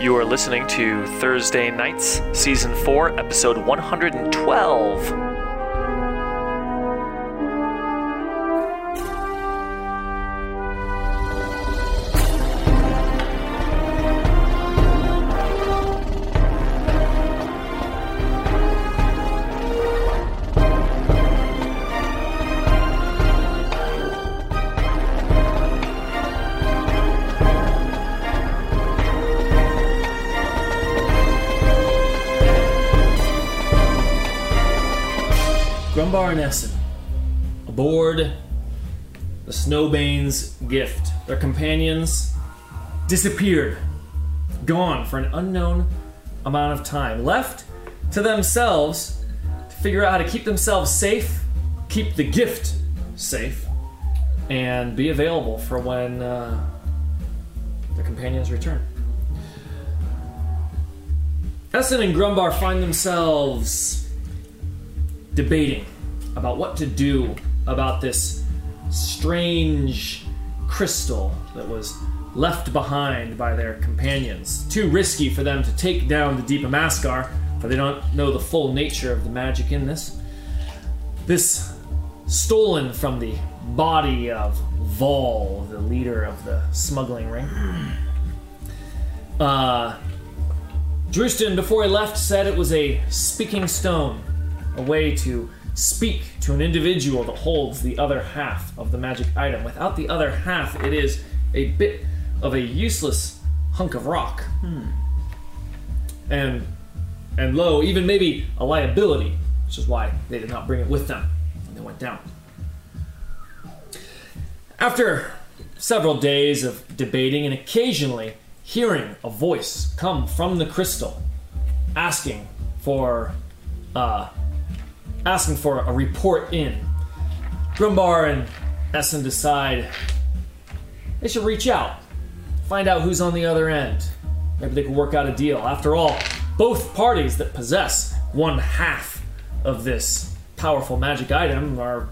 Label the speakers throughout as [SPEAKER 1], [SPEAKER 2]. [SPEAKER 1] You are listening to Thursday Nights, Season 4, Episode 112.
[SPEAKER 2] Grumbar and Essen, aboard the Snowbane's gift. Their companions disappeared, gone for an unknown amount of time, left to themselves to figure out how to keep themselves safe, keep the gift safe, and be available for when uh, their companions return. Essen and Grumbar find themselves debating about what to do about this strange crystal that was left behind by their companions. Too risky for them to take down the Deep Amaskar, for they don't know the full nature of the magic in this. This stolen from the body of Vol, the leader of the smuggling ring. Uh, Drustin, before he left, said it was a speaking stone a way to speak to an individual that holds the other half of the magic item. Without the other half, it is a bit of a useless hunk of rock. Hmm. And and low, even maybe a liability, which is why they did not bring it with them when they went down. After several days of debating and occasionally hearing a voice come from the crystal asking for uh, asking for a report in. Grimbar and Essen decide they should reach out, find out who's on the other end. Maybe they can work out a deal. After all, both parties that possess one half of this powerful magic item are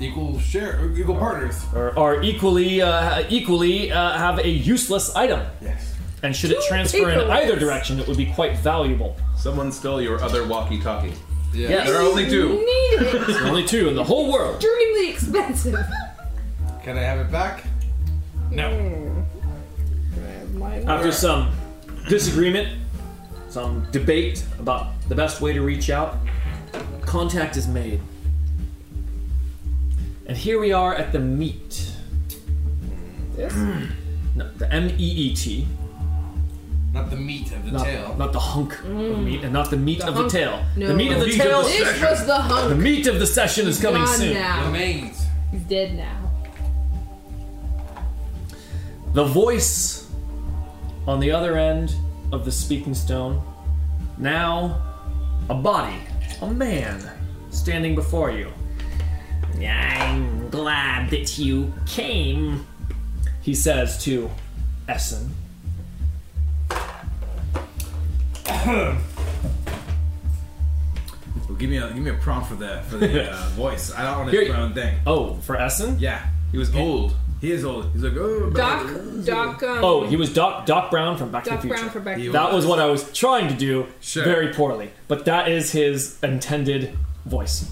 [SPEAKER 3] equal share, or equal partners.
[SPEAKER 2] are, are equally uh, equally uh, have a useless item.
[SPEAKER 3] Yes.
[SPEAKER 2] And should it transfer in
[SPEAKER 4] people.
[SPEAKER 2] either direction, it would be quite valuable.
[SPEAKER 5] Someone stole your other walkie-talkie.
[SPEAKER 3] Yeah.
[SPEAKER 2] Yes.
[SPEAKER 5] There are only two.
[SPEAKER 4] Need it.
[SPEAKER 2] Only two in the whole world.
[SPEAKER 4] Extremely expensive.
[SPEAKER 3] Can I have it back? No.
[SPEAKER 2] After some disagreement, some debate about the best way to reach out, contact is made. And here we are at the meet.
[SPEAKER 4] This?
[SPEAKER 2] No, the M E E T,
[SPEAKER 3] Not the meat of the
[SPEAKER 2] not,
[SPEAKER 3] tail.
[SPEAKER 2] not the hunk of meat, and not the meat of
[SPEAKER 4] Mm. hunk.
[SPEAKER 2] the tail.
[SPEAKER 4] No.
[SPEAKER 2] The meat of the
[SPEAKER 5] The meat of
[SPEAKER 2] tail,
[SPEAKER 5] the
[SPEAKER 2] the,
[SPEAKER 5] session.
[SPEAKER 4] This was the hunk.
[SPEAKER 2] meat of the session is coming
[SPEAKER 4] Gone
[SPEAKER 2] soon.
[SPEAKER 4] now.
[SPEAKER 3] Remains.
[SPEAKER 4] He's dead now.
[SPEAKER 2] The voice on the other end of the speaking stone, now a body, a man, standing before you. I'm glad that you came, he says to Essen.
[SPEAKER 3] Well, give me a give me a prompt for the for the uh, voice. I don't want
[SPEAKER 2] Here
[SPEAKER 3] to
[SPEAKER 2] you-
[SPEAKER 3] do my own thing.
[SPEAKER 2] Oh, for Essen?
[SPEAKER 3] Yeah.
[SPEAKER 5] He was old.
[SPEAKER 3] He is old. He's like oh.
[SPEAKER 4] Doc, Doc, um,
[SPEAKER 2] Oh, he was Doc Doc Brown from Back
[SPEAKER 4] Doc
[SPEAKER 2] to the Future.
[SPEAKER 4] Brown for back.
[SPEAKER 3] He
[SPEAKER 2] that was what I was trying to do
[SPEAKER 3] Sure.
[SPEAKER 2] very poorly, but that is his intended voice.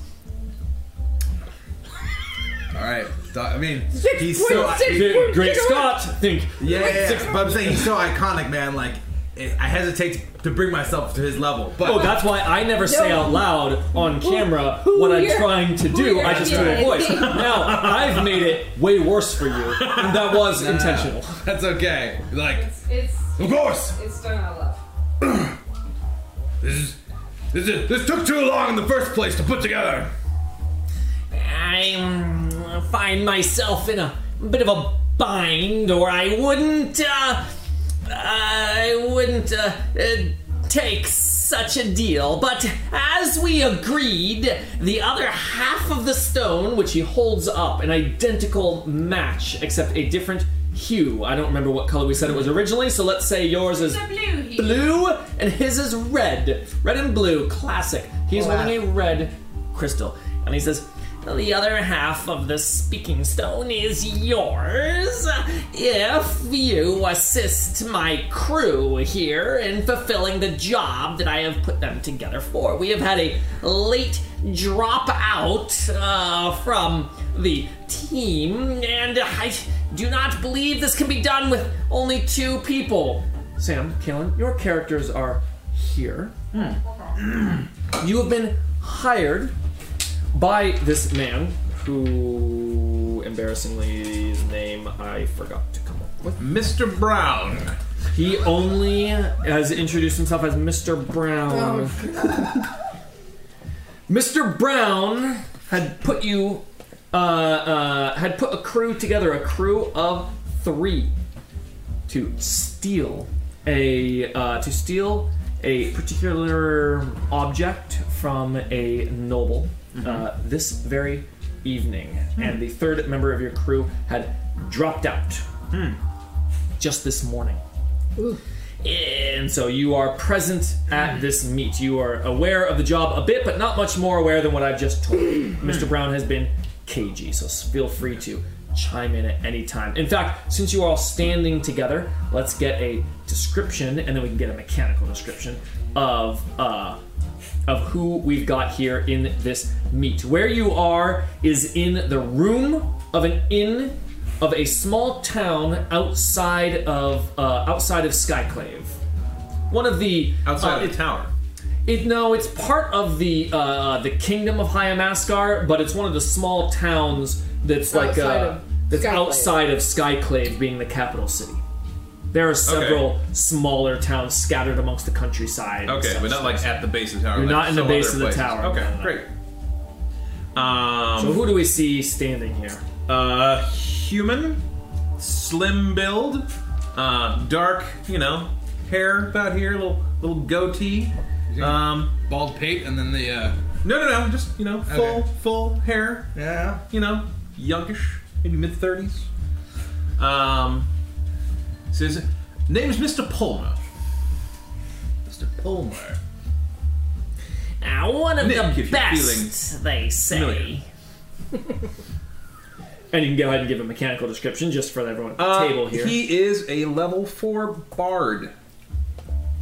[SPEAKER 3] All right. Doc, I mean,
[SPEAKER 4] Six
[SPEAKER 3] he's
[SPEAKER 4] point
[SPEAKER 3] so
[SPEAKER 4] six.
[SPEAKER 3] yeah,
[SPEAKER 2] Great
[SPEAKER 4] You know
[SPEAKER 2] Scott, think
[SPEAKER 3] yeah, yeah, yeah. But I'm saying he's so iconic, man. Like it, I hesitate to bring myself to his level. But
[SPEAKER 2] Oh, that's why I never say
[SPEAKER 4] No.
[SPEAKER 2] out loud on camera what I'm
[SPEAKER 4] you're-
[SPEAKER 2] trying to
[SPEAKER 4] who
[SPEAKER 2] do.
[SPEAKER 4] you're
[SPEAKER 2] I just do a
[SPEAKER 4] being.
[SPEAKER 2] voice. now I've made it way worse for you, and that was
[SPEAKER 3] Nah,
[SPEAKER 2] intentional.
[SPEAKER 3] That's okay. Like
[SPEAKER 4] It's
[SPEAKER 3] of course
[SPEAKER 4] it's done out of love.
[SPEAKER 3] this is. This, is, this took too long in the first place to put together.
[SPEAKER 2] I find myself in a bit of a bind, or I wouldn't, uh, I wouldn't uh, uh, take such a deal. But as we agreed, the other half of the stone, which he holds up, an identical match, except a different hue. I don't remember what color we said it was originally, so let's say yours is
[SPEAKER 4] blue here.
[SPEAKER 2] blue and his is red. Red and blue, classic. He's holding a red crystal. And he says, The other half of the speaking stone is yours if you assist my crew here in fulfilling the job that I have put them together for. We have had a late drop out uh, from the team, and I do not believe this can be done with only two people. Sam, Kalen, your characters are here. You have been hired by this man who embarrassingly his name I forgot to come up with.
[SPEAKER 3] Mr. Brown.
[SPEAKER 2] He only has introduced himself as Mr. Brown. Mr. Brown had put you uh, uh, had put a crew together, a crew of three, to steal a uh, to steal a particular object from a noble uh, this very evening, and the third member of your crew had dropped out just this morning. And so you are present at this meet. You are aware of the job a bit, but not much more aware than what I've just told you. Mr. Brown has been cagey, so s- feel free to chime in at any time. In fact, since you are all standing together, let's get a description, and then we can get a mechanical description of uh, of who we've got here in this meet. Where you are is in the room of an inn of a small town outside of uh, outside of Skyclave. One of the
[SPEAKER 3] Outside
[SPEAKER 2] uh,
[SPEAKER 3] of the tower.
[SPEAKER 2] it, no, it's part of the uh, the kingdom of Hyamaskar, but it's one of the small towns that's like
[SPEAKER 4] Outside
[SPEAKER 2] uh,
[SPEAKER 4] of
[SPEAKER 2] that's
[SPEAKER 4] Skyclave.
[SPEAKER 2] outside of Skyclave being the capital city. There are several smaller towns scattered amongst the countryside. and
[SPEAKER 5] Okay,
[SPEAKER 2] such
[SPEAKER 5] but not like at the base of the tower.
[SPEAKER 2] You're
[SPEAKER 5] like
[SPEAKER 2] not in the
[SPEAKER 5] some
[SPEAKER 2] base
[SPEAKER 5] other
[SPEAKER 2] of the
[SPEAKER 5] places.
[SPEAKER 2] tower. No, no,
[SPEAKER 5] Okay,
[SPEAKER 2] no.
[SPEAKER 5] great.
[SPEAKER 2] So
[SPEAKER 5] Um,
[SPEAKER 2] who do we see standing here?
[SPEAKER 5] uh, human, slim build, uh, dark, you know, hair about here, little little goatee. Um,
[SPEAKER 6] Bald pate and then the uh,
[SPEAKER 5] no, no, no, just you know, full
[SPEAKER 6] Okay.
[SPEAKER 5] full hair.
[SPEAKER 6] yeah.
[SPEAKER 5] you know, youngish, maybe mid thirties. Um, says name's Mr. Palmer.
[SPEAKER 6] Mr. Palmer.
[SPEAKER 2] Now, one of
[SPEAKER 5] Nick, if
[SPEAKER 2] the
[SPEAKER 5] you're
[SPEAKER 2] best, they say.
[SPEAKER 5] familiar.
[SPEAKER 2] and you can go ahead and give a mechanical description just for everyone at the
[SPEAKER 5] Uh,
[SPEAKER 2] table here.
[SPEAKER 5] He is a level four bard.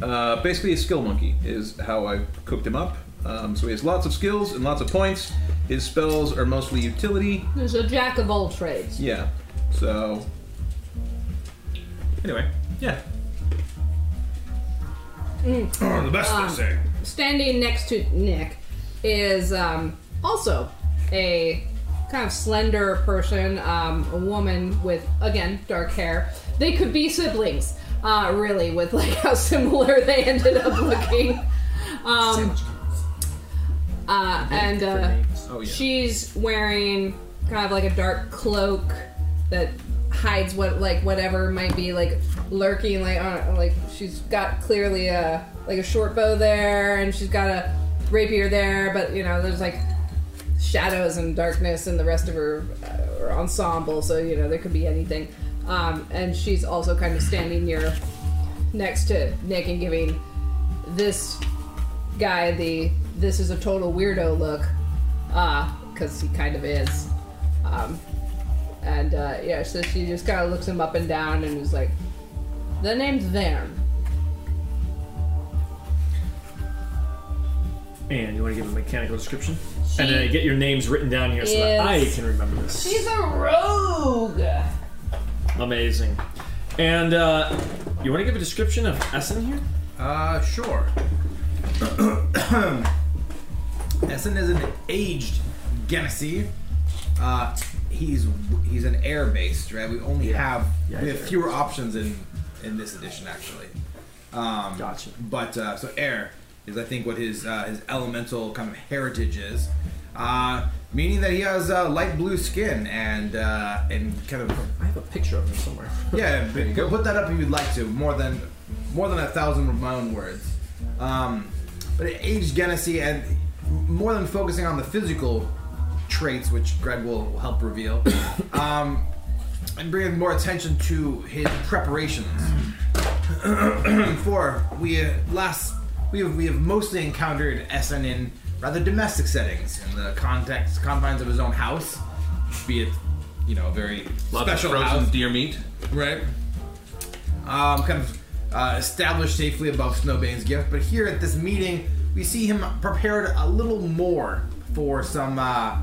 [SPEAKER 5] Uh, basically, a skill monkey is how I cooked him up. Um, so he has lots of skills and lots of points. His spells are mostly utility.
[SPEAKER 4] There's a jack of all trades.
[SPEAKER 5] Yeah. So. Anyway, yeah.
[SPEAKER 6] the best they say.
[SPEAKER 4] Standing next to Nick is um, also a kind of slender person, um, a woman with, again, dark hair. They could be siblings, uh, really, with like how similar they ended up looking. Um, uh, and uh,
[SPEAKER 5] Oh yeah.
[SPEAKER 4] she's wearing kind of like a dark cloak that hides what like whatever might be like lurking like on like she's got clearly a like a short bow there and she's got a rapier there but you know there's like shadows and darkness in the rest of her, uh, her ensemble so you know there could be anything um, and she's also kind of standing near next to nick and giving this guy the this is a total weirdo look because he kind of is. Um, and uh, yeah, so she just kind of looks him up and down and is like, "The name's Vern."
[SPEAKER 2] and you want to give a mechanical description? and then I get your names written down here so
[SPEAKER 4] is-
[SPEAKER 2] that I can remember this.
[SPEAKER 4] She's a rogue.
[SPEAKER 2] Amazing. And uh, you want to give a description of Essen here?
[SPEAKER 6] Uh, sure.
[SPEAKER 3] Essen is an aged Genesee. Uh, he's he's an air based, right? We only have we
[SPEAKER 2] Yeah, he's
[SPEAKER 3] have
[SPEAKER 2] air-based.
[SPEAKER 3] fewer options in in this edition actually. Um,
[SPEAKER 2] Gotcha.
[SPEAKER 3] But uh, so air is I think what his uh, his elemental kind of heritage is, uh, meaning that he has uh, light blue skin and uh, and kind of
[SPEAKER 2] I have a picture of him somewhere.
[SPEAKER 3] yeah, but put that up if you'd like to. More than more than a thousand of my own words. Um, but it aged Genesee, and more than focusing on the physical traits, which Greg will, will help reveal, um, and bringing more attention to his preparations. For we uh, last we have we have mostly encountered Essen in
[SPEAKER 5] rather domestic settings in the context confines of his own house, be it you know a very
[SPEAKER 7] Lots
[SPEAKER 5] special
[SPEAKER 7] of frozen
[SPEAKER 5] house,
[SPEAKER 7] deer meat.
[SPEAKER 5] right? Um, kind of uh, established safely above Snowbane's gift, but here at this meeting, we see him prepared a little more for some uh, uh,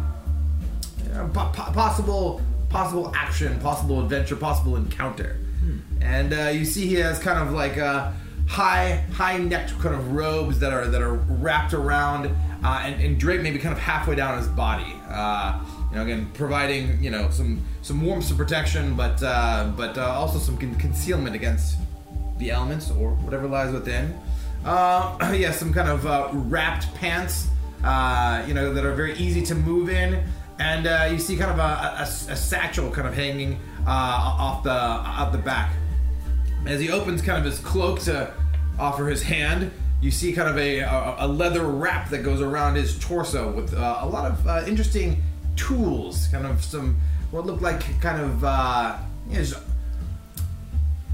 [SPEAKER 5] po- po- possible possible action, possible adventure, possible encounter. And uh, you see he has kind of like uh, high high necked kind of robes that are that are wrapped around uh, and, and draped maybe kind of halfway down his body. Uh, you know, again, providing you know some some warmth, some protection, but uh, but uh, also some con- concealment against the elements or whatever lies within. Uh, yeah, some kind of uh, wrapped pants, uh, you know, that are very easy to move in, and uh, you see kind of a, a- a s- a satchel kind of hanging uh, off the off the back. As he opens kind of his cloak to offer his hand, you see kind of a, a, a leather wrap that goes around his torso with uh, a lot of uh, interesting tools, kind of some what look like kind of uh, you know, just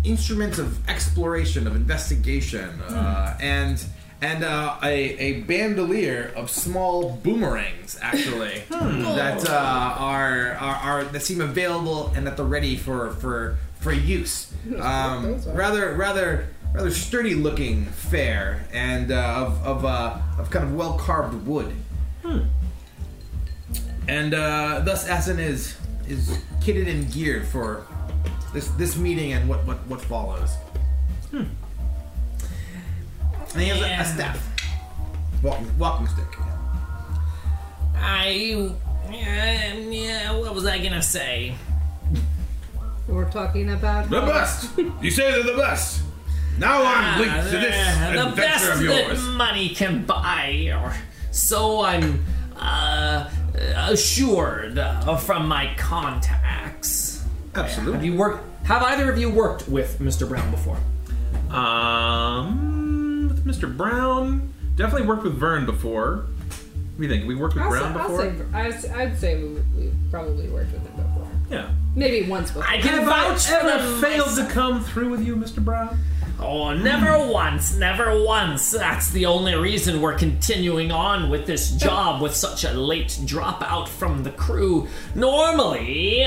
[SPEAKER 5] instruments of exploration, of investigation, uh, and and uh, a, a bandolier of small boomerangs, actually, that uh, are, are are that seem available and at the ready for for for use. Um, rather rather rather sturdy looking fare and uh, of of uh, of kind of well carved wood. And uh, thus, Assen is is kitted and geared for this this meeting and what what what follows. Hmm. And he has a- a,
[SPEAKER 2] And-
[SPEAKER 5] staff, walking walking stick.
[SPEAKER 2] I. you- Yeah, yeah, what was I gonna say?
[SPEAKER 4] We're talking about
[SPEAKER 8] The best! You say they're the best! Now I'm
[SPEAKER 2] Ah,
[SPEAKER 8] linked to this
[SPEAKER 2] the
[SPEAKER 8] adventure
[SPEAKER 2] best
[SPEAKER 8] of yours.
[SPEAKER 2] that money can buy, or so I'm uh, assured uh, from my contacts. Have
[SPEAKER 7] Absolutely.
[SPEAKER 2] you worked? Have either of you worked with Mr. Brown before?
[SPEAKER 7] Um, with Mr. Brown definitely worked with Vern before. What do you think? We worked with
[SPEAKER 4] I'll
[SPEAKER 7] Brown
[SPEAKER 4] say, I'll
[SPEAKER 7] before.
[SPEAKER 4] say- I'd s- I'd say we, we probably worked with him before.
[SPEAKER 7] Yeah.
[SPEAKER 4] Maybe once before.
[SPEAKER 2] I can
[SPEAKER 7] Have
[SPEAKER 2] vouch
[SPEAKER 7] I
[SPEAKER 2] for
[SPEAKER 7] ever
[SPEAKER 2] them
[SPEAKER 7] failed to come through with you, Mr. Brown?
[SPEAKER 2] Oh, never once, never once. That's the only reason we're continuing on with this job with such a late dropout from the crew. Normally,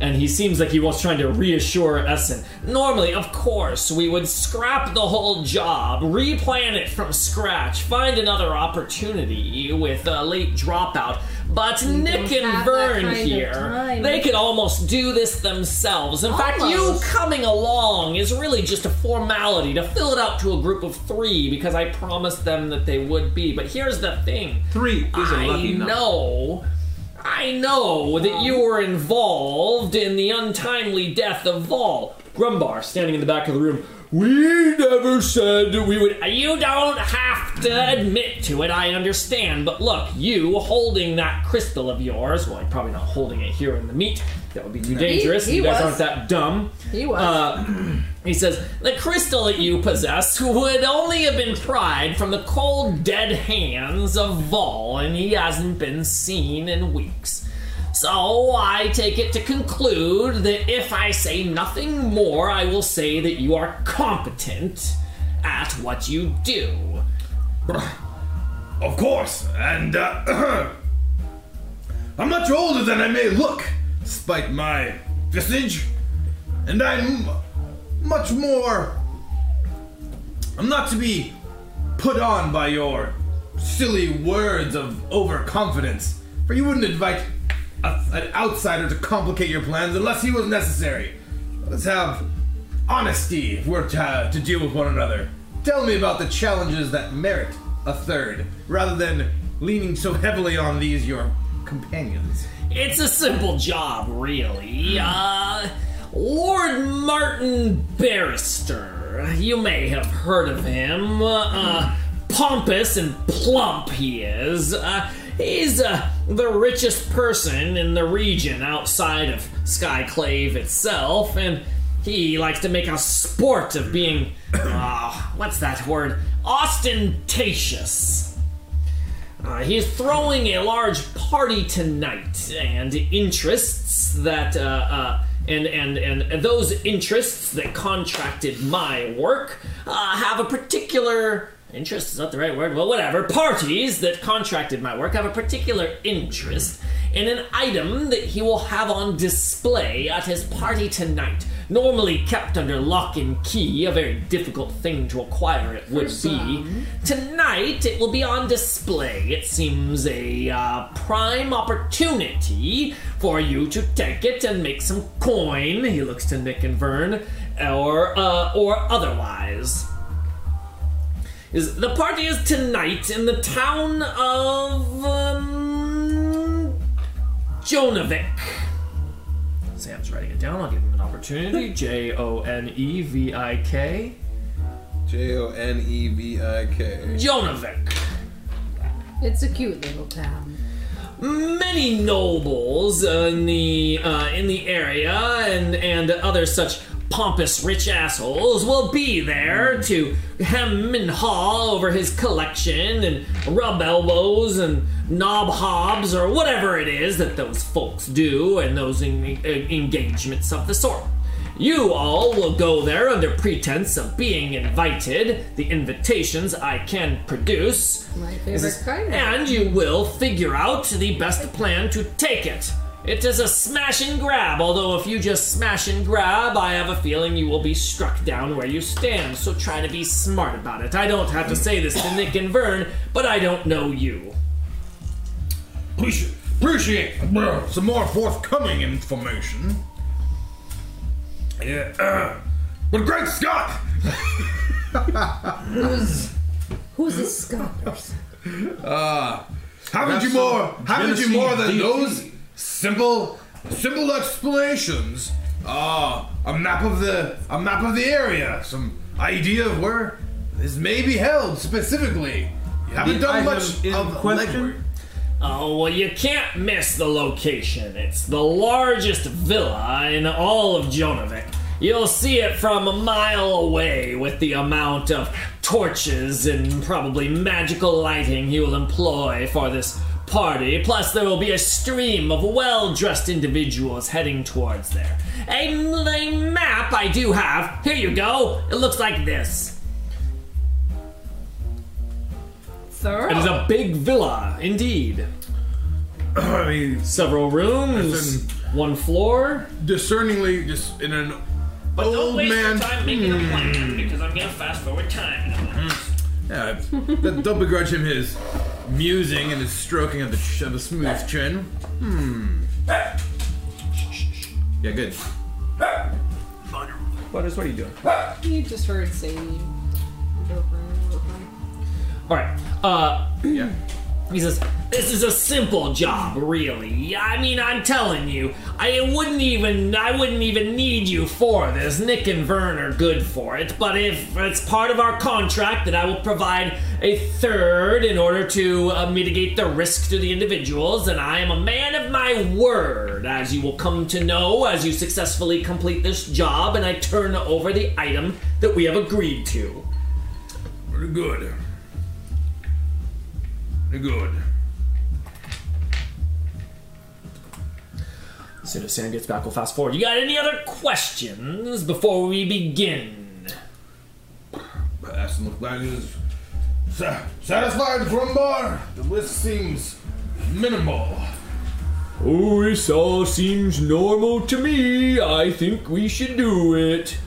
[SPEAKER 2] and he seems like he was trying to reassure Essen, normally, of course, we would scrap the whole job, replan it from scratch, find another opportunity with a late dropout. But Nick
[SPEAKER 4] don't
[SPEAKER 2] and
[SPEAKER 4] have that
[SPEAKER 2] Vern
[SPEAKER 4] kind of
[SPEAKER 2] here,
[SPEAKER 4] time.
[SPEAKER 2] they could almost do this themselves. In fact, you
[SPEAKER 4] Almost.
[SPEAKER 2] coming along is really just a formality to fill it out to a group of three because I promised them that they would be. But here's the thing
[SPEAKER 7] Three is a
[SPEAKER 2] I
[SPEAKER 7] lucky number.
[SPEAKER 2] know. I know that you were involved in the untimely death of Vol. Grumbar, standing in the back of the room. We never said that we would. You don't have to admit to it, I understand. But look, you holding that crystal of yours, well, you're probably not holding it here in the meat. That would be too dangerous.
[SPEAKER 4] he
[SPEAKER 2] you guys aren't
[SPEAKER 4] was.
[SPEAKER 2] that dumb.
[SPEAKER 4] He was.
[SPEAKER 2] Uh, he says, The crystal that you possess would only have been pried from the cold, dead hands of Vol, and he hasn't been seen in weeks. So I take it to conclude that if I say nothing more, I will say that you are competent at what you do.
[SPEAKER 8] Of course, and uh, I'm much older than I may look, despite my visage, and I'm much more. I'm not to be put on by your silly words of overconfidence, for you wouldn't invite a, an outsider to complicate your plans unless he was necessary. Let's have honesty if we're to, to deal with one another. Tell me about the challenges that merit a third, rather than leaning so heavily on these your companions.
[SPEAKER 2] It's a simple job, really. Uh, Lord Martin Barrister. You may have heard of him. Uh, pompous and plump he is. Uh, he's uh, the richest person in the region outside of Skyclave itself, and he likes to make a sport of being, uh, what's that word? Ostentatious. Uh, he's throwing a large party tonight, and interests that uh, uh, and and and those interests that contracted my work uh, have a particular interest is not the right word, well, whatever, parties that contracted my work have a particular interest in an item that he will have on display at his party tonight. Normally kept under lock and key, a very difficult thing to acquire, it would be. Tonight it will be on display. It seems a uh, prime opportunity for you to take it and make some coin. He looks to Nick and Vern, or uh, or otherwise is the party is tonight in the town of um, Jonovic. Sam's writing it down. I'll give him an opportunity. J O N E V I K.
[SPEAKER 5] J O N E V I K.
[SPEAKER 2] Jonovic.
[SPEAKER 4] It's a cute little town.
[SPEAKER 2] many nobles in the uh, in the area and and other such pompous rich assholes will be there to hem and haw over his collection and rub elbows and knob hobs or whatever it is that those folks do and those en- en- engagements of the sort. You all will go there under pretense of being invited, the invitations I can produce.
[SPEAKER 4] My favorite kind.
[SPEAKER 2] And you will figure out the best plan to take it. It is a smash and grab, although if you just smash and grab, I have a feeling you will be struck down where you stand, so try to be smart about it. I don't have to say this to Nick and Vern, but I don't know you.
[SPEAKER 6] Appreciate, appreciate bro, some more forthcoming information. Yeah. uh, but great Scott!
[SPEAKER 4] Who's who's this Scott person?
[SPEAKER 6] Haven't you
[SPEAKER 5] That's
[SPEAKER 6] more?
[SPEAKER 5] some
[SPEAKER 6] Haven't you
[SPEAKER 5] Genesee
[SPEAKER 6] more than
[SPEAKER 5] deity.
[SPEAKER 6] those simple, simple explanations? Ah, a map of the a map of the area, some idea of where this may be held specifically. You haven't done
[SPEAKER 5] item
[SPEAKER 6] much
[SPEAKER 5] in
[SPEAKER 6] of
[SPEAKER 5] question?
[SPEAKER 2] Oh, well, you can't miss the location. It's the largest villa in all of Jonovic. You'll see it from a mile away with the amount of torches and probably magical lighting he will employ for this party. Plus, there will be a stream of well dressed individuals heading towards there. A, a map I do have. Here you go. It looks like this.
[SPEAKER 4] Thorough.
[SPEAKER 2] It is a big villa, indeed.
[SPEAKER 6] legwork? I mean,
[SPEAKER 2] Several rooms, one floor.
[SPEAKER 6] discerningly, just in an old man. Hmm.
[SPEAKER 2] making a plan because I'm gonna fast forward time.
[SPEAKER 6] Yeah, don't don't begrudge him his musing and his stroking of the ch- of the smooth chin. Hmm. Yeah, good.
[SPEAKER 5] Butters, what are you doing?
[SPEAKER 4] You just heard Sadie.
[SPEAKER 2] All right. Uh,
[SPEAKER 6] Yeah.
[SPEAKER 2] he says, "This is a simple job, really. I mean, I'm telling you, I wouldn't even, I wouldn't even need you for this. Nick and Vern are good for it, but if it's part of our contract that I will provide a third in order to uh, mitigate the risk to the individuals, and I am a man of my word, as you will come to know as you successfully complete this job, and I turn over the item that we have agreed to."
[SPEAKER 6] Pretty good. Pretty good.
[SPEAKER 2] As soon as Sam gets back, we'll fast forward. You got any other questions before we begin?
[SPEAKER 6] But that's look like is sa- satisfied, Grumbar. The list seems minimal.
[SPEAKER 2] Oh, this all seems normal to me. I think we should do it.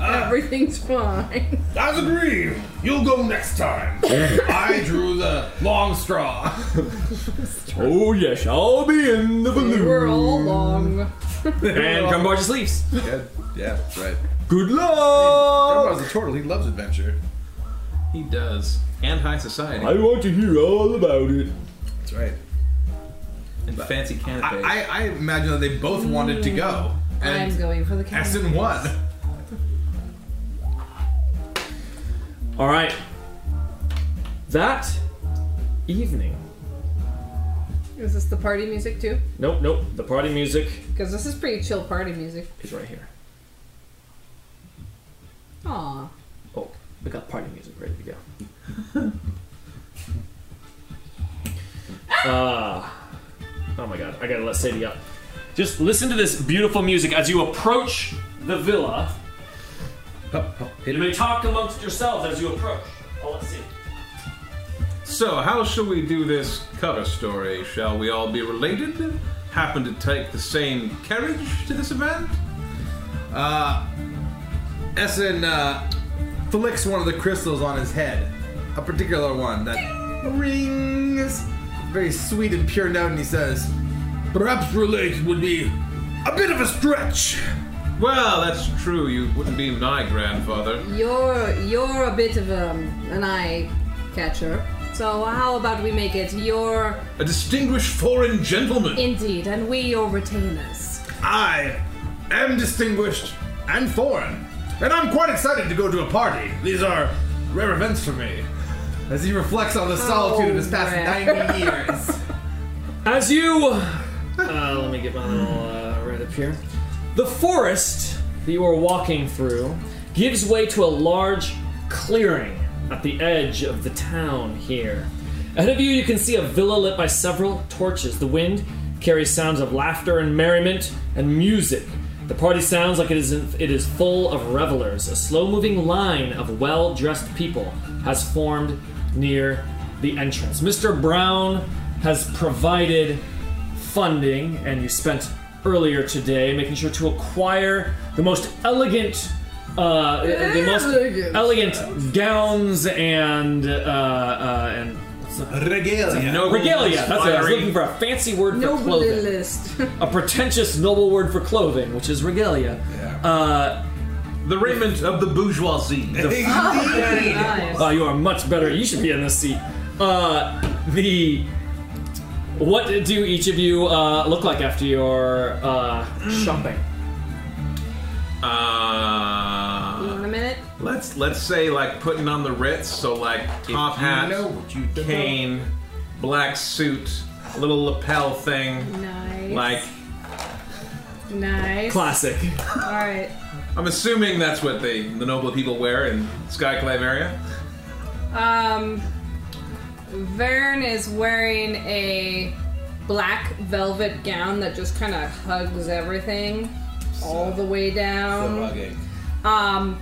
[SPEAKER 4] Everything's fine.
[SPEAKER 6] As agreed, you'll go next time. I drew the long straw.
[SPEAKER 2] Oh, yes, I'll be in the
[SPEAKER 4] We're all long.
[SPEAKER 2] And Grumbar just leaves.
[SPEAKER 5] Yeah, yeah, that's right.
[SPEAKER 2] Good luck!
[SPEAKER 6] Grumbar's a turtle. He loves adventure.
[SPEAKER 5] He does. And high society.
[SPEAKER 2] want to hear all about it.
[SPEAKER 5] That's right. And fancy canapes.
[SPEAKER 6] I, I imagine that they both wanted to go,
[SPEAKER 4] Mm, I'm
[SPEAKER 6] and
[SPEAKER 4] going for the count.
[SPEAKER 6] Essen won.
[SPEAKER 2] All right. That evening.
[SPEAKER 4] Is this the party music too?
[SPEAKER 2] Nope, nope. The party music
[SPEAKER 4] Because this is pretty chill party music.
[SPEAKER 2] is right here.
[SPEAKER 4] Aw.
[SPEAKER 2] Oh, we got party music ready to go. uh, oh my god, I gotta let Sadie up. Just listen to this beautiful music as you approach the villa. You may talk amongst yourselves as you approach. Oh, let's see.
[SPEAKER 5] So, how shall we do this cover story? Shall we all be related? Happen to take the same carriage to this event? Uh,
[SPEAKER 7] Essen uh, flicks one of the crystals on his head, a particular one that rings, very sweet and pure note, and he says,
[SPEAKER 9] Perhaps related would be a bit of a stretch.
[SPEAKER 5] Well, that's true. You wouldn't be my grandfather.
[SPEAKER 4] You're you're a bit of um, an eye catcher. So how about we make it your
[SPEAKER 9] A distinguished foreign gentleman.
[SPEAKER 4] indeed, and we your retainers?
[SPEAKER 9] I am distinguished and foreign, and I'm quite excited to go to a party. These are rare events for me.
[SPEAKER 7] as he reflects on the solitude of his past
[SPEAKER 4] man.
[SPEAKER 7] 90 years.
[SPEAKER 2] As you. Uh, let me get my little uh, right up here. The forest that you are walking through gives way to a large clearing at the edge of the town here. Ahead of you, you can see a villa lit by several torches. The wind carries sounds of laughter and merriment and music. The party sounds like it is, it is full of revelers. A slow moving line of well dressed people has formed near the entrance. Mr. Brown has provided funding and you spent earlier today making sure to acquire the most elegant uh, the most
[SPEAKER 4] Elegant.
[SPEAKER 2] elegant gowns and uh, uh, and
[SPEAKER 9] Regalia.
[SPEAKER 5] Noble
[SPEAKER 2] regalia. That's it. I was
[SPEAKER 5] inspiring.
[SPEAKER 2] looking for a fancy word for
[SPEAKER 4] Nobly
[SPEAKER 2] clothing,
[SPEAKER 4] list.
[SPEAKER 2] a pretentious noble word for clothing, which is regalia. Uh,
[SPEAKER 5] The raiment of the bourgeoisie.
[SPEAKER 4] Nice.
[SPEAKER 2] wow, Uh, you are much better. You should be in this seat. Uh, the what do each of you uh, look like after your uh, shopping?
[SPEAKER 4] You want
[SPEAKER 5] uh,
[SPEAKER 4] a minute?
[SPEAKER 5] let's let's say like putting on the Ritz. So like top hat,
[SPEAKER 7] know what you don't
[SPEAKER 5] cane, black suit, little lapel thing.
[SPEAKER 4] Nice.
[SPEAKER 5] Like
[SPEAKER 4] nice.
[SPEAKER 2] Classic.
[SPEAKER 4] All right.
[SPEAKER 5] I'm assuming that's what they the noble people wear in Skyclave area.
[SPEAKER 4] Um, Vern is wearing a black velvet gown that just kind of hugs everything all the way down. Um,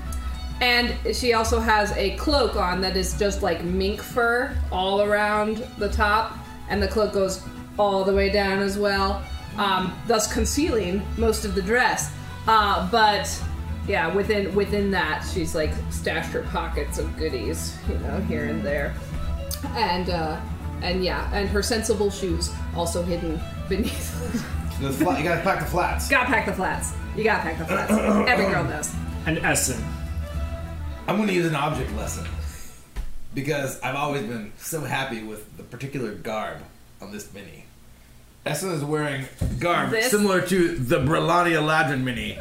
[SPEAKER 4] and she also has a cloak on that is just like mink fur all around the top, and the cloak goes all the way down as well, um, thus concealing most of the dress. Uh, but yeah, within within that, she's like stashed her pockets of goodies, you know, here and there, and uh, and yeah, and her sensible shoes also hidden beneath.
[SPEAKER 7] The fla- you gotta pack the flats.
[SPEAKER 4] gotta pack the flats. You gotta pack the flats. Every girl knows.
[SPEAKER 2] And Essen.
[SPEAKER 7] I'm gonna use an object lesson because I've always been so happy with the particular garb on this mini. Essen is wearing garb
[SPEAKER 4] This?
[SPEAKER 7] similar to the Brelani Aladdin mini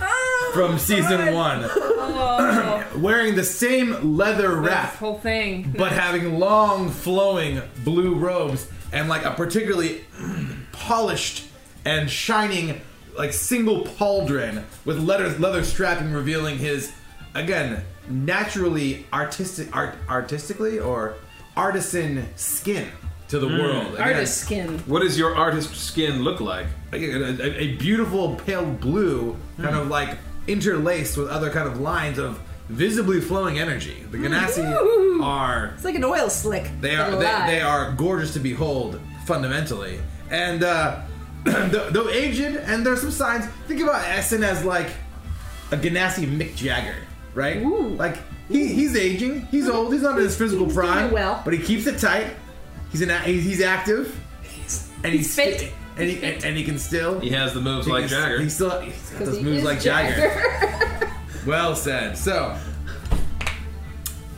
[SPEAKER 7] from season one,
[SPEAKER 4] Oh.
[SPEAKER 7] wearing the same leather
[SPEAKER 4] This
[SPEAKER 7] wrap
[SPEAKER 4] whole thing.
[SPEAKER 7] but having long flowing blue robes and like a particularly polished and shining like single pauldron with leather leather strapping revealing his again naturally artistic art artistically or artisan skin to the world Again,
[SPEAKER 4] Artist skin.
[SPEAKER 5] What does your artist skin look like?
[SPEAKER 7] again, a, a- a beautiful pale blue kind of like interlaced with other kind of lines of visibly flowing energy the ganassi
[SPEAKER 4] Ooh.
[SPEAKER 7] are
[SPEAKER 4] It's like an oil slick.
[SPEAKER 7] They are
[SPEAKER 4] but
[SPEAKER 7] they,
[SPEAKER 4] alive.
[SPEAKER 7] they are gorgeous to behold, fundamentally. And uh, though, though aged, and there's some signs. Think about Essen as like a Ganassi Mick Jagger, right?
[SPEAKER 4] Ooh.
[SPEAKER 7] Like he, he's aging, he's old, he's not in his physical
[SPEAKER 4] He's doing
[SPEAKER 7] prime,
[SPEAKER 4] well.
[SPEAKER 7] but he keeps it tight. He's an a- he's, he's active, and
[SPEAKER 4] he's
[SPEAKER 7] sti-
[SPEAKER 4] fit.
[SPEAKER 7] and he and, and he can still.
[SPEAKER 5] He has the moves
[SPEAKER 7] he
[SPEAKER 5] like
[SPEAKER 7] can-
[SPEAKER 5] Jagger.
[SPEAKER 7] He still he's got
[SPEAKER 4] 'Cause
[SPEAKER 7] those
[SPEAKER 4] he
[SPEAKER 7] moves
[SPEAKER 4] is
[SPEAKER 7] like Jagger. Well said. So,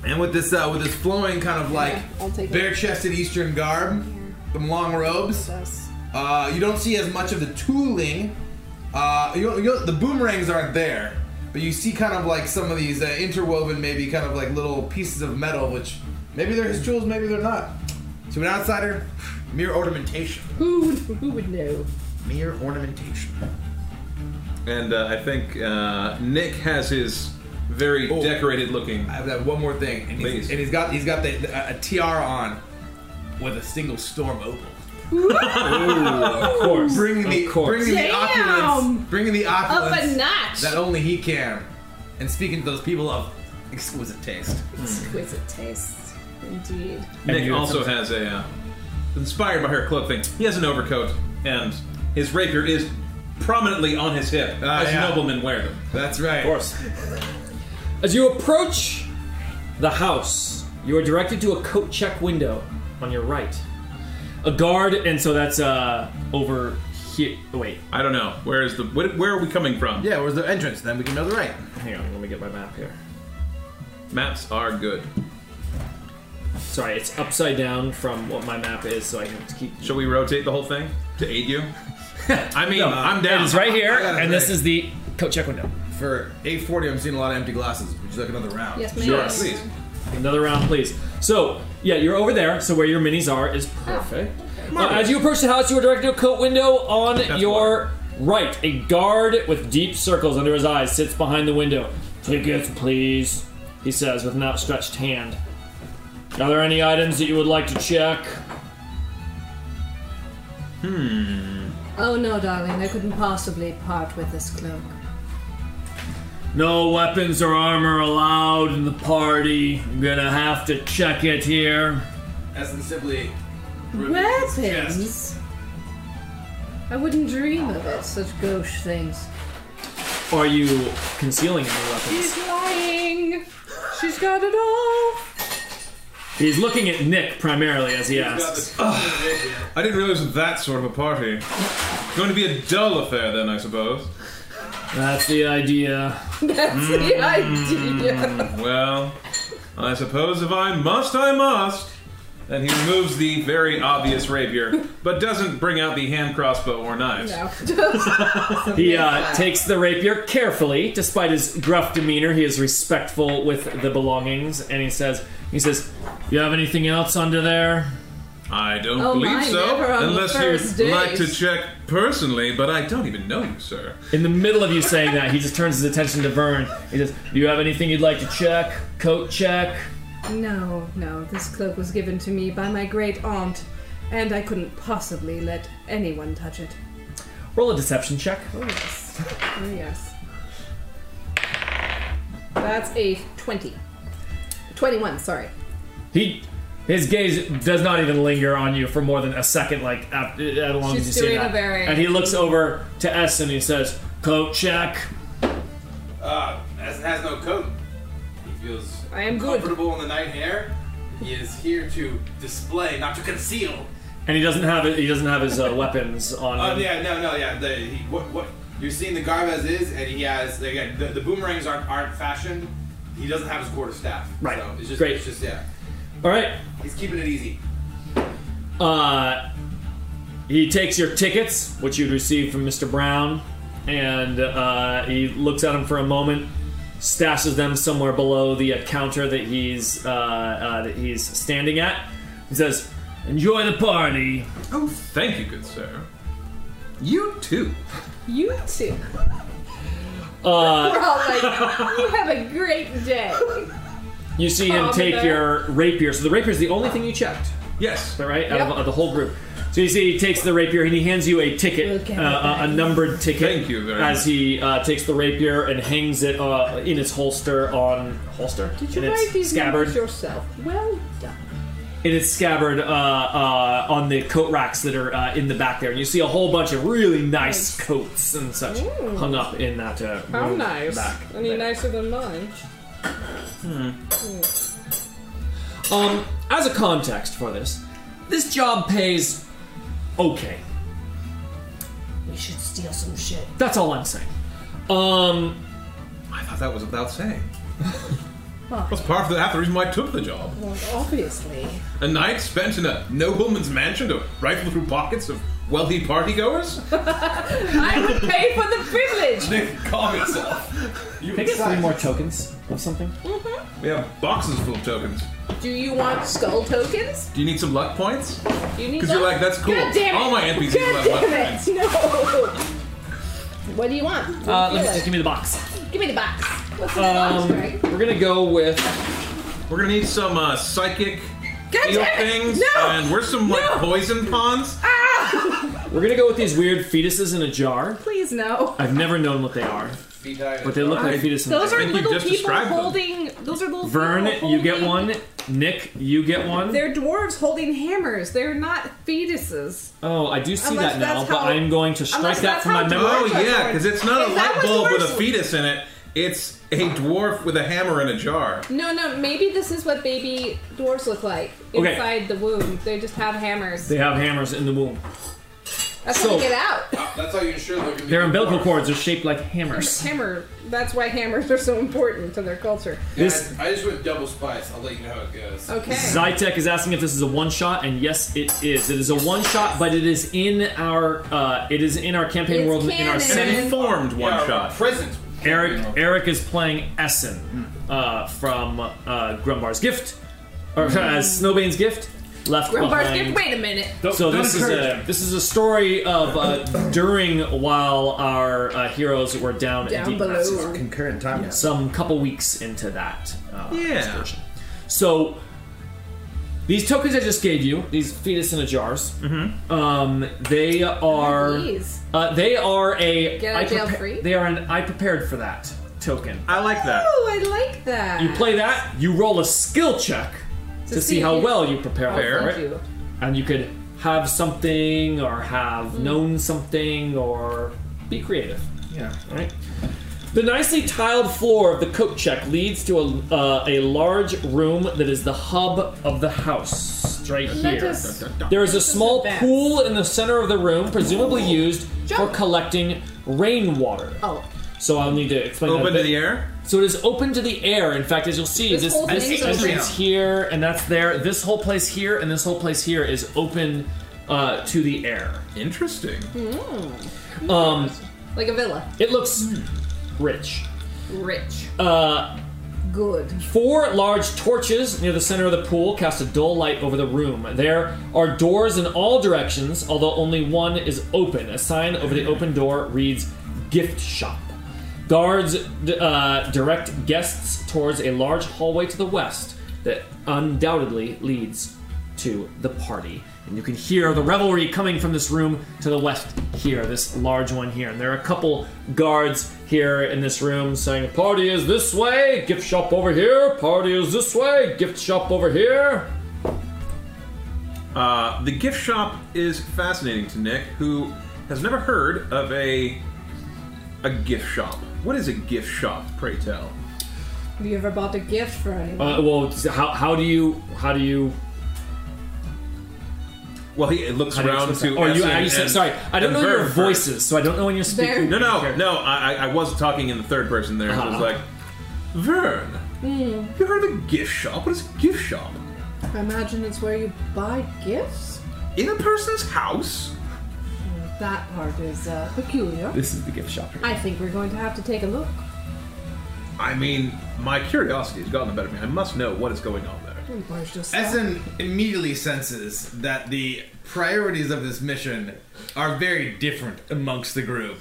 [SPEAKER 7] and with this uh, with this flowing kind of like
[SPEAKER 4] I'll take it.
[SPEAKER 7] bare-chested Eastern garb, the long robes,
[SPEAKER 4] Yes.
[SPEAKER 7] uh, you don't see as much of the tooling. Uh, you, don't- you, don't- the boomerangs aren't there, but you see kind of like some of these uh, interwoven, maybe kind of like little pieces of metal, which maybe they're his tools, maybe they're not. To an outsider, mere ornamentation.
[SPEAKER 4] Who would, who would know?
[SPEAKER 7] Mere ornamentation.
[SPEAKER 5] And uh, I think uh, Nick has his very
[SPEAKER 7] Oh.
[SPEAKER 5] decorated looking.
[SPEAKER 7] I have that one more thing, and,
[SPEAKER 5] Please.
[SPEAKER 7] he's, and he's got he's got the, the, a tiara on with a single storm opal.
[SPEAKER 2] Of course.
[SPEAKER 7] bringing the
[SPEAKER 2] of course.
[SPEAKER 7] bringing the
[SPEAKER 4] Damn!
[SPEAKER 7] opulence, bringing the
[SPEAKER 4] Up a
[SPEAKER 7] opulence
[SPEAKER 4] notch.
[SPEAKER 7] that only he can, and speaking to those people of exquisite taste.
[SPEAKER 4] Exquisite taste. Indeed.
[SPEAKER 5] Nick
[SPEAKER 2] you-
[SPEAKER 5] also has a uh, inspired by her cloak thing. He has an overcoat, and his rapier is prominently on his hip,
[SPEAKER 6] Ah,
[SPEAKER 5] as
[SPEAKER 6] yeah.
[SPEAKER 5] noblemen wear them.
[SPEAKER 6] That's right.
[SPEAKER 2] Of course. As you approach the house, you are directed to a coat check window on your right. A guard, and so that's uh over here. Wait,
[SPEAKER 5] I don't know where is the where, where are we coming from?
[SPEAKER 3] Yeah, where's the entrance? Then we can know the right.
[SPEAKER 2] hang on, let me get my map here.
[SPEAKER 5] Maps are good.
[SPEAKER 2] Sorry, it's upside down from what my map is, so I have to keep.
[SPEAKER 5] Shall we rotate the whole thing to aid you? I mean, I'm down.
[SPEAKER 2] It's right here,
[SPEAKER 3] I got it
[SPEAKER 2] and this
[SPEAKER 3] right.
[SPEAKER 2] is the coat check window.
[SPEAKER 3] For 840, I'm seeing a lot of empty glasses. Would you like another round?
[SPEAKER 4] Yes, ma'am.
[SPEAKER 5] Yes, please.
[SPEAKER 2] Another round, please. So, yeah, you're over there, so where your minis are is perfect. Uh, as you approach the house, you are directed to a coat window on your right. A guard with deep circles under his eyes sits behind the window. Tickets, please, he says with an outstretched hand. Are there any items that you would like to check?
[SPEAKER 4] Oh no, darling, I couldn't possibly part with this cloak.
[SPEAKER 2] No weapons or armor allowed in the party. I'm gonna have to check it here.
[SPEAKER 3] As in simply.
[SPEAKER 4] Weapons? I wouldn't dream of it, such gauche things.
[SPEAKER 2] Are you concealing any weapons?
[SPEAKER 4] She's lying! She's got it all!
[SPEAKER 2] He's looking at Nick primarily as he asks.
[SPEAKER 5] I didn't realize it was that sort of a party. Going to be a dull affair then, I suppose.
[SPEAKER 2] That's the idea.
[SPEAKER 4] That's the
[SPEAKER 7] Mm.
[SPEAKER 4] idea!
[SPEAKER 5] Well, I suppose if I must, I must. And he removes the very obvious rapier, but doesn't bring out the hand crossbow or knives.
[SPEAKER 2] He uh, takes the rapier carefully, despite his gruff demeanor. He is respectful with the belongings, and he says, "He says, you have anything else under there?"
[SPEAKER 5] I don't
[SPEAKER 4] Oh
[SPEAKER 5] believe
[SPEAKER 4] my,
[SPEAKER 5] so,
[SPEAKER 4] never on the
[SPEAKER 5] unless
[SPEAKER 4] first
[SPEAKER 5] you'd
[SPEAKER 4] days.
[SPEAKER 5] like to check personally. But I don't even know you, sir.
[SPEAKER 2] In the middle of you saying that, he just turns his attention to Vern. He says, "Do you have anything you'd like to check? Coat check?"
[SPEAKER 4] No, no, this cloak was given to me by my great aunt, and I couldn't possibly let anyone touch it.
[SPEAKER 2] Roll a deception check.
[SPEAKER 4] Oh, yes. Oh, yes. That's a 20. 21, sorry.
[SPEAKER 2] He, his gaze does not even linger on you for more than a second, like after, as long
[SPEAKER 4] She's
[SPEAKER 2] as you say
[SPEAKER 4] doing a
[SPEAKER 2] that.
[SPEAKER 4] very-
[SPEAKER 2] And he looks over to S and he says, "Coat check."
[SPEAKER 6] Uh, as it has no coat, he feels
[SPEAKER 4] I am good.
[SPEAKER 6] comfortable in the night air. He is here to display, not to conceal.
[SPEAKER 2] And he doesn't have it. He doesn't have his uh, weapons on.
[SPEAKER 6] Oh
[SPEAKER 2] him.
[SPEAKER 6] yeah, no, no, yeah. The, he, what, what you're seeing the garb as is, and he has again the, the boomerangs aren't aren't fashioned. He doesn't have his quarter staff.
[SPEAKER 2] Right.
[SPEAKER 6] So it's just,
[SPEAKER 2] Great.
[SPEAKER 6] It's just yeah.
[SPEAKER 2] All right.
[SPEAKER 6] He's keeping it easy.
[SPEAKER 2] Uh, he takes your tickets, which you'd received from Mr. Brown, and uh, he looks at them for a moment, stashes them somewhere below the uh, counter that he's uh, uh, that he's standing at. He says, "Enjoy the party."
[SPEAKER 5] Oh, thank you, good sir. You too.
[SPEAKER 4] You too.
[SPEAKER 2] Uh,
[SPEAKER 4] We're all like, you have a great day.
[SPEAKER 2] you see him
[SPEAKER 4] Tom
[SPEAKER 2] take
[SPEAKER 4] there.
[SPEAKER 2] your rapier. So the rapier is the only thing you checked.
[SPEAKER 5] Yes.
[SPEAKER 2] Is that right? Out
[SPEAKER 4] Yep.
[SPEAKER 2] of uh, the whole group. So you see, he takes the rapier and he hands you a
[SPEAKER 4] We'll
[SPEAKER 2] ticket,
[SPEAKER 4] get
[SPEAKER 2] uh,
[SPEAKER 4] it
[SPEAKER 2] a- a
[SPEAKER 4] back.
[SPEAKER 2] numbered ticket.
[SPEAKER 5] Thank you very
[SPEAKER 2] As
[SPEAKER 5] much.
[SPEAKER 2] he uh, takes the rapier and hangs it uh, in its holster on holster.
[SPEAKER 4] Did you
[SPEAKER 2] in its
[SPEAKER 4] write these
[SPEAKER 2] scabbard?
[SPEAKER 4] numbers yourself? Well done.
[SPEAKER 2] in its scabbard uh, uh, on the coat racks that are uh, in the back there, and you see a whole bunch of really nice coats and such hung up in that. Uh,
[SPEAKER 4] How
[SPEAKER 2] room
[SPEAKER 4] nice.
[SPEAKER 2] Back
[SPEAKER 4] Any
[SPEAKER 2] there.
[SPEAKER 4] nicer than mine.
[SPEAKER 2] Um, as a context for this, this job pays okay.
[SPEAKER 4] We should steal some shit.
[SPEAKER 2] That's all I'm saying. Um,
[SPEAKER 5] I thought that was about saying.
[SPEAKER 4] Well,
[SPEAKER 5] That's part of the, half the reason why I took the job.
[SPEAKER 4] obviously.
[SPEAKER 5] A night spent in a nobleman's mansion to rifle through pockets of wealthy partygoers?
[SPEAKER 4] I would pay for the privilege.
[SPEAKER 5] Calm yourself.
[SPEAKER 2] Can I get three more tokens of something?
[SPEAKER 4] Mm,
[SPEAKER 5] We have boxes full of tokens.
[SPEAKER 4] Do you want skull tokens?
[SPEAKER 5] Do you need some luck points?
[SPEAKER 4] Do you need
[SPEAKER 5] 'Cause you're
[SPEAKER 4] those?
[SPEAKER 5] like, that's cool.
[SPEAKER 4] God damn it.
[SPEAKER 5] All my NPCs
[SPEAKER 4] God
[SPEAKER 5] love
[SPEAKER 4] damn it. No. What do you want? What do you
[SPEAKER 2] Uh, let me
[SPEAKER 4] feel
[SPEAKER 2] just give me the box.
[SPEAKER 4] like? give me the box. What's in the box,
[SPEAKER 2] Um,
[SPEAKER 4] Greg?
[SPEAKER 2] we're gonna go with.
[SPEAKER 5] We're gonna need some uh, psychic
[SPEAKER 4] God
[SPEAKER 5] heal
[SPEAKER 4] damn it.
[SPEAKER 5] things,
[SPEAKER 4] No.
[SPEAKER 5] and we're some like
[SPEAKER 4] No.
[SPEAKER 5] poison ponds.
[SPEAKER 4] Ah!
[SPEAKER 2] We're gonna go with these weird fetuses in a jar.
[SPEAKER 4] Please no.
[SPEAKER 2] I've never known what they are.
[SPEAKER 6] feet high.
[SPEAKER 2] But they look like fetus in
[SPEAKER 7] Those
[SPEAKER 2] the
[SPEAKER 7] are
[SPEAKER 5] think you
[SPEAKER 7] little
[SPEAKER 5] just
[SPEAKER 7] people
[SPEAKER 5] described them.
[SPEAKER 7] holding. Those are little
[SPEAKER 2] Vern,
[SPEAKER 7] people
[SPEAKER 2] you get
[SPEAKER 7] holding-
[SPEAKER 2] one. Nick, you get one.
[SPEAKER 4] They're dwarves holding hammers. They're not fetuses.
[SPEAKER 2] Oh, I do see
[SPEAKER 4] Unless
[SPEAKER 2] that now,
[SPEAKER 4] that's
[SPEAKER 2] but
[SPEAKER 4] how-
[SPEAKER 2] I'm going to strike
[SPEAKER 4] unless
[SPEAKER 2] that
[SPEAKER 4] that's
[SPEAKER 2] from my
[SPEAKER 4] how
[SPEAKER 2] memory.
[SPEAKER 5] Oh
[SPEAKER 4] Dwarf
[SPEAKER 5] yeah,
[SPEAKER 4] sword.
[SPEAKER 5] because it's not a
[SPEAKER 4] Is that
[SPEAKER 5] light
[SPEAKER 4] what's
[SPEAKER 5] bulb with a
[SPEAKER 4] worse?
[SPEAKER 5] fetus in it. It's a dwarf with a hammer and a jar.
[SPEAKER 4] No, no. Maybe this is what baby dwarves look like
[SPEAKER 2] Okay.
[SPEAKER 4] inside the womb. They just have hammers.
[SPEAKER 2] They have hammers in the womb.
[SPEAKER 4] That's
[SPEAKER 2] So-
[SPEAKER 4] how they get out.
[SPEAKER 6] Uh, That's how you ensure they're gonna
[SPEAKER 2] Their umbilical cords are shaped like hammers.
[SPEAKER 4] Hammer. That's why hammers are so important to their culture.
[SPEAKER 2] This
[SPEAKER 6] I just went double spice. I'll let you know how it goes.
[SPEAKER 4] Okay.
[SPEAKER 2] Zytek is asking if this is a one shot, and yes, it is. It is a one shot, but it is in our uh, it is in our campaign
[SPEAKER 4] It's
[SPEAKER 2] world and in our
[SPEAKER 4] canon.
[SPEAKER 5] An
[SPEAKER 2] setting.
[SPEAKER 5] informed one shot.
[SPEAKER 6] Presents.
[SPEAKER 2] Eric Eric is playing Essen uh, from uh, Grumbar's gift, or uh, Snowbane's gift. Left behind.
[SPEAKER 4] Rumbar's Mm-hmm. gift- Wait a minute.
[SPEAKER 2] So
[SPEAKER 6] Don't
[SPEAKER 2] this is
[SPEAKER 6] encourage
[SPEAKER 2] a this is a story of uh, during while our uh, heroes were down, in
[SPEAKER 4] Down
[SPEAKER 2] deep
[SPEAKER 4] below.
[SPEAKER 2] passes.
[SPEAKER 3] Concurrent time.
[SPEAKER 2] some couple weeks into that uh,
[SPEAKER 5] Yeah.
[SPEAKER 2] excursion. So these tokens I just gave you, these fetus in a jars, um, they are
[SPEAKER 4] Please.
[SPEAKER 2] uh, they are a
[SPEAKER 4] Get out
[SPEAKER 2] I
[SPEAKER 4] of jail free?
[SPEAKER 2] they are an I prepared for that token.
[SPEAKER 5] I like that.
[SPEAKER 4] Oh, I like that.
[SPEAKER 2] You play that, you roll a skill check to, see,
[SPEAKER 4] see
[SPEAKER 2] how
[SPEAKER 4] if-
[SPEAKER 2] well you prepare
[SPEAKER 5] Fair.
[SPEAKER 2] for
[SPEAKER 4] Oh, Thank
[SPEAKER 2] it
[SPEAKER 4] you.
[SPEAKER 2] and you could have something or have
[SPEAKER 4] Mm.
[SPEAKER 2] known something or be creative.
[SPEAKER 3] Yeah.
[SPEAKER 2] Right. The nicely tiled floor of the coat check leads to a, uh, a large room that is the hub of the house, right
[SPEAKER 4] Let
[SPEAKER 2] here.
[SPEAKER 4] us
[SPEAKER 2] There is a small
[SPEAKER 7] the best.
[SPEAKER 2] pool in the center of the room, presumably used for
[SPEAKER 4] Jump.
[SPEAKER 2] collecting rainwater.
[SPEAKER 4] Oh,
[SPEAKER 2] So I'll need to explain that. a
[SPEAKER 5] Open to
[SPEAKER 2] bit.
[SPEAKER 5] the air.
[SPEAKER 2] So it is open to the air. In fact, as you'll see,
[SPEAKER 4] This
[SPEAKER 2] this,
[SPEAKER 4] whole
[SPEAKER 2] this
[SPEAKER 4] thing's
[SPEAKER 2] entrance
[SPEAKER 4] open.
[SPEAKER 2] here and that's there. This whole place here and this whole place here is open uh, to the air.
[SPEAKER 5] Interesting.
[SPEAKER 2] Um,
[SPEAKER 4] like a villa.
[SPEAKER 2] it looks rich.
[SPEAKER 4] Rich.
[SPEAKER 2] Uh,
[SPEAKER 4] Good.
[SPEAKER 2] four large torches near the center of the pool cast a dull light over the room. There are doors in all directions, although only one is open. A sign over the open door reads "Gift Shop." Guards d- uh, direct guests towards a large hallway to the west that undoubtedly leads to the party. And you can hear the revelry coming from this room to the west here, this large one here. And there are a couple guards here in this room saying, Party is this way, gift shop over here, party is this way, gift shop over here.
[SPEAKER 5] Uh, the gift shop is fascinating to Nick, who has never heard of a a gift shop. What is a gift shop, pray tell?
[SPEAKER 4] Have you ever bought a gift for anyone?
[SPEAKER 2] Uh, well, how, how do you, how do you,
[SPEAKER 5] Well, he looks
[SPEAKER 2] how do you
[SPEAKER 5] around
[SPEAKER 2] express
[SPEAKER 5] to.
[SPEAKER 2] that? or you,
[SPEAKER 5] Essen
[SPEAKER 2] I- you said,
[SPEAKER 5] and-
[SPEAKER 2] sorry, I don't
[SPEAKER 5] and
[SPEAKER 2] know your
[SPEAKER 5] Vern first.
[SPEAKER 2] voices, so I don't know when you're speaking.
[SPEAKER 5] No, no, no. I, I- I was talking in the third person there. so I was
[SPEAKER 2] Uh-huh.
[SPEAKER 5] like, Vern, you heard of a gift shop? What is a gift shop?
[SPEAKER 2] Uh,
[SPEAKER 4] I imagine it's where you buy gifts.
[SPEAKER 5] In a person's house?
[SPEAKER 4] That part is uh, peculiar.
[SPEAKER 2] This is the gift shop.
[SPEAKER 4] I think we're going to have to take a look.
[SPEAKER 5] I mean, my curiosity has gotten the better of me. I must know what is going on there.
[SPEAKER 4] Where's just
[SPEAKER 3] Essen immediately senses that the priorities of this mission are very different amongst the group.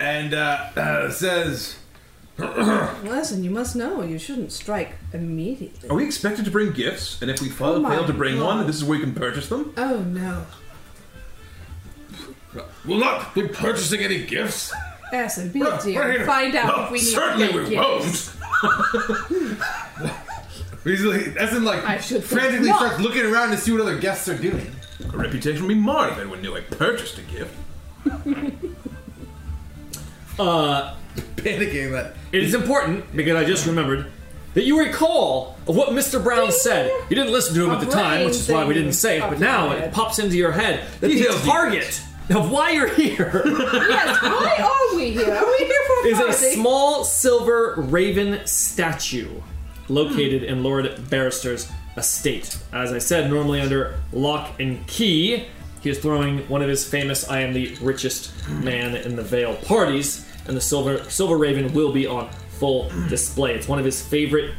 [SPEAKER 3] and uh, uh, says,
[SPEAKER 4] Listen, you must know you shouldn't strike immediately.
[SPEAKER 5] Are we expected to bring gifts? And if we fail,
[SPEAKER 4] Oh my
[SPEAKER 5] fail to bring
[SPEAKER 4] God.
[SPEAKER 5] one, this is where you can purchase them?
[SPEAKER 4] Oh no.
[SPEAKER 6] We'll not be purchasing any gifts.
[SPEAKER 4] Essen, be a
[SPEAKER 6] Well,
[SPEAKER 4] Oh dear.
[SPEAKER 6] we're here.
[SPEAKER 4] Find out
[SPEAKER 6] Well,
[SPEAKER 4] if we need
[SPEAKER 6] certainly
[SPEAKER 4] to get
[SPEAKER 6] we
[SPEAKER 4] gifts.
[SPEAKER 6] won't.
[SPEAKER 3] he's like, Essen like
[SPEAKER 4] I should think
[SPEAKER 3] frantically
[SPEAKER 4] not.
[SPEAKER 3] starts looking around to see what other guests are doing.
[SPEAKER 5] A reputation would be marred if anyone knew I purchased a gift.
[SPEAKER 3] Panicking that
[SPEAKER 2] It is important because I just remembered that you recall of what Mr. Brown said. You didn't listen to him at the time, which is why we didn't say it, but now it pops into your head that the
[SPEAKER 5] Details,
[SPEAKER 2] target of why you're here
[SPEAKER 4] Yes, why are we here? Are we here for a
[SPEAKER 2] is a
[SPEAKER 4] party?
[SPEAKER 2] small silver raven statue located in Lord Barrister's estate. As I said, normally under lock and key, he is throwing one of his famous I am the richest man in the Vale parties, and the silver silver raven will be on full display. It's one of his favorite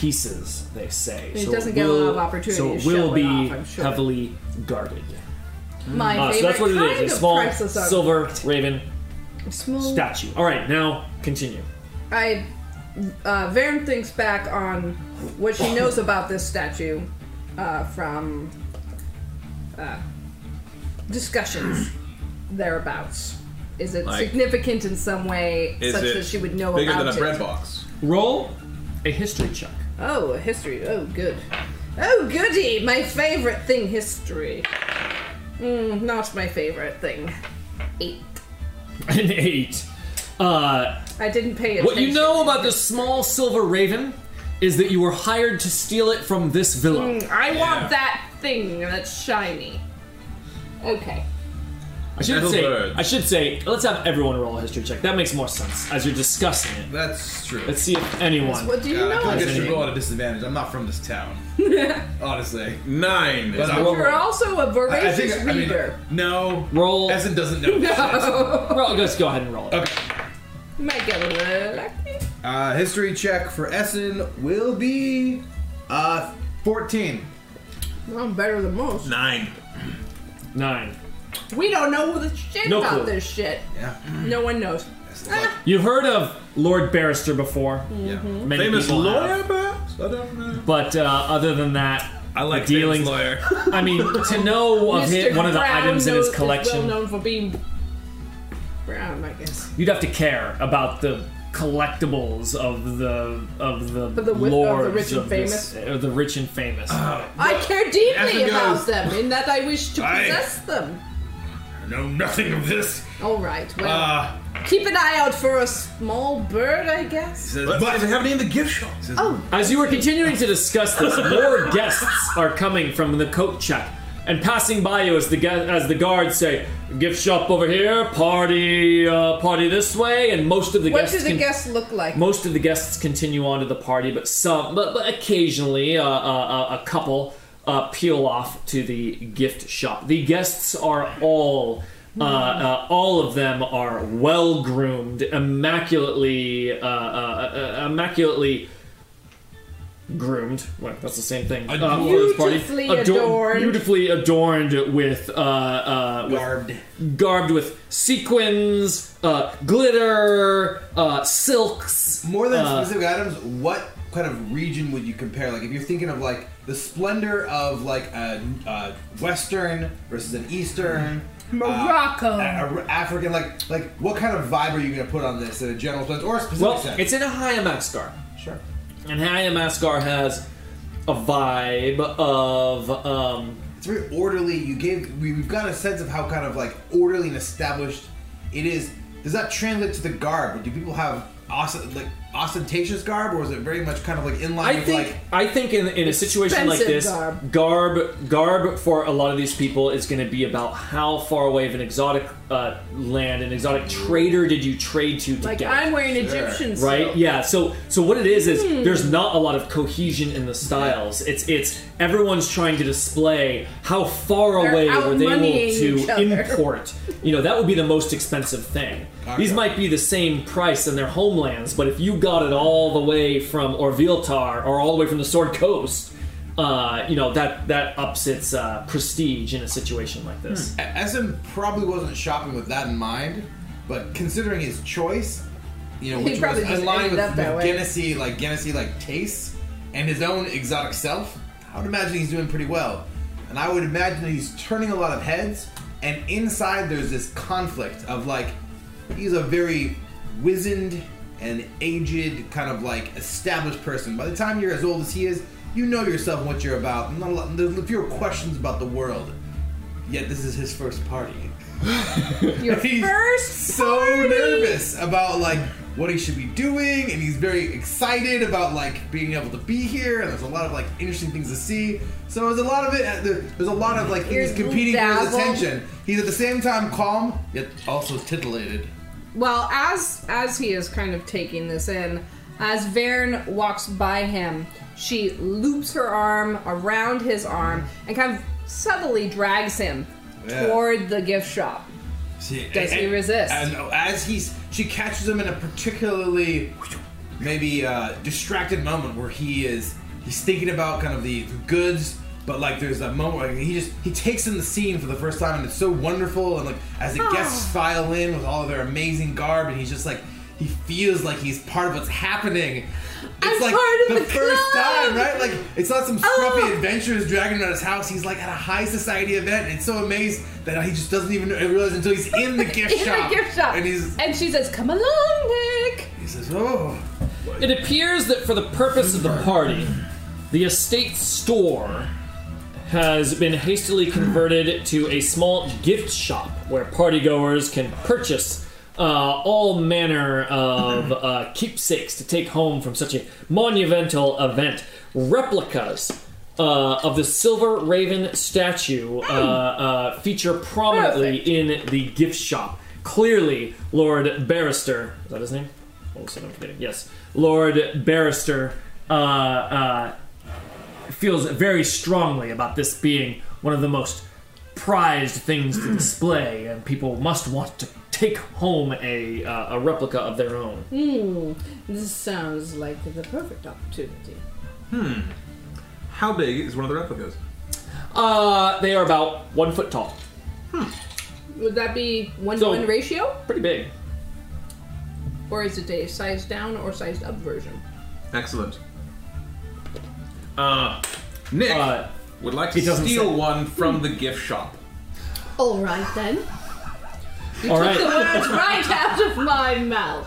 [SPEAKER 2] pieces, they say.
[SPEAKER 4] He
[SPEAKER 2] So
[SPEAKER 4] doesn't
[SPEAKER 2] it
[SPEAKER 4] get a lot
[SPEAKER 2] will-
[SPEAKER 4] of opportunity
[SPEAKER 2] So
[SPEAKER 4] to
[SPEAKER 2] it
[SPEAKER 4] show
[SPEAKER 2] will
[SPEAKER 4] it
[SPEAKER 2] be
[SPEAKER 4] off, I'm sure.
[SPEAKER 2] heavily guarded.
[SPEAKER 4] My
[SPEAKER 2] Uh,
[SPEAKER 4] favorite
[SPEAKER 2] so that's what it
[SPEAKER 4] kind
[SPEAKER 2] is. A
[SPEAKER 4] of
[SPEAKER 2] small
[SPEAKER 4] priceless art.
[SPEAKER 2] silver raven
[SPEAKER 4] Small
[SPEAKER 2] statue. All right, now continue.
[SPEAKER 4] I uh, Varen thinks back on what she knows about this statue uh, from uh, discussions thereabouts. Is it
[SPEAKER 5] Like-
[SPEAKER 4] significant in some way
[SPEAKER 5] Is
[SPEAKER 4] such
[SPEAKER 5] it
[SPEAKER 4] that she would know
[SPEAKER 5] bigger
[SPEAKER 4] about
[SPEAKER 5] than a
[SPEAKER 4] it?
[SPEAKER 5] bread box?
[SPEAKER 2] Roll a history check.
[SPEAKER 4] Oh, history. Oh, good. Oh, goody! My favorite thing, history. Mm, not my favorite thing. Eight.
[SPEAKER 2] An eight. Uh,
[SPEAKER 4] I didn't pay attention.
[SPEAKER 2] What you know about this small silver raven is that you were hired to steal it from this villa.
[SPEAKER 4] Mm, I want that thing that's shiny. Okay.
[SPEAKER 2] I should
[SPEAKER 5] Gentle
[SPEAKER 2] say.
[SPEAKER 5] bird.
[SPEAKER 2] I should say. Let's have everyone roll a history check. That makes more sense as you're discussing it.
[SPEAKER 7] That's true.
[SPEAKER 2] Let's see if anyone.
[SPEAKER 4] What do you
[SPEAKER 7] Yeah,
[SPEAKER 4] know?
[SPEAKER 7] I feel like I
[SPEAKER 4] about
[SPEAKER 7] should
[SPEAKER 4] it?
[SPEAKER 7] roll at a disadvantage. I'm not from this town. Honestly.
[SPEAKER 5] Nine.
[SPEAKER 7] But
[SPEAKER 5] Is-
[SPEAKER 7] I will
[SPEAKER 4] You're
[SPEAKER 7] roll.
[SPEAKER 4] also a
[SPEAKER 7] I
[SPEAKER 4] voracious
[SPEAKER 7] think, I mean,
[SPEAKER 4] reader.
[SPEAKER 7] no.
[SPEAKER 2] Roll.
[SPEAKER 7] Essen doesn't know.
[SPEAKER 4] no.
[SPEAKER 2] roll. Let's go ahead and roll it.
[SPEAKER 7] Okay.
[SPEAKER 4] You might get a little lucky.
[SPEAKER 7] Uh, history check for Essen will be uh, 14.
[SPEAKER 4] Well, I'm better than most.
[SPEAKER 5] Nine.
[SPEAKER 2] Nine.
[SPEAKER 4] We don't know the shit
[SPEAKER 2] No
[SPEAKER 4] about
[SPEAKER 2] clue.
[SPEAKER 4] this shit.
[SPEAKER 7] Yeah.
[SPEAKER 4] No one knows.
[SPEAKER 7] That's
[SPEAKER 4] Ah,
[SPEAKER 2] You've heard of Lord Barrister before.
[SPEAKER 4] Mm.
[SPEAKER 7] yeah.
[SPEAKER 2] Many
[SPEAKER 5] Famous
[SPEAKER 2] people have.
[SPEAKER 5] lawyer, perhaps? I don't know.
[SPEAKER 2] But uh, other than that,
[SPEAKER 5] I like
[SPEAKER 2] The dealings-
[SPEAKER 5] famous lawyer.
[SPEAKER 2] I mean, to know of
[SPEAKER 4] Mr.
[SPEAKER 2] his, one of the
[SPEAKER 4] Brown
[SPEAKER 2] items in
[SPEAKER 4] knows-
[SPEAKER 2] his
[SPEAKER 4] is
[SPEAKER 2] collection,
[SPEAKER 4] well known for being brown, I guess.
[SPEAKER 2] you'd have to care about the collectibles of the of the,
[SPEAKER 4] the wi- of the
[SPEAKER 2] lords
[SPEAKER 4] rich and
[SPEAKER 2] this- uh, the rich and famous.
[SPEAKER 4] I care deeply
[SPEAKER 10] Ethan
[SPEAKER 4] about
[SPEAKER 10] goes-
[SPEAKER 4] them in that I wish to
[SPEAKER 10] I-
[SPEAKER 4] possess them.
[SPEAKER 10] I know nothing of this.
[SPEAKER 4] All right. Well,
[SPEAKER 10] Uh,
[SPEAKER 4] keep an eye out for a small bird, I guess.
[SPEAKER 10] says,
[SPEAKER 5] But
[SPEAKER 10] but
[SPEAKER 5] does it have any in the gift shop?
[SPEAKER 4] Oh,
[SPEAKER 2] As you were continuing to discuss this, more guests are coming from the coat check and passing by you as the gue- as the guards say, "Gift shop over here, party, uh, party this way," and most of the
[SPEAKER 4] what do
[SPEAKER 2] guests
[SPEAKER 4] the
[SPEAKER 2] con-
[SPEAKER 4] guests look like?
[SPEAKER 2] most of the guests continue on to the party, but some, but, but occasionally uh, uh, uh, a couple uh, peel off to the gift shop. The guests are all. Uh, uh, all of them are well groomed, immaculately, uh, uh, uh, immaculately groomed. Well, that's the same thing. Uh, for this party.
[SPEAKER 4] Beautifully
[SPEAKER 2] Ador-
[SPEAKER 4] adorned.
[SPEAKER 2] beautifully adorned with uh, uh, with
[SPEAKER 7] Garbed.
[SPEAKER 2] garbed with sequins, uh, glitter, uh, silks.
[SPEAKER 7] More than
[SPEAKER 2] Uh,
[SPEAKER 7] specific items, what kind of region would you compare? Like, if you're thinking of like the splendor of like a, a Western versus an Eastern,
[SPEAKER 4] Hmm. Morocco.
[SPEAKER 7] uh, a- a- African, like like what kind of vibe are you going to put on this in a general sense or a specific
[SPEAKER 2] Well,
[SPEAKER 7] sense?
[SPEAKER 2] it's in a high Amaskar.
[SPEAKER 7] sure.
[SPEAKER 2] And high Amaskar has a vibe of. Um,
[SPEAKER 7] It's very orderly. You gave we- we've got a sense of how kind of like orderly and established it is. Does that translate to the garb? Do people have ostentatious, like ostentatious garb, or is it very much kind of like in line
[SPEAKER 2] I
[SPEAKER 7] with
[SPEAKER 2] think
[SPEAKER 7] like
[SPEAKER 2] I think in, in a situation like this,
[SPEAKER 4] Expensive
[SPEAKER 2] garb garb for a lot of these people is going to be about how far away of an exotic uh, land, an exotic trader did you trade to to
[SPEAKER 4] like
[SPEAKER 2] get?
[SPEAKER 4] I'm wearing Egyptian silk.
[SPEAKER 2] right yeah so so what it is is
[SPEAKER 4] Hmm.
[SPEAKER 2] there's not a lot of cohesion in the styles it's it's everyone's trying to display how far
[SPEAKER 4] They're
[SPEAKER 2] away were they
[SPEAKER 4] out-moneying
[SPEAKER 2] able
[SPEAKER 4] each
[SPEAKER 2] to
[SPEAKER 4] other.
[SPEAKER 2] import you know that would be the most expensive thing these might be the same price in their homelands but if you got it all the way from orviltar or all the way from the sword coast uh, you know that that ups its uh, prestige in a situation like this
[SPEAKER 7] Essen probably wasn't shopping with that in mind, but considering his choice, you know,
[SPEAKER 4] He
[SPEAKER 7] which was
[SPEAKER 4] probably just
[SPEAKER 7] in line
[SPEAKER 4] ended
[SPEAKER 7] with,
[SPEAKER 4] up that way.
[SPEAKER 7] with Guinnessy, like Guinnessy, like tastes and his own exotic self, I would imagine he's doing pretty well. And I would imagine that he's turning a lot of heads. And inside, there's this conflict of like, he's a very wizened and aged kind of like established person. By the time you're as old as he is, you know yourself and what you're about. Not a lot, there's fewer questions about the world. Yet this is his first party.
[SPEAKER 4] Your
[SPEAKER 7] He's
[SPEAKER 4] first.
[SPEAKER 7] So nervous about like what he should be doing, and he's very excited about like being able to be here. And there's a lot of like interesting things to see. So there's a lot of it. uh, there- There's a lot of like things
[SPEAKER 4] Here's
[SPEAKER 7] competing for his
[SPEAKER 4] dazzle.
[SPEAKER 7] attention. He's at the same time calm, yet also titillated.
[SPEAKER 4] Well, as as he is kind of taking this in, as Varen walks by him, she loops her arm around his arm and kind of subtly drags him
[SPEAKER 7] Yeah.
[SPEAKER 4] toward the gift shop.
[SPEAKER 7] See,
[SPEAKER 4] Does he
[SPEAKER 7] and-
[SPEAKER 4] resist?
[SPEAKER 7] And as he's, she catches him in a particularly maybe uh, distracted moment where he is, he's thinking about kind of the goods, but like there's that moment where he just he takes in the scene for the first
[SPEAKER 4] Ah.
[SPEAKER 7] time, and it's so wonderful. And like as the guests file in with all of their amazing garb, and he's just like. he feels like he's part of what's happening. It's
[SPEAKER 4] I'm
[SPEAKER 7] like
[SPEAKER 4] part of
[SPEAKER 7] the,
[SPEAKER 4] the
[SPEAKER 7] first
[SPEAKER 4] club!
[SPEAKER 7] time, right? Like it's not some scruffy
[SPEAKER 4] Oh.
[SPEAKER 7] adventurer's dragging him out of his house. He's like at a high society event and so amazed that he just doesn't even realize until he's in the gift
[SPEAKER 4] in
[SPEAKER 7] shop.
[SPEAKER 4] the gift shop.
[SPEAKER 7] And he's
[SPEAKER 4] and she says, "Come along, Nick."
[SPEAKER 7] he says, Oh
[SPEAKER 2] It appears that for the purpose of the party, the estate store has been hastily converted to a small gift shop where partygoers can purchase uh, all manner of uh, keepsakes to take home from such a monumental event. Replicas. Uh, of the silver raven statue uh, uh, feature prominently in the gift shop. Clearly, Lord Barrister is that his name? Oh, so I'm forgetting. Yes, Lord Barrister uh, uh, feels very strongly about this being one of the most prized things to display, and people must want to take home a, uh, a replica of their own.
[SPEAKER 4] Hmm, This sounds like the perfect opportunity.
[SPEAKER 5] How big is one of the replicas?
[SPEAKER 2] Uh, they are about one foot tall.
[SPEAKER 4] Would that be one
[SPEAKER 2] So-
[SPEAKER 4] to one ratio,
[SPEAKER 2] Pretty big.
[SPEAKER 4] or is it a size down or sized up version?
[SPEAKER 5] Excellent. Uh, Nick
[SPEAKER 2] Uh,
[SPEAKER 5] would like to
[SPEAKER 2] it doesn't
[SPEAKER 5] steal
[SPEAKER 2] say.
[SPEAKER 5] one from the gift shop.
[SPEAKER 4] All right then. You
[SPEAKER 2] All
[SPEAKER 4] took
[SPEAKER 2] right.
[SPEAKER 4] the words right out of my mouth.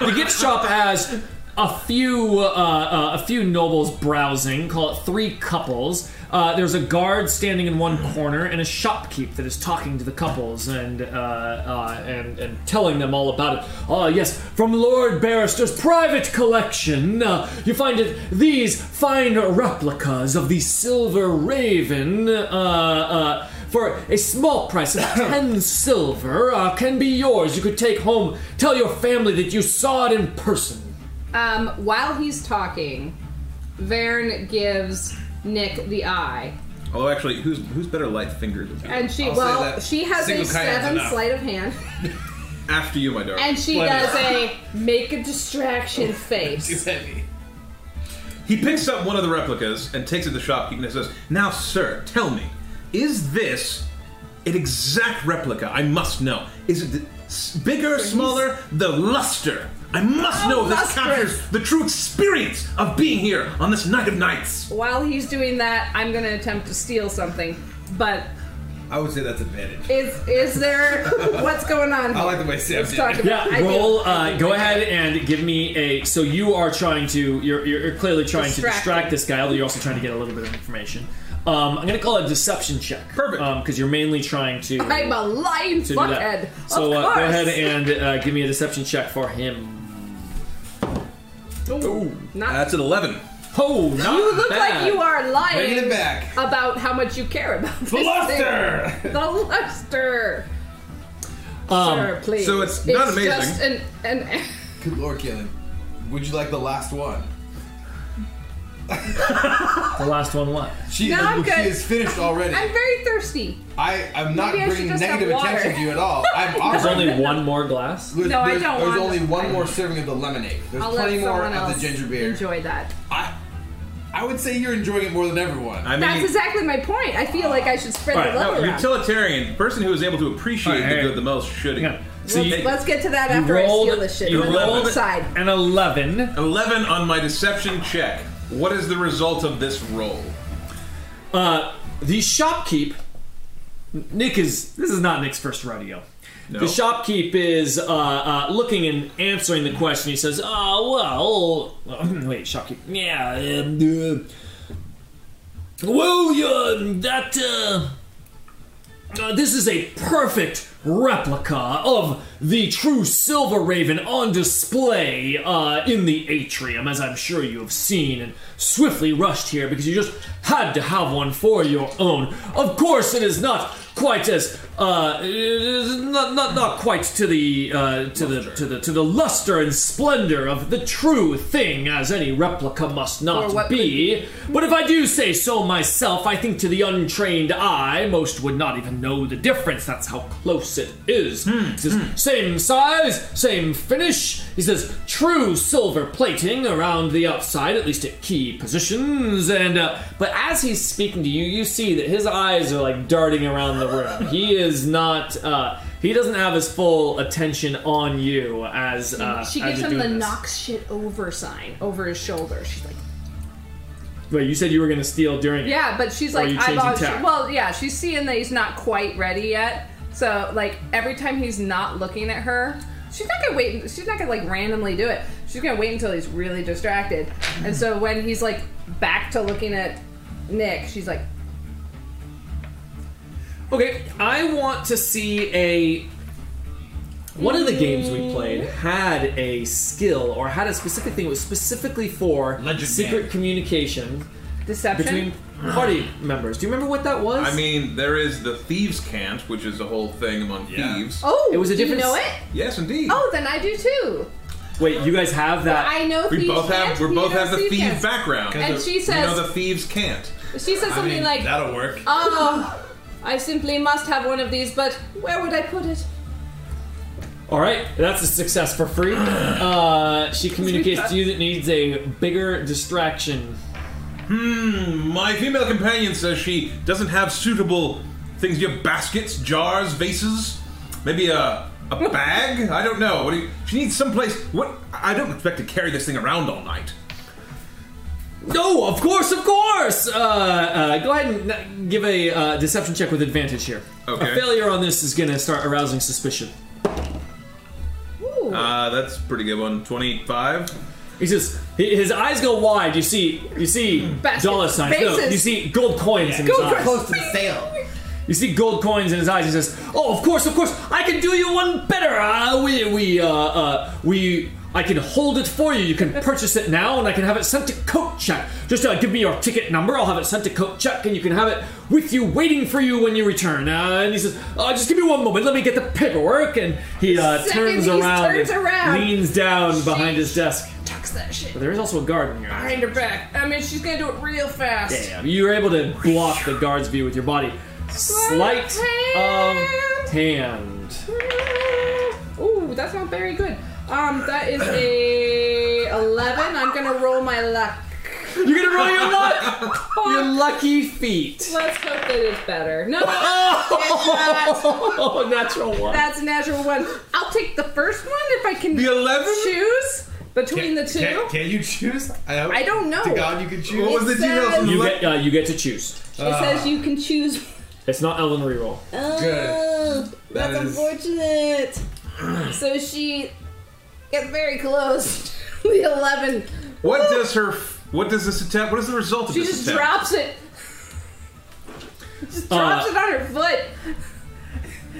[SPEAKER 2] the gift shop has a few uh, uh, a few nobles browsing. Call it three couples. Uh, there's a guard standing in one corner and a shopkeep that is talking to the couples and uh, uh, and and telling them all about it. Oh yes, from Lord Barrister's private collection, uh, you find it these fine replicas of the silver raven. Uh, uh, for a small price of 10 silver uh, can be yours. You could take home, tell your family that you saw it in person.
[SPEAKER 4] Um, while he's talking, Vern gives Nick the eye,
[SPEAKER 5] Although, actually, who's who's better light fingered than you?
[SPEAKER 4] and she
[SPEAKER 7] I'll say
[SPEAKER 4] well
[SPEAKER 7] that
[SPEAKER 4] she has a
[SPEAKER 7] single coyote's
[SPEAKER 4] seven
[SPEAKER 7] enough.
[SPEAKER 4] sleight of hand,
[SPEAKER 5] After you, my darling.
[SPEAKER 4] and she does a make a distraction
[SPEAKER 7] too
[SPEAKER 4] face.
[SPEAKER 7] heavy.
[SPEAKER 5] He picks up one of the replicas and takes it to the shopkeeper and says, Now, sir, tell me, is this an exact replica? I must know. Is it the s- bigger, smaller, the luster? I must know if this
[SPEAKER 4] lustrous.
[SPEAKER 5] captures the true experience of being here on this night of nights.
[SPEAKER 4] While he's doing that, I'm gonna attempt to steal something. But
[SPEAKER 6] I would say that's advantage.
[SPEAKER 4] is is there what's going on?
[SPEAKER 6] I like the way Sam
[SPEAKER 4] Let's
[SPEAKER 6] did.
[SPEAKER 4] talk
[SPEAKER 6] it.
[SPEAKER 4] about.
[SPEAKER 2] Yeah,
[SPEAKER 4] I do-
[SPEAKER 2] roll.
[SPEAKER 4] I
[SPEAKER 2] Uh,
[SPEAKER 4] do
[SPEAKER 2] go
[SPEAKER 4] like
[SPEAKER 2] ahead
[SPEAKER 4] that.
[SPEAKER 2] and give me a. So you are trying to. You're, you're, you're clearly trying
[SPEAKER 4] Distract
[SPEAKER 2] to distract
[SPEAKER 4] him.
[SPEAKER 2] this guy, although you're also trying to get a little bit of information. Um, I'm going to call it a deception check.
[SPEAKER 5] Perfect.
[SPEAKER 2] Because you're mainly trying to.
[SPEAKER 4] I'm a lying
[SPEAKER 2] to do
[SPEAKER 4] fuckhead.
[SPEAKER 2] that. So
[SPEAKER 4] of
[SPEAKER 2] uh, go
[SPEAKER 4] course.
[SPEAKER 2] ahead and uh, give me a deception check for him.
[SPEAKER 4] Not
[SPEAKER 5] That's an 11.
[SPEAKER 2] Oh,
[SPEAKER 4] You look like you are lying
[SPEAKER 7] Bringing it back.
[SPEAKER 4] about how much you care about this
[SPEAKER 7] Luster!
[SPEAKER 4] Thing. The luster.
[SPEAKER 2] Um,
[SPEAKER 4] Sir, please.
[SPEAKER 5] so it's not amazing.
[SPEAKER 4] Just an, an,
[SPEAKER 7] Good lord, Kaelin. Would you like the last one?
[SPEAKER 2] The last one what?
[SPEAKER 7] She,
[SPEAKER 4] No, I'm
[SPEAKER 7] she
[SPEAKER 4] good.
[SPEAKER 7] is finished already.
[SPEAKER 4] I'm very thirsty.
[SPEAKER 7] I, I'm not
[SPEAKER 4] Maybe I should
[SPEAKER 7] bringing
[SPEAKER 4] just have
[SPEAKER 7] negative
[SPEAKER 4] water.
[SPEAKER 7] attention to you at all. I'm
[SPEAKER 2] There's
[SPEAKER 7] offering.
[SPEAKER 2] only one more glass.
[SPEAKER 7] There's,
[SPEAKER 4] No, I
[SPEAKER 7] there's-
[SPEAKER 4] don't
[SPEAKER 7] There's
[SPEAKER 4] want-
[SPEAKER 7] only one more serving of the lemonade. There's
[SPEAKER 4] I'll
[SPEAKER 7] plenty
[SPEAKER 4] let
[SPEAKER 7] more
[SPEAKER 4] someone
[SPEAKER 7] of
[SPEAKER 4] else
[SPEAKER 7] the ginger beer.
[SPEAKER 4] enjoy that.
[SPEAKER 7] I, I would say you're enjoying it more than everyone.
[SPEAKER 5] I mean,
[SPEAKER 4] That's exactly my point. I feel like I should spread
[SPEAKER 2] All right,
[SPEAKER 4] the love
[SPEAKER 5] no,
[SPEAKER 4] around.
[SPEAKER 5] utilitarian, the person who is able to appreciate
[SPEAKER 2] All right,
[SPEAKER 5] the
[SPEAKER 2] hey.
[SPEAKER 5] good the most should.
[SPEAKER 2] Yeah. So
[SPEAKER 4] let's,
[SPEAKER 2] you,
[SPEAKER 4] let's get to that
[SPEAKER 2] you
[SPEAKER 4] after I
[SPEAKER 2] rolled.
[SPEAKER 4] steal this shit.
[SPEAKER 2] you
[SPEAKER 4] Let's go
[SPEAKER 2] rolled
[SPEAKER 4] outside.
[SPEAKER 2] an eleven.
[SPEAKER 5] 11 on my deception check. What is the result of this roll?
[SPEAKER 2] Uh, the shopkeep. Nick is. This is not Nick's first rodeo. The shopkeep is uh, uh, looking and answering the question. He says, "Oh well, wait, shopkeep. Yeah, um, uh, well, yeah, that uh, uh, this is a perfect replica of the true Silver Raven on display uh, in the atrium, as I'm sure you have seen, and swiftly rushed here because you just had to have one for your own. Of course, it is not quite as uh, it is not, not not quite to the uh, to the to the to the luster and splendor of the true thing as any replica must
[SPEAKER 4] Or
[SPEAKER 2] not
[SPEAKER 4] what
[SPEAKER 2] be. But if I do say so myself, I think to the untrained eye, most would not even know the difference. That's how close it is. It says, same size, same finish. He says, true silver plating around the outside, at least at key positions. And uh, but as he's speaking to you, you see that his eyes are like darting around the room. he is not. Uh, He doesn't have his full attention on you as uh,
[SPEAKER 4] she
[SPEAKER 2] as
[SPEAKER 4] gives
[SPEAKER 2] you're
[SPEAKER 4] him the
[SPEAKER 2] doing this.
[SPEAKER 4] knock shit over sign over his shoulder. She's like,
[SPEAKER 2] Wait, you said you were going to steal during. it.
[SPEAKER 4] yeah, but she's
[SPEAKER 2] Or
[SPEAKER 4] like,
[SPEAKER 2] you
[SPEAKER 4] I've
[SPEAKER 2] changing
[SPEAKER 4] always,
[SPEAKER 2] tack.
[SPEAKER 4] well, yeah, she's seeing that he's not quite ready yet. So like every time he's not looking at her, she's not gonna wait. She's not gonna like randomly do it. She's gonna wait until he's really distracted. And so when he's like back to looking at Nick, she's like,
[SPEAKER 2] Okay, I want to see a. One of the games we played had a skill or had a specific thing. It was specifically for
[SPEAKER 7] Legend
[SPEAKER 2] secret
[SPEAKER 7] Man.
[SPEAKER 2] communication
[SPEAKER 4] deception.
[SPEAKER 2] between party members. Do you remember what that was?
[SPEAKER 5] I mean, there is the thieves' cant, which is a whole thing among
[SPEAKER 7] Yeah.
[SPEAKER 5] thieves.
[SPEAKER 4] oh,
[SPEAKER 2] It was a
[SPEAKER 4] do
[SPEAKER 2] different
[SPEAKER 4] You know
[SPEAKER 2] s-
[SPEAKER 4] it?
[SPEAKER 5] Yes, indeed.
[SPEAKER 4] Oh, then I do too.
[SPEAKER 2] wait, you guys have that?
[SPEAKER 4] I know
[SPEAKER 5] we
[SPEAKER 4] thieves
[SPEAKER 5] both have
[SPEAKER 4] can't,
[SPEAKER 5] we
[SPEAKER 4] you
[SPEAKER 5] both
[SPEAKER 4] know
[SPEAKER 5] have the
[SPEAKER 4] thieves
[SPEAKER 5] thieves
[SPEAKER 4] can't.
[SPEAKER 5] background.
[SPEAKER 4] And she
[SPEAKER 5] you know
[SPEAKER 4] says,
[SPEAKER 5] the thieves' cant.
[SPEAKER 4] she says something
[SPEAKER 7] mean,
[SPEAKER 4] like,
[SPEAKER 7] that'll work.
[SPEAKER 4] Oh, I simply must have one of these, but where would I put it?
[SPEAKER 2] All right, that's a success for free. Uh, she communicates to you that needs a bigger distraction.
[SPEAKER 5] My female companion says she doesn't have suitable things. You have baskets, jars, vases, maybe a a bag. I don't know. What do you, she needs someplace. What? I don't expect to carry this thing around all night.
[SPEAKER 2] No, of course, of course. Uh, uh, go ahead and uh, give a uh, deception check with advantage here.
[SPEAKER 5] Okay.
[SPEAKER 2] A failure on this is going to start arousing suspicion.
[SPEAKER 4] Ooh.
[SPEAKER 5] Uh, that's a pretty good one. Twenty-five.
[SPEAKER 2] He says hi- his eyes go wide. You see, you see
[SPEAKER 4] Baskets,
[SPEAKER 2] dollar signs. No,
[SPEAKER 4] bases.
[SPEAKER 2] you see gold coins in
[SPEAKER 4] Gold
[SPEAKER 2] his eyes.
[SPEAKER 4] coins.
[SPEAKER 3] Close to the sale.
[SPEAKER 2] You see gold coins in his eyes. He says, "Oh, of course, of course, I can do you one better. Uh, we, we, uh, uh, we, I can hold it for you. You can purchase it now, and I can have it sent to Coat Check. Just uh, give me your ticket number. I'll have it sent to Coat Check, and you can have it with you, waiting for you when you return." Uh, and he says, uh, "Just give me one moment. Let me get the paperwork." And he uh,
[SPEAKER 4] Second,
[SPEAKER 2] turns
[SPEAKER 4] he
[SPEAKER 2] around,
[SPEAKER 4] turns
[SPEAKER 2] and
[SPEAKER 4] around.
[SPEAKER 2] leans down behind his desk.
[SPEAKER 4] Tucks that shit
[SPEAKER 2] There is also a guard in here.
[SPEAKER 4] behind her back. I mean, she's gonna do it real fast.
[SPEAKER 2] Damn. You're able to block the guard's view with your body. Slight of hand.
[SPEAKER 4] Ooh, that's not very good. Um, that is a eleven. I'm gonna roll my luck.
[SPEAKER 2] You're gonna roll your luck! your lucky feet.
[SPEAKER 4] Let's hope that it's better. No,
[SPEAKER 2] Oh, natural one.
[SPEAKER 4] that's a natural one. I'll take the first one if I can.
[SPEAKER 5] The eleven.
[SPEAKER 4] choose between the two.
[SPEAKER 7] Can, can you choose? I, hope
[SPEAKER 4] I don't know.
[SPEAKER 7] To God, you can choose.
[SPEAKER 5] What was
[SPEAKER 4] It
[SPEAKER 5] the details?
[SPEAKER 4] says-
[SPEAKER 5] on the
[SPEAKER 2] You
[SPEAKER 5] le-
[SPEAKER 2] get, uh, you get to choose.
[SPEAKER 4] It says you can choose.
[SPEAKER 2] It's not Ellen reroll.
[SPEAKER 4] Oh, that's
[SPEAKER 7] is-
[SPEAKER 4] unfortunate. so she gets very close. the eleven.
[SPEAKER 5] What does her? What does this attempt? What is the result of
[SPEAKER 4] She
[SPEAKER 5] this
[SPEAKER 4] just
[SPEAKER 5] attempt?
[SPEAKER 4] drops it. just drops
[SPEAKER 2] Uh,
[SPEAKER 4] it on her foot.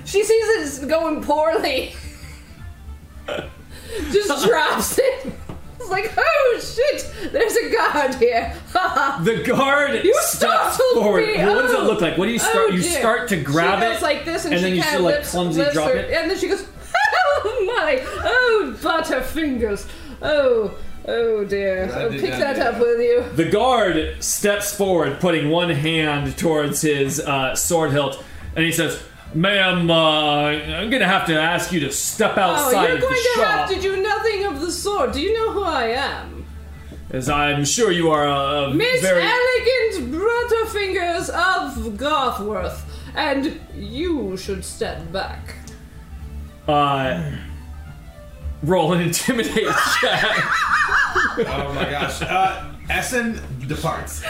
[SPEAKER 4] She sees it's going poorly. just drops it. It's like, oh shit! There's a god here.
[SPEAKER 2] The guard
[SPEAKER 4] You
[SPEAKER 2] steps
[SPEAKER 4] startled
[SPEAKER 2] forward.
[SPEAKER 4] me.
[SPEAKER 2] Well, what does
[SPEAKER 4] Oh.
[SPEAKER 2] it look like? What do you start?
[SPEAKER 4] Oh,
[SPEAKER 2] you
[SPEAKER 4] dear.
[SPEAKER 2] start to grab
[SPEAKER 4] she
[SPEAKER 2] it,
[SPEAKER 4] goes like this, and,
[SPEAKER 2] and
[SPEAKER 4] she
[SPEAKER 2] then you
[SPEAKER 4] kind
[SPEAKER 2] still
[SPEAKER 4] of
[SPEAKER 2] like
[SPEAKER 4] lips,
[SPEAKER 2] clumsy
[SPEAKER 4] lips
[SPEAKER 2] drop
[SPEAKER 4] her,
[SPEAKER 2] it.
[SPEAKER 4] and then she goes, "Oh my, oh butterfingers, oh, oh dear, oh,
[SPEAKER 7] did
[SPEAKER 4] pick
[SPEAKER 7] not
[SPEAKER 4] that
[SPEAKER 7] do
[SPEAKER 4] up, will you?"
[SPEAKER 2] The guard steps forward, putting one hand towards his uh, sword hilt, and he says, "Ma'am, uh, I'm gonna have to ask you to step
[SPEAKER 4] Oh,
[SPEAKER 2] outside
[SPEAKER 4] you're
[SPEAKER 2] of
[SPEAKER 4] going
[SPEAKER 2] the
[SPEAKER 4] to
[SPEAKER 2] shop,
[SPEAKER 4] have to do nothing of the sort. Do you know who I am,
[SPEAKER 2] as I'm sure you are a, a
[SPEAKER 4] Miss
[SPEAKER 2] very
[SPEAKER 4] Elegant Butterfingers of Garthworth, and you should step back."
[SPEAKER 2] uh, roll an intimidate check."
[SPEAKER 7] Oh my gosh. Uh, Essen departs.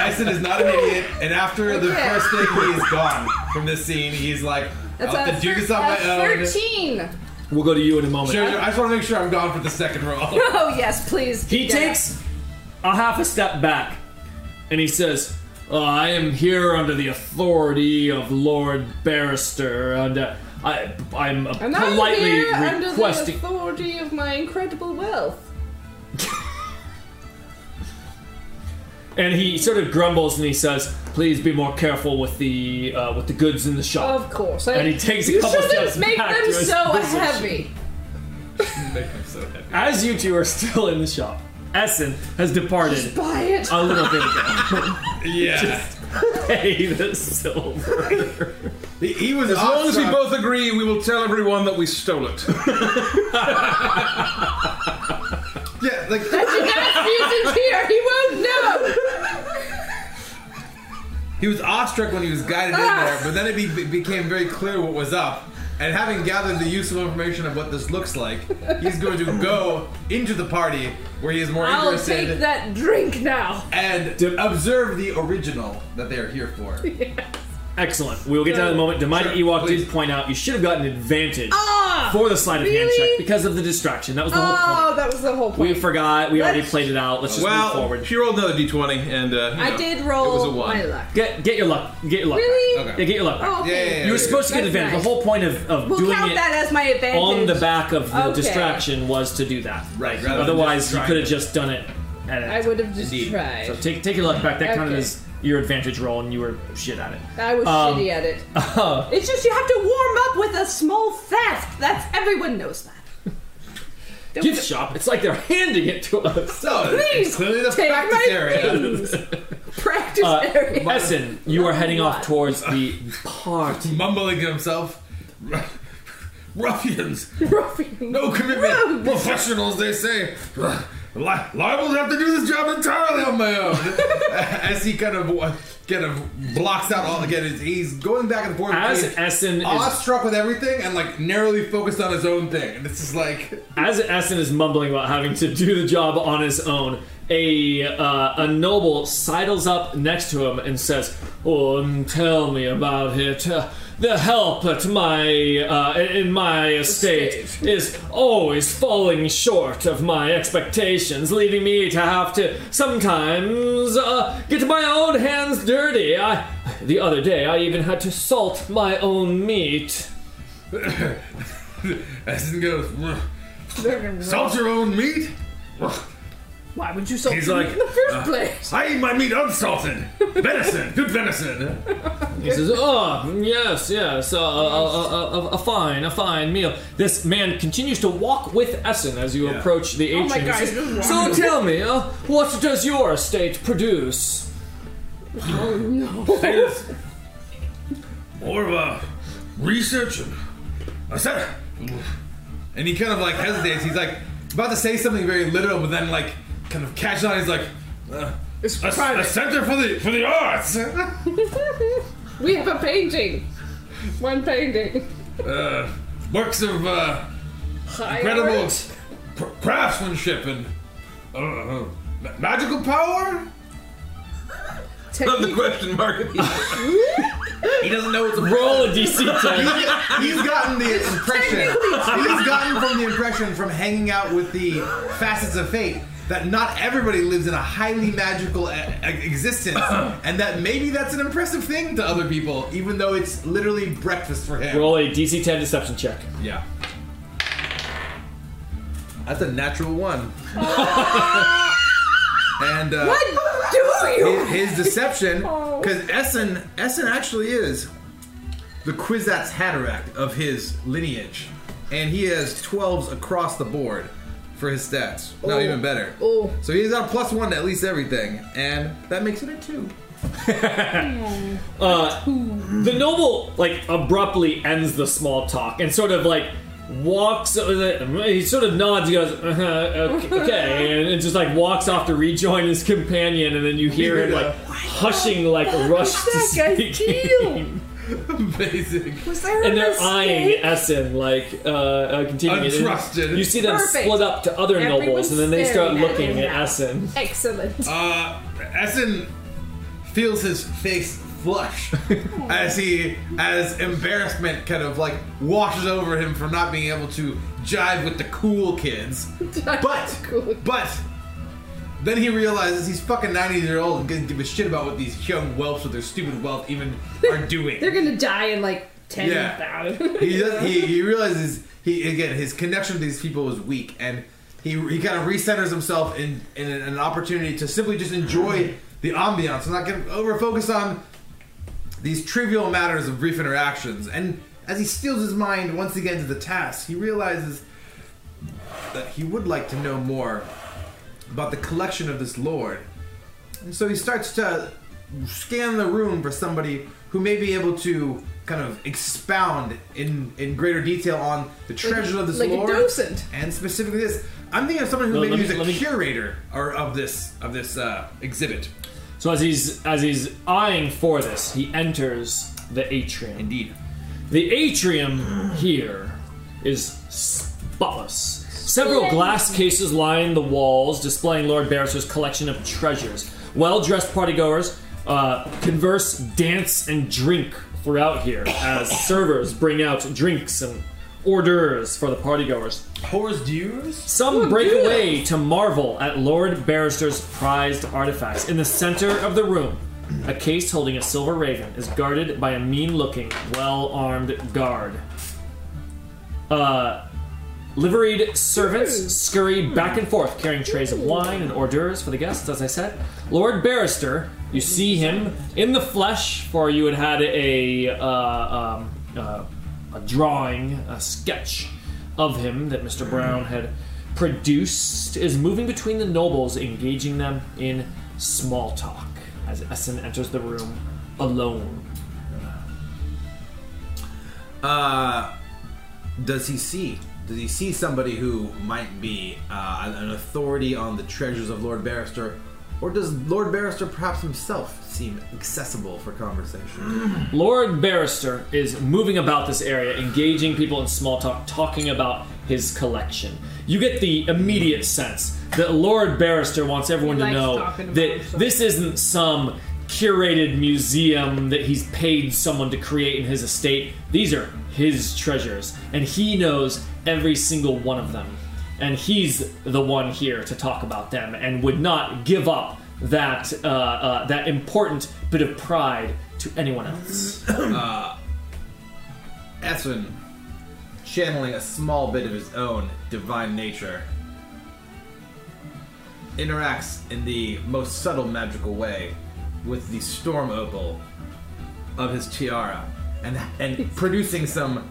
[SPEAKER 7] Essen is not an idiot, and after the
[SPEAKER 4] Okay.
[SPEAKER 7] first thing, he is gone from this scene. He's like,
[SPEAKER 2] Oh,
[SPEAKER 4] That's
[SPEAKER 7] I'll
[SPEAKER 4] a,
[SPEAKER 7] have to do this
[SPEAKER 4] thir-
[SPEAKER 7] on my
[SPEAKER 4] a
[SPEAKER 7] own.
[SPEAKER 4] thirteen.
[SPEAKER 2] We'll go to you in a moment.
[SPEAKER 7] Sure, sure, I just want to make sure I'm gone for the second roll.
[SPEAKER 4] Oh yes, please.
[SPEAKER 2] He
[SPEAKER 4] Yeah.
[SPEAKER 2] takes a half a step back and he says, "Uh, I am here under the authority of Lord Barrister, and uh, I, I'm uh,
[SPEAKER 4] And I'm
[SPEAKER 2] politely
[SPEAKER 4] here under the
[SPEAKER 2] requesting.
[SPEAKER 4] authority of my incredible wealth.
[SPEAKER 2] and he sort of grumbles and he says, Please be more careful with the uh, with the goods in the shop.
[SPEAKER 4] Of course. I,
[SPEAKER 2] And he takes a
[SPEAKER 4] you
[SPEAKER 2] couple
[SPEAKER 4] shouldn't
[SPEAKER 2] steps
[SPEAKER 4] make
[SPEAKER 2] back
[SPEAKER 4] them
[SPEAKER 2] to his
[SPEAKER 4] so
[SPEAKER 2] position.
[SPEAKER 4] heavy.
[SPEAKER 2] As you two are still in the shop, Essen has departed
[SPEAKER 4] Buy it.
[SPEAKER 2] a little bit ago.
[SPEAKER 7] yeah.
[SPEAKER 2] Pay the silver.
[SPEAKER 7] he, he was
[SPEAKER 5] As long as we both agree, we will tell everyone that we stole it.
[SPEAKER 7] Yeah, like,
[SPEAKER 4] That's your here. He won't know.
[SPEAKER 5] He was awestruck when he was guided in there, but then it be- became very clear what was up. And having gathered the useful information of what this looks like, he's going to go into the party where he is more
[SPEAKER 4] I'll
[SPEAKER 5] interested
[SPEAKER 4] take that drink now.
[SPEAKER 5] and to observe the original that they are here for.
[SPEAKER 2] Excellent. We will get to that in a moment. Demite
[SPEAKER 5] Sure,
[SPEAKER 2] Ewok
[SPEAKER 5] please.
[SPEAKER 2] did point out you should have gotten advantage
[SPEAKER 4] Ah,
[SPEAKER 2] for the sleight of hand
[SPEAKER 4] really?
[SPEAKER 2] check because of the distraction. That was the whole point.
[SPEAKER 4] Oh, that was the whole
[SPEAKER 2] We
[SPEAKER 4] point.
[SPEAKER 2] forgot. We already
[SPEAKER 4] Let's-
[SPEAKER 2] played it out. Let's just move
[SPEAKER 7] Well,
[SPEAKER 2] forward.
[SPEAKER 7] she rolled another d20, and uh, you
[SPEAKER 4] I
[SPEAKER 7] know,
[SPEAKER 4] did
[SPEAKER 7] It was a
[SPEAKER 4] roll
[SPEAKER 7] one.
[SPEAKER 4] my luck.
[SPEAKER 2] Get get your luck. Get your luck. back.
[SPEAKER 4] Really?
[SPEAKER 5] Okay.
[SPEAKER 2] Yeah, get your luck. back.
[SPEAKER 4] Oh, okay.
[SPEAKER 5] Yeah, yeah, yeah.
[SPEAKER 2] You were supposed to get
[SPEAKER 4] That's
[SPEAKER 2] advantage.
[SPEAKER 4] nice.
[SPEAKER 2] The whole point of, of
[SPEAKER 4] We'll
[SPEAKER 2] doing
[SPEAKER 4] count
[SPEAKER 2] it
[SPEAKER 4] that as my advantage.
[SPEAKER 2] on the back of the
[SPEAKER 4] Okay.
[SPEAKER 2] distraction was to do that.
[SPEAKER 5] Right, rather than
[SPEAKER 2] Otherwise,
[SPEAKER 5] just
[SPEAKER 2] you
[SPEAKER 5] trying
[SPEAKER 2] could have
[SPEAKER 5] to-
[SPEAKER 2] just done it. At
[SPEAKER 4] I would have just
[SPEAKER 5] Indeed.
[SPEAKER 4] tried.
[SPEAKER 2] So take take your luck back. That counted
[SPEAKER 4] Okay.
[SPEAKER 2] as your advantage roll, and you were shit at it.
[SPEAKER 4] I was
[SPEAKER 2] Um, oh.
[SPEAKER 4] shitty at it. It's just you have to warm up with a small theft. That's everyone knows that. Don't-
[SPEAKER 2] Gift shop. It's like they're handing it to us.
[SPEAKER 5] So,
[SPEAKER 4] Please
[SPEAKER 5] it's clearly the
[SPEAKER 4] take
[SPEAKER 5] practice
[SPEAKER 4] my
[SPEAKER 5] area.
[SPEAKER 4] things. practice
[SPEAKER 2] Uh,
[SPEAKER 4] area.
[SPEAKER 2] Essen, you are heading off
[SPEAKER 4] What?
[SPEAKER 2] towards the party.
[SPEAKER 5] Mumbling to himself.
[SPEAKER 11] Ruffians.
[SPEAKER 4] Ruffian.
[SPEAKER 11] No commitment. Professionals, they say. Li- liable to have to do this job entirely on my own.
[SPEAKER 5] As he kind of uh, kind of blocks out all again, he's- he's going back and forth.
[SPEAKER 2] As
[SPEAKER 5] between
[SPEAKER 2] Essen is
[SPEAKER 5] awestruck with everything and like narrowly focused on his own thing, and this is like
[SPEAKER 2] as Essen is mumbling about having to do the job on his own, a uh, a noble sidles up next to him and says, "Oh, um, tell me about it. Uh, the help at my uh, in my estate
[SPEAKER 4] Estate.
[SPEAKER 2] is always falling short of my expectations, leaving me to have to sometimes uh, get my own hands dirty. I, the other day, I even had to salt my own meat."
[SPEAKER 11] As he goes, "Ruh, salt your own meat? Ruh."
[SPEAKER 4] Why would you sell
[SPEAKER 11] He's
[SPEAKER 4] them
[SPEAKER 11] like,
[SPEAKER 4] in the first
[SPEAKER 11] uh,
[SPEAKER 4] place?
[SPEAKER 11] I eat my meat unsalted. venison, good venison.
[SPEAKER 2] He says, "Oh, yes, yes, uh, a, a, a, a fine, a fine meal." This man continues to walk with Essen as you approach the
[SPEAKER 4] Oh my
[SPEAKER 2] atrium.
[SPEAKER 4] God,
[SPEAKER 2] He says,
[SPEAKER 4] he's just
[SPEAKER 2] so
[SPEAKER 4] walking."
[SPEAKER 2] tell me, uh, what does your estate produce?
[SPEAKER 11] It's more of a research and I said
[SPEAKER 5] And he kind of like hesitates. He's like about to say something very literal, but then like kind of catches on. He's like, uh,
[SPEAKER 11] a, a center for the for the arts.
[SPEAKER 4] we have a painting. One painting.
[SPEAKER 11] Uh, works of uh,
[SPEAKER 4] High
[SPEAKER 11] incredible
[SPEAKER 4] art.
[SPEAKER 11] pr- craftsmanship and uh, ma- magical power.
[SPEAKER 4] Technique.
[SPEAKER 7] The question mark. at the end.
[SPEAKER 5] he doesn't know it's a
[SPEAKER 2] Roll a DC ten.
[SPEAKER 5] He's gotten the impression. He's gotten from the impression from hanging out with the facets of fate that not everybody lives in a highly magical e- e- existence, and that maybe that's an impressive thing to other people, even though it's literally breakfast for him.
[SPEAKER 2] Roll a DC ten deception check.
[SPEAKER 5] Yeah. That's a natural one. and uh,
[SPEAKER 4] What do you?
[SPEAKER 5] his, his deception because Essen Essen actually is the Kwisatz Haderach of his lineage, and he has twelves across the board for his stats. Not even better.
[SPEAKER 4] Oh.
[SPEAKER 5] So he's got a plus one to at least everything, and that makes it a two.
[SPEAKER 2] The noble like abruptly ends the small talk and sort of like walks. uh, He sort of nods. He goes, uh-huh, okay, okay," and, and just like walks off to rejoin his companion. And then you hear him like hushing, like rush to
[SPEAKER 4] What's that
[SPEAKER 2] speak.
[SPEAKER 4] guy's deal?
[SPEAKER 5] Amazing.
[SPEAKER 4] Was there
[SPEAKER 2] And
[SPEAKER 4] a
[SPEAKER 2] they're
[SPEAKER 4] mistake?
[SPEAKER 2] eyeing Essen like uh, uh continuing. it. And
[SPEAKER 5] Untrusted.
[SPEAKER 2] You see them
[SPEAKER 4] Perfect.
[SPEAKER 2] split up to other
[SPEAKER 4] Everyone's
[SPEAKER 2] nobles, and then they start
[SPEAKER 4] staring at
[SPEAKER 2] looking
[SPEAKER 4] him
[SPEAKER 2] at
[SPEAKER 4] now.
[SPEAKER 2] Essen.
[SPEAKER 4] Excellent.
[SPEAKER 5] Uh, Essen feels his face flush as he, as embarrassment kind of like washes over him for not being able to jive with the cool kids. But,
[SPEAKER 4] Cool.
[SPEAKER 5] but, then he realizes he's fucking 90 year old and doesn't give a shit about what these young whelps with their stupid wealth even are doing.
[SPEAKER 4] They're gonna die in like ten
[SPEAKER 5] Yeah.
[SPEAKER 4] thousand.
[SPEAKER 5] he, does, he he realizes he again his connection with these people is weak, and he he kind of recenters himself in in an, an opportunity to simply just enjoy the ambiance and not get over focused on these trivial matters of brief interactions. And as he steals his mind once again to the task, he realizes that he would like to know more about the collection of this lord. And so he starts to scan the room for somebody who may be able to kind of expound in in greater detail on the treasure of this
[SPEAKER 4] like a
[SPEAKER 5] lord.
[SPEAKER 4] docent.
[SPEAKER 5] And specifically this. I'm thinking of someone who
[SPEAKER 2] Well,
[SPEAKER 5] maybe
[SPEAKER 2] let me-
[SPEAKER 5] is a
[SPEAKER 2] let me-
[SPEAKER 5] curator or of this of this uh, exhibit.
[SPEAKER 2] So as he's as he's eyeing for this, he enters the atrium.
[SPEAKER 5] Indeed.
[SPEAKER 2] The atrium here is spotless. Several glass cases line the walls, displaying Lord Barrister's collection of treasures. Well dressed partygoers uh, converse, dance, and drink throughout here as servers bring out drinks and hors d'oeuvres for the partygoers.
[SPEAKER 3] Horse dues?
[SPEAKER 2] Some break away to marvel at Lord Barrister's prized artifacts. In the center of the room, a case holding a silver raven is guarded by a mean looking, well armed guard. Uh, liveried servants scurry back and forth carrying trays of wine and hors d'oeuvres for the guests, as I said. Lord Barrister, you see him in the flesh, for you had had a, uh, um, uh, a drawing, a sketch of him that Mr. Brown had produced is moving between the nobles, engaging them in small talk as Essen enters the room alone.
[SPEAKER 3] Uh, does he see? Does he see somebody who might be uh, an authority on the treasures of Lord Barrister? Or does Lord Barrister perhaps himself seem accessible for conversation?
[SPEAKER 2] Lord Barrister is moving about this area, engaging people in small talk, talking about his collection. You get the immediate sense that Lord Barrister wants everyone
[SPEAKER 4] He
[SPEAKER 2] to
[SPEAKER 4] likes
[SPEAKER 2] know
[SPEAKER 4] talking about
[SPEAKER 2] that
[SPEAKER 4] himself.
[SPEAKER 2] this isn't some curated museum that he's paid someone to create in his estate. These are his treasures, and he knows every single one of them. And he's the one here to talk about them, and would not give up that uh, uh, that important bit of pride to anyone else.
[SPEAKER 3] Eswin, channeling a small bit of his own divine nature, interacts in the most subtle magical way with the storm opal of his tiara and, and producing some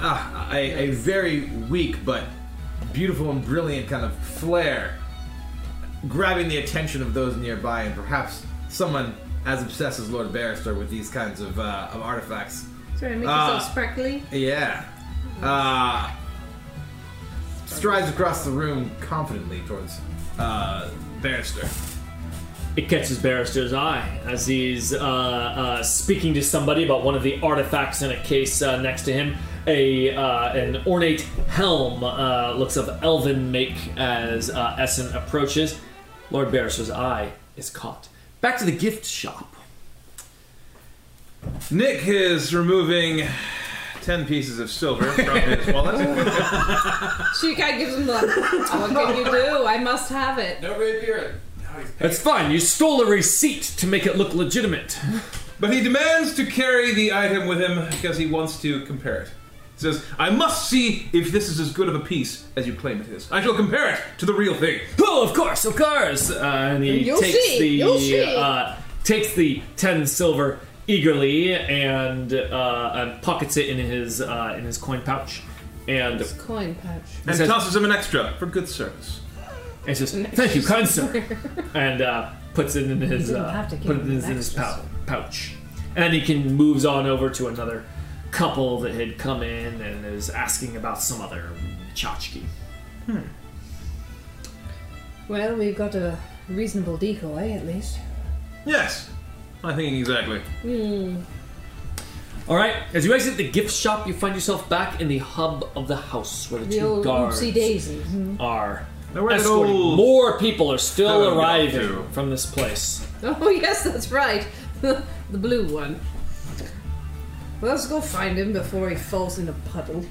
[SPEAKER 3] ah, a, a very weak but beautiful and brilliant kind of flare grabbing the attention of those nearby and perhaps someone as obsessed as lord barrister with these kinds of, uh, of artifacts
[SPEAKER 4] Sorry, make
[SPEAKER 3] Ah.
[SPEAKER 5] Uh,
[SPEAKER 4] yourself sparkly.
[SPEAKER 3] yeah. Uh, strides across the room confidently towards uh, Barrister.
[SPEAKER 2] It catches Barrister's eye as he's uh, uh, speaking to somebody about one of the artifacts in a case uh, next to him. A uh, an ornate helm uh, looks of elven make as uh, Essen approaches. Lord Barrister's eye is caught. Back to the gift shop.
[SPEAKER 5] Nick is removing ten pieces of silver from his wallet.
[SPEAKER 4] Shikai gives him the. What can you do? I must have it.
[SPEAKER 7] No rapier. Now he's
[SPEAKER 2] That's fine. You stole a receipt to make it look legitimate.
[SPEAKER 5] But he demands to carry the item with him because he wants to compare it. He says, I must see if this is as good of a piece as you claim it is. I shall compare it to the real thing.
[SPEAKER 2] Oh, of course, of course. Uh, and he
[SPEAKER 4] You'll
[SPEAKER 2] takes
[SPEAKER 4] see,
[SPEAKER 2] the
[SPEAKER 4] you'll see.
[SPEAKER 2] Uh, takes the ten silver eagerly and, uh, and pockets it in his uh, in his coin pouch, and
[SPEAKER 4] It's coin pouch.
[SPEAKER 5] And
[SPEAKER 2] says-
[SPEAKER 5] tosses him an extra for good service.
[SPEAKER 2] and says, "Thank you, kind sir," and uh, puts it in his
[SPEAKER 4] didn't
[SPEAKER 2] uh,
[SPEAKER 4] have to give
[SPEAKER 2] put it in
[SPEAKER 4] him
[SPEAKER 2] his, in his
[SPEAKER 4] extras.
[SPEAKER 2] pou- pouch, and he can moves on over to another couple that had come in and is asking about some other tchotchke.
[SPEAKER 4] Well, we've got a reasonable decoy at least.
[SPEAKER 5] Yes. I think exactly.
[SPEAKER 2] All right. As you exit the gift shop, you find yourself back in the hub of the house where the,
[SPEAKER 4] The
[SPEAKER 2] two
[SPEAKER 4] old
[SPEAKER 2] guards
[SPEAKER 4] oopsie daisy.
[SPEAKER 2] are.
[SPEAKER 5] Now, where did
[SPEAKER 2] escorting.
[SPEAKER 5] old-
[SPEAKER 2] More people are
[SPEAKER 5] Seven
[SPEAKER 2] still
[SPEAKER 5] got
[SPEAKER 2] arriving
[SPEAKER 5] to?
[SPEAKER 2] from this place.
[SPEAKER 4] Oh yes, that's right. the blue one. Let's go find him before he falls in a puddle.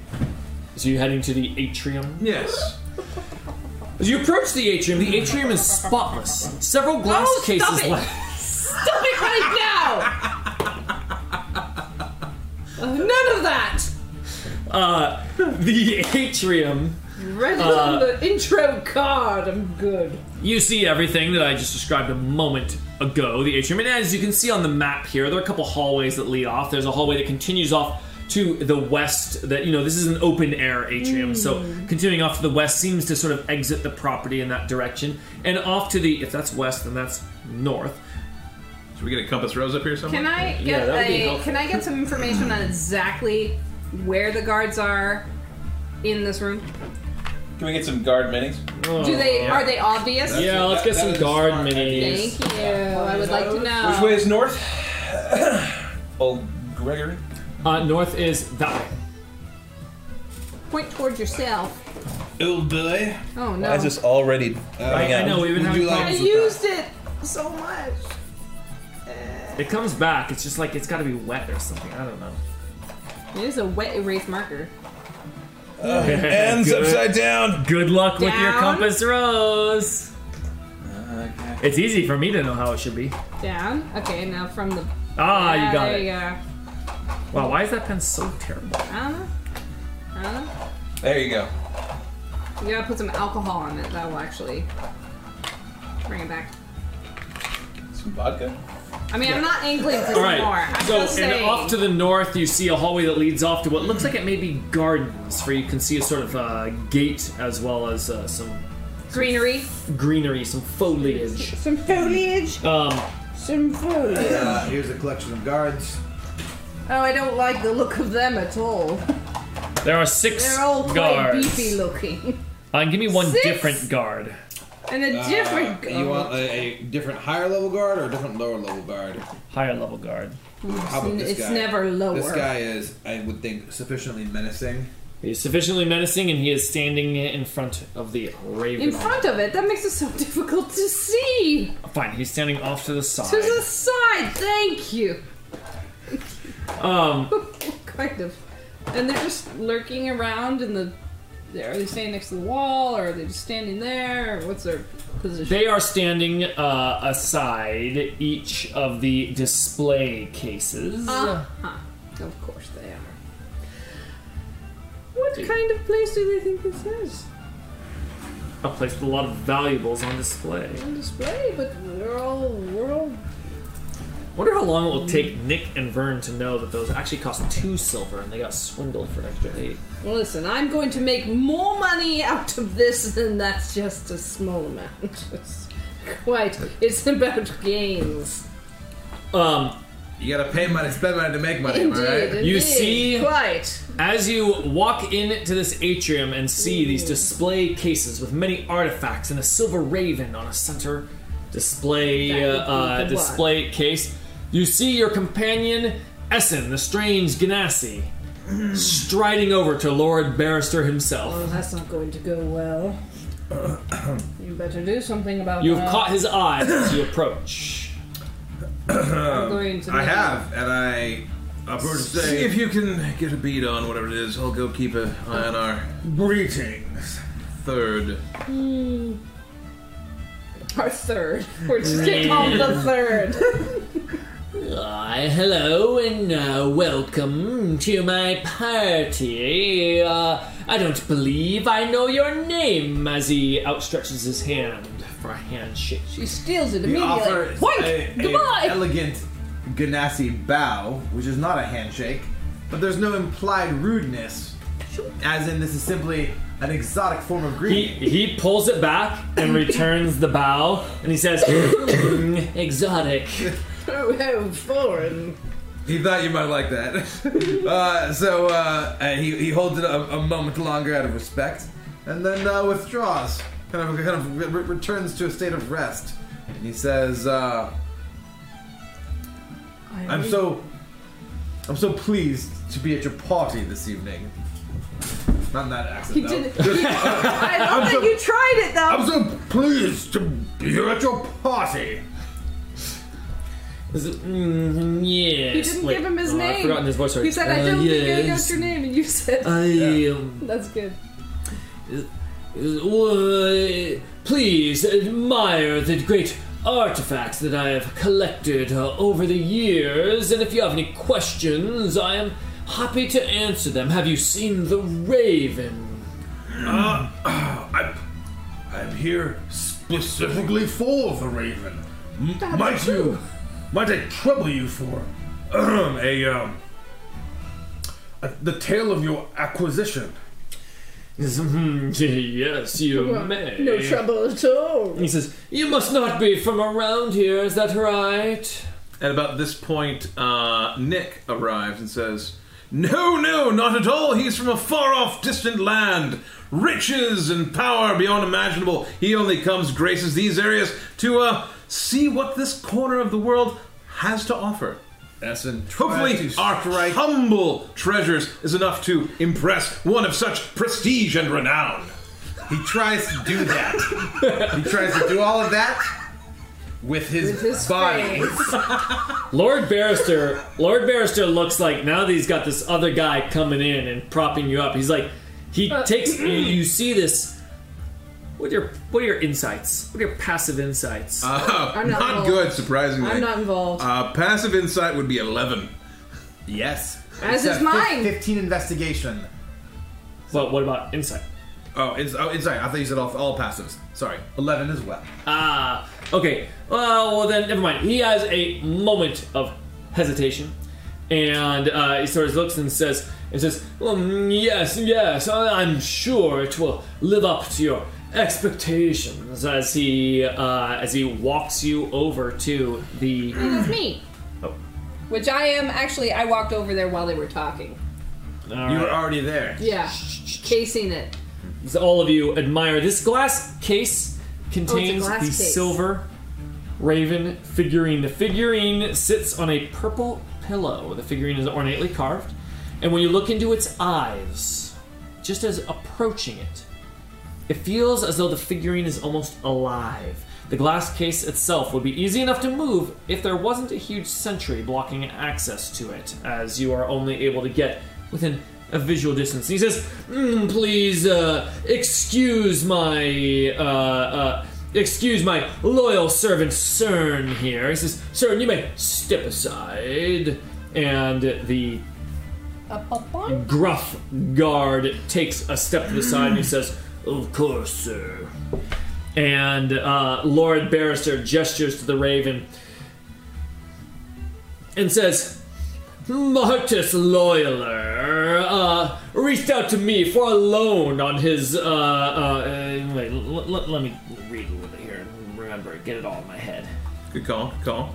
[SPEAKER 2] So you're heading to the atrium.
[SPEAKER 5] Yes.
[SPEAKER 2] As you approach the atrium, the atrium is spotless. Several glass
[SPEAKER 4] No, Oh, stop
[SPEAKER 2] cases.
[SPEAKER 4] it!
[SPEAKER 2] li-
[SPEAKER 4] Stop it right now! Uh, none of that!
[SPEAKER 2] uh, the atrium.
[SPEAKER 4] Right
[SPEAKER 2] Uh,
[SPEAKER 4] on the intro card, I'm good.
[SPEAKER 2] You see everything that I just described a moment ago, the atrium. And as you can see on the map here, there are a couple hallways that lead off. There's a hallway that continues off to the west, that, you know, this is an open air atrium. So
[SPEAKER 4] Hmm.
[SPEAKER 2] continuing off to the west seems to sort of exit the property in that direction. And off to the, if that's west, then that's north.
[SPEAKER 5] Should we get a compass rose up here somewhere?
[SPEAKER 4] Can I
[SPEAKER 2] Yeah,
[SPEAKER 4] get
[SPEAKER 2] that would be
[SPEAKER 4] a
[SPEAKER 2] helpful.
[SPEAKER 4] can I get some information on exactly where the guards are in this room?
[SPEAKER 5] Can we get some guard minis?
[SPEAKER 4] Do they? Are they obvious?
[SPEAKER 2] Oh, Yeah, let's get
[SPEAKER 5] That-
[SPEAKER 2] some
[SPEAKER 5] that is
[SPEAKER 2] guard
[SPEAKER 5] smart.
[SPEAKER 2] minis.
[SPEAKER 4] Thank you. I would like to know.
[SPEAKER 5] Which way is north? Old Gregory.
[SPEAKER 2] Uh, north is that way.
[SPEAKER 4] Point towards yourself.
[SPEAKER 5] Old boy.
[SPEAKER 4] Oh no!
[SPEAKER 5] Why is this already? running
[SPEAKER 2] I
[SPEAKER 5] out?
[SPEAKER 2] know we've been
[SPEAKER 7] Would
[SPEAKER 2] having
[SPEAKER 7] you like-
[SPEAKER 4] I
[SPEAKER 2] problems.
[SPEAKER 4] used it so much.
[SPEAKER 2] It comes back. It's just like it's got to be wet or something. I don't know.
[SPEAKER 4] It is a wet erase marker.
[SPEAKER 5] Hands
[SPEAKER 2] Good.
[SPEAKER 5] upside down.
[SPEAKER 2] Good luck with your
[SPEAKER 4] Down.
[SPEAKER 2] compass rose. It's easy for me to know how it should be.
[SPEAKER 4] Down. Okay, now from the.
[SPEAKER 2] Ah, you got
[SPEAKER 4] there
[SPEAKER 2] it.
[SPEAKER 4] You go.
[SPEAKER 2] Wow, why is that pen so terrible?
[SPEAKER 4] I don't know. I don't know.
[SPEAKER 5] There you go.
[SPEAKER 4] You gotta put some alcohol on it. That will actually bring it back.
[SPEAKER 5] Some vodka.
[SPEAKER 4] I mean, I'm not angling for
[SPEAKER 2] All
[SPEAKER 4] some more.
[SPEAKER 2] right.
[SPEAKER 4] I'm
[SPEAKER 2] So,
[SPEAKER 4] just
[SPEAKER 2] and
[SPEAKER 4] saying.
[SPEAKER 2] off to the north, you see a hallway that leads off to what looks like it may be gardens, where you can see a sort of uh, gate as well as uh, some
[SPEAKER 4] greenery.
[SPEAKER 2] greenery, some foliage.
[SPEAKER 4] Some foliage.
[SPEAKER 2] Um,
[SPEAKER 4] Some foliage.
[SPEAKER 3] Uh, here's a collection of guards.
[SPEAKER 4] Oh, I don't like the look of them at all.
[SPEAKER 2] there are 6
[SPEAKER 4] They're all quite
[SPEAKER 2] guards.
[SPEAKER 4] beefy looking.
[SPEAKER 2] Uh, give me one
[SPEAKER 4] Six?
[SPEAKER 2] different guard.
[SPEAKER 4] And a different
[SPEAKER 7] Uh, you want
[SPEAKER 4] guard.
[SPEAKER 7] a, a different higher level guard or a different lower level guard?
[SPEAKER 2] Higher level guard.
[SPEAKER 7] How about this
[SPEAKER 4] It's
[SPEAKER 7] guy?
[SPEAKER 4] never lower.
[SPEAKER 7] This guy is, I would think, sufficiently menacing.
[SPEAKER 2] He is sufficiently menacing and he is standing in front of the raven.
[SPEAKER 4] In front of it, that makes it so difficult to see.
[SPEAKER 2] Fine, he's standing off to the side.
[SPEAKER 4] To the side, thank you.
[SPEAKER 2] Um,
[SPEAKER 4] kind of. And they're just lurking around in the. Are they standing next to the wall, or are they just standing there? Or what's their position?
[SPEAKER 2] they are standing uh, aside each of the display cases.
[SPEAKER 4] Uh-huh. Of course they are. What kind of place do they think this is?
[SPEAKER 2] A place with a lot of valuables on display.
[SPEAKER 4] On display, but we're all we're all
[SPEAKER 2] Wonder how long it will take Nick and Vern to know that those actually cost two silver and they got swindled for an extra eight.
[SPEAKER 4] Well, Listen, I'm going to make more money out of this than that's just a small amount. It's quite, it's about gains.
[SPEAKER 2] Um,
[SPEAKER 7] You gotta pay money, spend money to make money, am I
[SPEAKER 4] Indeed,
[SPEAKER 7] right?
[SPEAKER 4] indeed.
[SPEAKER 2] You see-
[SPEAKER 4] quite.
[SPEAKER 2] As you walk into this atrium and see these display cases with many artifacts and a silver raven on a center display
[SPEAKER 4] That would
[SPEAKER 2] uh,
[SPEAKER 4] be the
[SPEAKER 2] uh,
[SPEAKER 4] one.
[SPEAKER 2] display case, you see your companion Essen, the strange Ganassi, striding over to Lord Barrister
[SPEAKER 4] Well,
[SPEAKER 2] himself.
[SPEAKER 4] Oh, that's not going to go well. you better do something about
[SPEAKER 2] You have
[SPEAKER 4] that.
[SPEAKER 2] caught his eye as you approach.
[SPEAKER 4] I'm going to.
[SPEAKER 5] I
[SPEAKER 4] make-
[SPEAKER 5] have, and I
[SPEAKER 6] Upward
[SPEAKER 5] see
[SPEAKER 6] say,
[SPEAKER 5] if you can get a bead on whatever it is. I'll go keep an eye on our
[SPEAKER 6] greetings.
[SPEAKER 5] third.
[SPEAKER 4] Our third. We're just getting on the third.
[SPEAKER 2] Uh, hello and uh, welcome to my party. Uh, I don't believe I know your name as he outstretches his hand for a handshake.
[SPEAKER 4] She steals it
[SPEAKER 3] The
[SPEAKER 4] immediately.
[SPEAKER 3] offer is
[SPEAKER 4] Point!
[SPEAKER 3] a- a
[SPEAKER 4] Goodbye!
[SPEAKER 3] elegant Ganassi bow, which is not a handshake, but there's no implied rudeness, as in this is simply an exotic form of
[SPEAKER 2] He,
[SPEAKER 3] greeting.
[SPEAKER 2] he pulls it back and returns the bow and he says, "Mm, Exotic.
[SPEAKER 4] oh, oh, foreign.
[SPEAKER 7] He thought you might like that. uh, so uh, and he, he holds it a, a moment longer out of respect.
[SPEAKER 3] and then uh, withdraws, kind of kind of re- re- returns to a state of rest. And he says, uh, "I'm so, I'm so pleased to be at your party this evening." Not in that accent.
[SPEAKER 4] He
[SPEAKER 3] though.
[SPEAKER 4] did he- I love that
[SPEAKER 6] so-
[SPEAKER 4] you tried it though.
[SPEAKER 6] I'm so pleased to be here at your party.
[SPEAKER 2] Is it- "Mm, yes.
[SPEAKER 4] You didn't
[SPEAKER 2] Wait,
[SPEAKER 4] give him his
[SPEAKER 2] oh, I've
[SPEAKER 4] name.
[SPEAKER 2] forgotten his voice already.
[SPEAKER 4] He said, "I
[SPEAKER 2] Uh,
[SPEAKER 4] don't think I got
[SPEAKER 2] yes, Uh,
[SPEAKER 4] your name," and you said,
[SPEAKER 2] I am
[SPEAKER 4] "That's good."
[SPEAKER 2] Uh, Please admire the great artifacts that I have collected uh, over the years, and if you have any questions, I am happy to answer them. Have you seen the raven?
[SPEAKER 6] I'm, I'm here specifically for the Raven. M- might you, might I trouble you for ahem, a um, a, the tale of your acquisition?
[SPEAKER 2] yes, you may.
[SPEAKER 4] No trouble at all.
[SPEAKER 2] He says, You must not be from around here, is that right?
[SPEAKER 5] At about this point, uh, Nick arrives and says, No, no, not at all. He's from a far off, distant land. Riches and power beyond imaginable. He only comes, graces these areas to uh, see what this corner of the world has to offer.
[SPEAKER 6] Essen.
[SPEAKER 5] Hopefully,
[SPEAKER 6] tries to
[SPEAKER 5] our
[SPEAKER 6] strike-
[SPEAKER 5] humble treasures is enough to impress one of such prestige and renown.
[SPEAKER 6] He tries to do that
[SPEAKER 3] He tries to do all of that.
[SPEAKER 6] with his,
[SPEAKER 4] With his
[SPEAKER 6] body.
[SPEAKER 4] face.
[SPEAKER 2] Lord Barrister, Lord Barrister looks like now that he's got this other guy coming in and propping you up. He's like, he takes you, you see this. What are your what are your insights? What are your passive insights?
[SPEAKER 5] Uh,
[SPEAKER 4] I'm
[SPEAKER 5] not
[SPEAKER 4] not involved.
[SPEAKER 5] good, surprisingly.
[SPEAKER 4] I'm not involved.
[SPEAKER 5] Uh, passive insight would be 11.
[SPEAKER 6] Yes.
[SPEAKER 3] It's
[SPEAKER 4] As
[SPEAKER 3] a
[SPEAKER 4] is
[SPEAKER 3] fif-
[SPEAKER 4] mine.
[SPEAKER 3] Fifteen investigation.
[SPEAKER 2] but what about insight?
[SPEAKER 6] Oh, it's, oh, it's sorry. I thought you said all, all passives. Sorry.
[SPEAKER 3] 11 as well.
[SPEAKER 2] Ah, okay. Uh, Well, well, then never mind. He has a moment of hesitation, and uh, he sort of looks and says, "And says, well, mm, yes, yes, I- I'm sure it will live up to your expectations." As he uh, as he walks you over to the
[SPEAKER 4] That's me.
[SPEAKER 2] Oh.
[SPEAKER 4] Which I am actually. I walked over there while they were talking.
[SPEAKER 6] You were already there.
[SPEAKER 4] Yeah, casing it.
[SPEAKER 2] So all of you admire this glass case contains
[SPEAKER 4] glass
[SPEAKER 2] the
[SPEAKER 4] case.
[SPEAKER 2] silver raven figurine the figurine sits on a purple pillow the figurine is ornately carved and when you look into its eyes just as approaching it it feels as though the figurine is almost alive the glass case itself would be easy enough to move if there wasn't a huge sentry blocking access to it as you are only able to get within a visual distance. He says, "Mm, "Please uh, excuse my uh, uh, excuse my loyal servant Cern here." He says, "Cern, you may step aside." And the
[SPEAKER 4] Up, up, up.
[SPEAKER 2] gruff guard takes a step to the side and he says, "Of course, sir." And uh, Lord Barrister gestures to the Raven and says, "Martus Loyaler uh, reached out to me for a loan on his." Uh, uh, uh, wait, l- l- let me read a little bit here and remember, get it all in my head.
[SPEAKER 5] Good call, good call.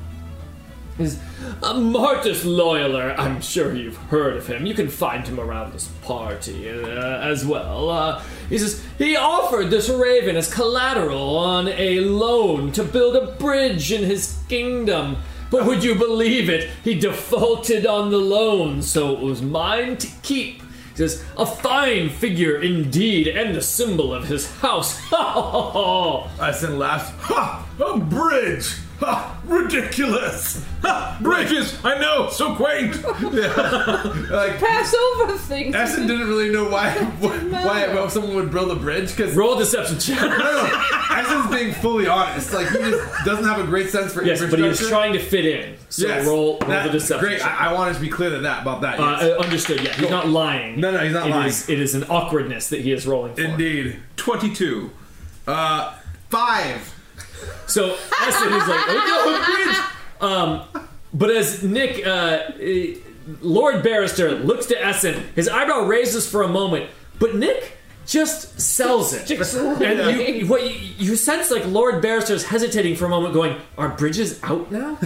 [SPEAKER 2] Is uh, Martus Loyaler. I'm sure you've heard of him. You can find him around this party uh, as well. Uh, he says he offered this raven as collateral on a loan to build a bridge in his kingdom. But would you believe it? He defaulted on the loan, so it was mine to keep. He says, a fine figure indeed, and the symbol of his house.
[SPEAKER 6] Essen laughs. Ha! A bridge! Ha! Ridiculous! Ha!
[SPEAKER 5] Bridges! I know! So quaint!
[SPEAKER 4] Pass over things.
[SPEAKER 6] Essen didn't really know why why
[SPEAKER 4] matter.
[SPEAKER 6] someone would build a bridge because
[SPEAKER 2] Roll deception check.
[SPEAKER 6] Essen's being fully honest. Like he just doesn't have a great sense for
[SPEAKER 2] yes, but he was
[SPEAKER 6] infrastructure.
[SPEAKER 2] trying to fit in. So
[SPEAKER 6] Yes,
[SPEAKER 2] roll, roll the
[SPEAKER 6] that-
[SPEAKER 2] deception
[SPEAKER 6] Great.
[SPEAKER 2] check.
[SPEAKER 6] I, I wanted to be clear to that about that. yes.
[SPEAKER 2] Uh, uh, understood. Yeah, he's not lying.
[SPEAKER 6] No, no, he's not
[SPEAKER 2] It
[SPEAKER 6] lying.
[SPEAKER 2] is- it is an awkwardness that he is rolling for.
[SPEAKER 6] Indeed.
[SPEAKER 5] 22.
[SPEAKER 6] Uh,
[SPEAKER 3] Five.
[SPEAKER 2] So Eston is like, oh no, bridge. Um, but as Nick, uh, eh, Lord Barrister looks to Essen, his eyebrow raises for a moment, but Nick just sells it. and you, what you, you sense like Lord Barrister's hesitating for a moment, going, "Are bridges out now?"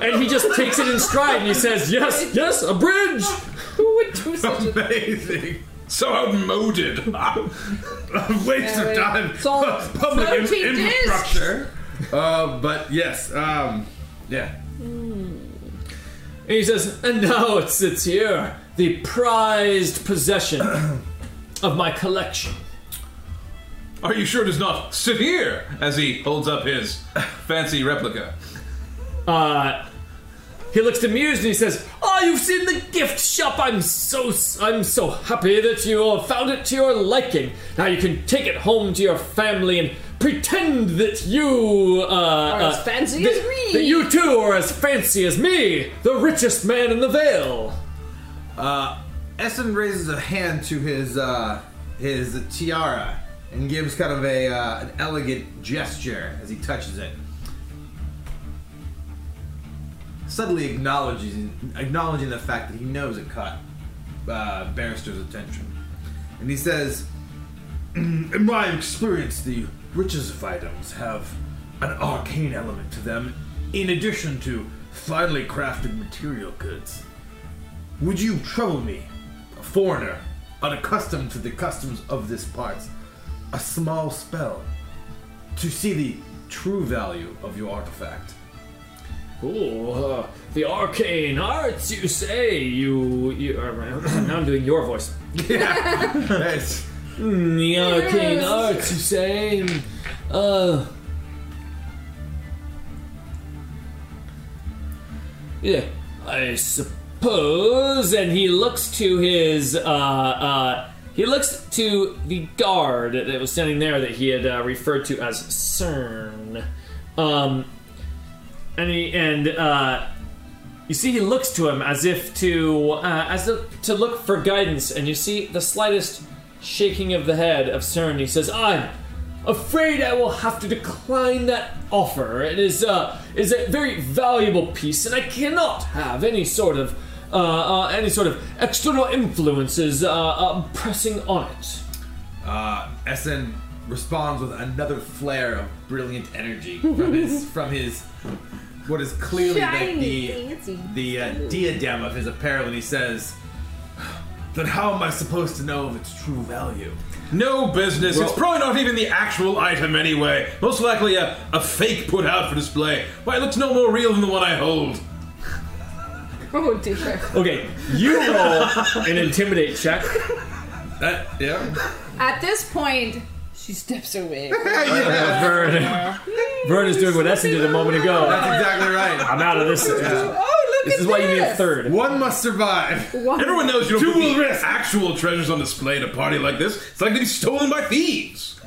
[SPEAKER 2] and he just takes it in stride and he says, "Yes, yes, a bridge."
[SPEAKER 4] Who would do such a
[SPEAKER 6] amazing.
[SPEAKER 5] So outmoded!
[SPEAKER 6] Waste
[SPEAKER 4] Yeah,
[SPEAKER 6] of
[SPEAKER 4] wait.
[SPEAKER 6] time.
[SPEAKER 4] It's all
[SPEAKER 6] Public in-
[SPEAKER 4] 13 discs.
[SPEAKER 6] infrastructure. Uh, but yes. Um, yeah.
[SPEAKER 2] And he says, and now it sits here, the prized possession of my collection.
[SPEAKER 5] Are you sure it is not severe? As he holds up his fancy replica.
[SPEAKER 2] Uh, he looks amused and he says, "Oh, you've seen the gift shop. I'm so I'm so happy that you all found it to your liking. Now you can take it home to your family and pretend that you uh, are
[SPEAKER 4] as fancy as me."
[SPEAKER 2] That you too are as fancy as me, the richest man in the Vale."
[SPEAKER 3] Essen raises a hand to his uh, his tiara and gives kind of a uh, an elegant gesture as he touches it. Suddenly acknowledging acknowledging the fact that he knows it caught uh, Barrister's attention, and he says, "Mm,
[SPEAKER 6] In my experience, the riches of items have an arcane element to them, in addition to finely crafted material goods.
[SPEAKER 7] Would you trouble me, a foreigner, unaccustomed to the customs of this part, a small spell, to see the true value of your artifact?
[SPEAKER 2] Ooh, uh, the arcane arts, you say? You, you. Uh, now I'm doing your voice.
[SPEAKER 7] That's
[SPEAKER 2] Mm, The arcane
[SPEAKER 4] Yes.
[SPEAKER 2] arts, you say? Uh. Yeah, I suppose. And he looks to his. Uh, uh, he looks to the guard that was standing there that he had uh, referred to as CERN. Um, and he, and uh, you see, he looks to him as if to uh, as if to look for guidance, and you see the slightest shaking of the head of Cern. He says, "I'm afraid I will have to decline that offer. It is uh, is a very valuable piece, and I cannot have any sort of uh, uh, any sort of external influences uh, uh, pressing on it."
[SPEAKER 7] Uh, Essen responds with another flare of brilliant energy from his from his what is clearly like
[SPEAKER 4] Shiny,
[SPEAKER 7] the
[SPEAKER 4] fancy.
[SPEAKER 7] the uh, diadem of his apparel, and he says, "Then how am I supposed to know of its true value?"
[SPEAKER 12] No business. it's probably not even the actual item anyway. Most likely a, a fake put out for display. Why, it looks no more real than the one I hold.
[SPEAKER 4] Oh dear.
[SPEAKER 2] Okay, you roll an intimidate check.
[SPEAKER 12] That, yeah.
[SPEAKER 4] At this point, she steps away.
[SPEAKER 2] Uh, Vern, Vern is doing what Essen did a moment ago.
[SPEAKER 5] That's exactly right.
[SPEAKER 2] I'm out of this. situation.
[SPEAKER 4] oh, look
[SPEAKER 2] This
[SPEAKER 4] at
[SPEAKER 2] is why you need a third.
[SPEAKER 5] One must survive.
[SPEAKER 4] One-
[SPEAKER 12] Everyone knows you don't
[SPEAKER 7] Dual
[SPEAKER 12] put the
[SPEAKER 7] risk.
[SPEAKER 12] actual treasures on display at a party like this. It's like to be stolen by thieves.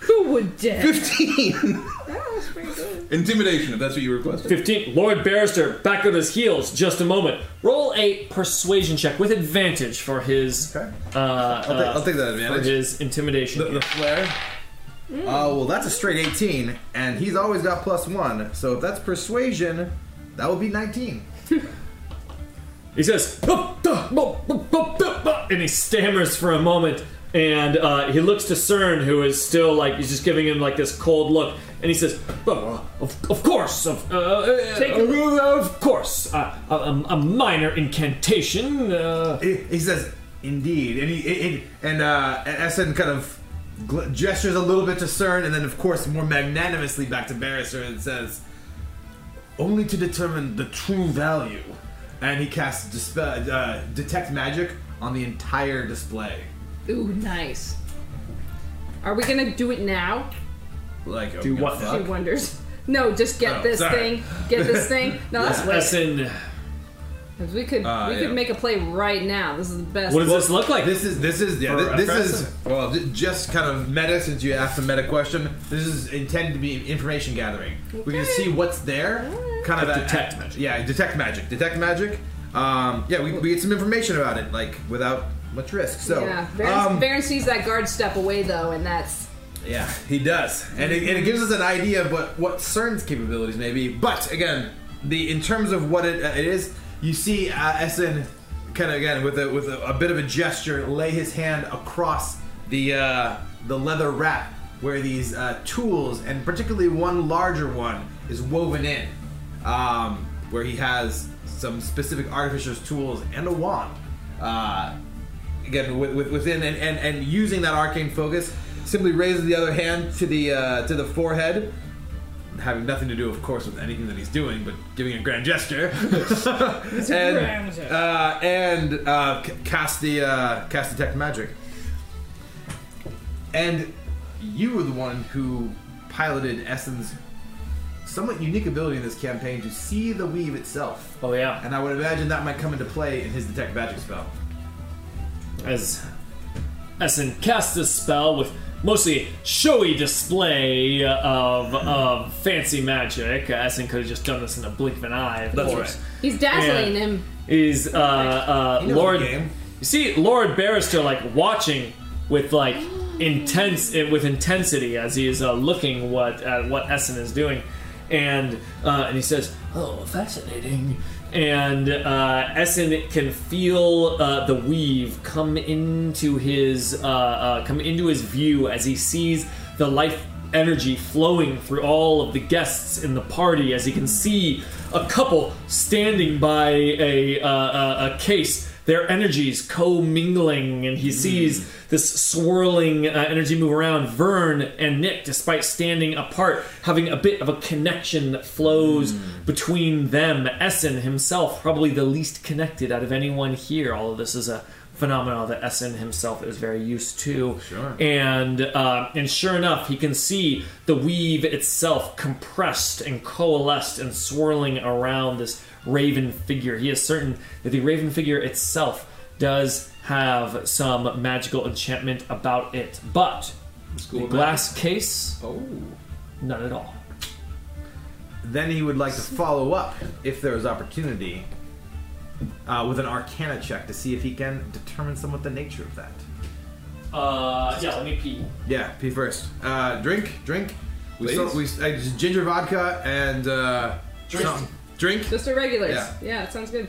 [SPEAKER 4] Who would dare?
[SPEAKER 12] 15.
[SPEAKER 4] That was pretty good.
[SPEAKER 12] Intimidation, if that's what you requested.
[SPEAKER 2] 15. Lord Barrister back on his heels just a moment. Roll a persuasion check with advantage for his
[SPEAKER 5] Okay.
[SPEAKER 2] uh,
[SPEAKER 5] I'll, take,
[SPEAKER 2] uh,
[SPEAKER 5] I'll take that
[SPEAKER 2] for
[SPEAKER 5] advantage.
[SPEAKER 2] his intimidation.
[SPEAKER 5] The, the flare. Oh well, that's a straight 18, and he's always got plus one. So if that's persuasion, that would be 19.
[SPEAKER 2] he says, "Bup, duh, bup, bup, bup, bup, bup," and he stammers for a moment, and uh, he looks to Cern, who is still like he's just giving him like this cold look, and he says, "Well, uh, of, of course, of uh, uh,
[SPEAKER 4] Take it.
[SPEAKER 2] uh, of course, uh, a, a- a minor incantation." Uh,
[SPEAKER 5] He, he says, "Indeed," and he, he- he- and uh, and Essen kind of gl- gestures a little bit to Cern, and then of course more magnanimously back to Barrister and says, "Only to determine the true value." And he casts dispel, uh, detect magic on the entire display.
[SPEAKER 4] Ooh, nice. Are we gonna do it now?
[SPEAKER 7] Like,
[SPEAKER 2] do what?
[SPEAKER 4] She wonders. No, just get
[SPEAKER 7] Oh,
[SPEAKER 4] this
[SPEAKER 7] sorry.
[SPEAKER 4] thing. Get this thing. No, that's us
[SPEAKER 2] Essen,
[SPEAKER 4] We could
[SPEAKER 3] Ah,
[SPEAKER 4] we
[SPEAKER 7] yeah.
[SPEAKER 4] could make a play right now. This is the best.
[SPEAKER 2] what does this look like?
[SPEAKER 7] This is this is yeah.
[SPEAKER 5] Th-
[SPEAKER 7] This,
[SPEAKER 5] This
[SPEAKER 7] this is
[SPEAKER 5] is well, j- just kind of meta since you asked a meta question. This is intended to be information gathering. We can
[SPEAKER 4] Okay.
[SPEAKER 5] see what's there, kind of
[SPEAKER 2] Like
[SPEAKER 5] a-
[SPEAKER 2] detect magic.
[SPEAKER 5] Yeah, detect magic. Detect magic. Um, yeah, we, we get some information about it, like without much risk. So
[SPEAKER 4] yeah, Baron,
[SPEAKER 5] um,
[SPEAKER 4] Baron sees that guard step away though, and that's
[SPEAKER 5] yeah, he does, and it, and it gives us an idea of what what CERN's capabilities may be. But again, the in terms of what it, uh, it is, you see uh, Essen kind of again with a with a, a bit of a gesture lay his hand across the uh, the leather wrap where these uh, tools and particularly one larger one is woven in, um, where he has some specific artificer's tools and a wand. Uh, again with, with, within and, and, and using that arcane focus simply raises the other hand to the uh, to the forehead having nothing to do of course with anything that he's doing but giving a grand gesture and uh, and uh, c- cast the uh, cast detect magic and you were the one who piloted Essen's somewhat unique ability in this campaign to see the weave itself
[SPEAKER 2] oh yeah.
[SPEAKER 5] and I would imagine that might come into play in his detect magic spell
[SPEAKER 2] as Essen casts this spell with mostly showy display of, of fancy magic. Essen could have just done this in a blink of an eye. Of That's course.
[SPEAKER 4] he's dazzling
[SPEAKER 2] Yeah.
[SPEAKER 4] him.
[SPEAKER 2] Is uh, uh,
[SPEAKER 5] He knows
[SPEAKER 2] Lord?
[SPEAKER 5] the game.
[SPEAKER 2] You see, Lord Barrister like watching with like intense eh, with intensity as he is uh, looking what at what Essen is doing, and uh, and he says, "Oh, fascinating." And uh, Essen can feel uh, the weave come into his uh, uh, come into his view as he sees the life energy flowing through all of the guests in the party as he can see a couple standing by a, uh, a, a case. Their energies commingling, and he sees this swirling uh, energy move around. Vern and Nick, despite standing apart, having a bit of a connection that flows between them. Essen himself, probably the least connected out of anyone here. Although this is a phenomenon that Essen himself is very used to. Sure. And uh, and sure enough, he can see the weave itself compressed and coalesced and swirling around this raven figure. He is certain that the raven figure itself does have some magical enchantment about it, but the glass case,
[SPEAKER 5] Oh.
[SPEAKER 2] none at all.
[SPEAKER 3] Then he would like to follow up, if there is opportunity, uh, with an Arcana check to see if he can determine somewhat the nature of that.
[SPEAKER 2] Uh, yeah, let me pee.
[SPEAKER 3] Yeah, pee first. Uh, drink, drink. We,
[SPEAKER 5] Please.
[SPEAKER 3] start, we I, just ginger vodka and uh, drink. drink.
[SPEAKER 4] Just the regulars.
[SPEAKER 3] Yeah.
[SPEAKER 4] Yeah, it sounds good.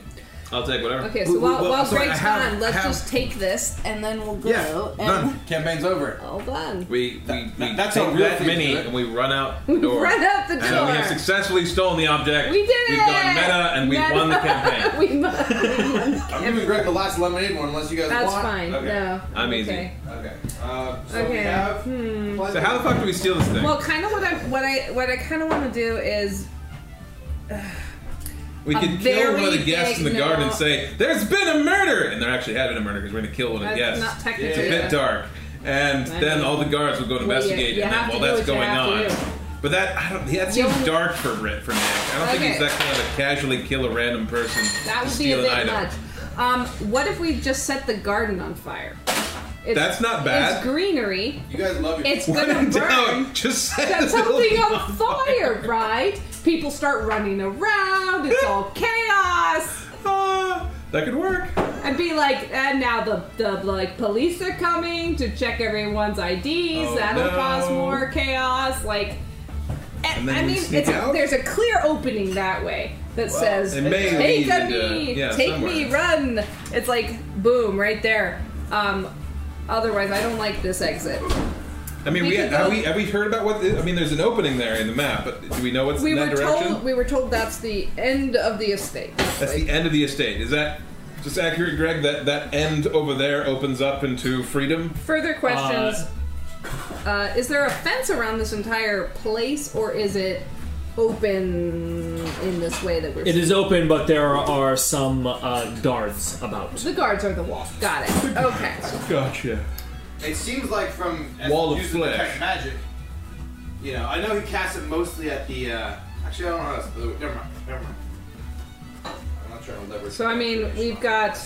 [SPEAKER 5] I'll take whatever.
[SPEAKER 4] Okay, so
[SPEAKER 3] Well,
[SPEAKER 4] while,
[SPEAKER 3] well,
[SPEAKER 4] while
[SPEAKER 3] sorry, I
[SPEAKER 4] Greg's
[SPEAKER 3] have-
[SPEAKER 4] gone,
[SPEAKER 3] I
[SPEAKER 4] let's
[SPEAKER 3] have-
[SPEAKER 4] just take this and then we'll go
[SPEAKER 3] Yeah,
[SPEAKER 4] and
[SPEAKER 3] done.
[SPEAKER 7] Campaign's over.
[SPEAKER 4] all done.
[SPEAKER 5] We, we, we
[SPEAKER 7] that's
[SPEAKER 5] take
[SPEAKER 7] how real
[SPEAKER 5] that
[SPEAKER 7] things
[SPEAKER 5] mini
[SPEAKER 7] do it.
[SPEAKER 5] and we run out the door.
[SPEAKER 4] Right out the
[SPEAKER 5] and we have
[SPEAKER 4] door.
[SPEAKER 5] successfully stolen the object.
[SPEAKER 4] We did
[SPEAKER 5] We've
[SPEAKER 4] it!
[SPEAKER 5] gone meta and we've
[SPEAKER 4] Meta.
[SPEAKER 5] won the campaign.
[SPEAKER 4] we must.
[SPEAKER 7] I'm giving Greg the last lemonade one unless you guys
[SPEAKER 4] That's
[SPEAKER 7] want.
[SPEAKER 4] fine.
[SPEAKER 5] Okay.
[SPEAKER 4] No.
[SPEAKER 5] I'm easy.
[SPEAKER 4] okay.
[SPEAKER 7] Okay. Uh, so we
[SPEAKER 4] Okay. hmm.
[SPEAKER 7] have.
[SPEAKER 5] So how the fuck do we steal this thing?
[SPEAKER 4] Well, kind of what I what I what I kind of want to do is
[SPEAKER 5] we
[SPEAKER 4] a
[SPEAKER 5] could kill one of
[SPEAKER 4] very
[SPEAKER 5] the guests in the
[SPEAKER 4] big
[SPEAKER 5] garden and
[SPEAKER 4] no.
[SPEAKER 5] say, "There's been a murder," and there actually had been a murder because we're gonna kill one of the guests.
[SPEAKER 4] that's not
[SPEAKER 5] it's
[SPEAKER 4] technically
[SPEAKER 5] a bit dark, and
[SPEAKER 4] I
[SPEAKER 5] then
[SPEAKER 4] mean-
[SPEAKER 5] all the guards would go and
[SPEAKER 4] Well, you-
[SPEAKER 5] investigate,
[SPEAKER 4] you
[SPEAKER 5] and
[SPEAKER 4] have
[SPEAKER 5] then while
[SPEAKER 4] to do
[SPEAKER 5] that's
[SPEAKER 4] what you
[SPEAKER 5] going
[SPEAKER 4] have to
[SPEAKER 5] on.
[SPEAKER 4] do.
[SPEAKER 5] But that I don't. That
[SPEAKER 4] You
[SPEAKER 5] seems
[SPEAKER 4] only-
[SPEAKER 5] dark for Rick for Nick. I don't think he's
[SPEAKER 4] Okay.
[SPEAKER 5] that kind of casually kill a random person. to
[SPEAKER 4] that would be a
[SPEAKER 5] steal an
[SPEAKER 4] bit
[SPEAKER 5] item.
[SPEAKER 4] much. Um, what if we just set the garden on fire? It's,
[SPEAKER 5] That's not bad.
[SPEAKER 4] It's greenery.
[SPEAKER 7] You guys love your.
[SPEAKER 4] It's
[SPEAKER 5] When
[SPEAKER 4] gonna
[SPEAKER 5] in
[SPEAKER 4] burn.
[SPEAKER 5] doubt, just set
[SPEAKER 4] set
[SPEAKER 5] the building
[SPEAKER 4] something on fire, right? People start running around. It's all chaos.
[SPEAKER 5] Ah, that could work.
[SPEAKER 4] I'd be like, and now the, the like police are coming to check everyone's IDs.
[SPEAKER 5] Oh,
[SPEAKER 4] That'll
[SPEAKER 5] no.
[SPEAKER 4] cause more chaos. Like, I-
[SPEAKER 5] And then
[SPEAKER 4] I
[SPEAKER 5] we
[SPEAKER 4] mean,
[SPEAKER 5] sneak
[SPEAKER 4] it's,
[SPEAKER 5] out?
[SPEAKER 4] there's a clear opening that way that says,
[SPEAKER 5] it may
[SPEAKER 4] "Take
[SPEAKER 5] lead
[SPEAKER 4] on
[SPEAKER 5] into-
[SPEAKER 4] me,
[SPEAKER 5] yeah,
[SPEAKER 4] take me,
[SPEAKER 5] somewhere.
[SPEAKER 4] run." It's like boom right there. Um, otherwise, I don't like this exit.
[SPEAKER 5] I mean,
[SPEAKER 4] We
[SPEAKER 5] we,
[SPEAKER 4] could
[SPEAKER 5] have
[SPEAKER 4] go-
[SPEAKER 5] we have we heard about what? I mean, there's an opening there in the map, but do we know what's
[SPEAKER 4] We
[SPEAKER 5] in that
[SPEAKER 4] were
[SPEAKER 5] direction?
[SPEAKER 4] told we were told that's the end of the estate.
[SPEAKER 5] That's
[SPEAKER 4] Like,
[SPEAKER 5] the end of the estate. Is that just accurate, Greg? That that end over there opens up into freedom.
[SPEAKER 4] Further questions. Uh, is there a fence around this entire place, or is it open in this way that we're?
[SPEAKER 2] It is open, but there are some uh, guards about.
[SPEAKER 4] the guards are the wall. Got it. Okay.
[SPEAKER 5] Gotcha.
[SPEAKER 3] It seems like from
[SPEAKER 5] Wall of using flesh. detect
[SPEAKER 3] magic. You know, I know he casts it mostly at the. Uh, actually, I don't know. How to, never mind. Never mind. I'm not trying to leverage.
[SPEAKER 4] So I mean, we've got.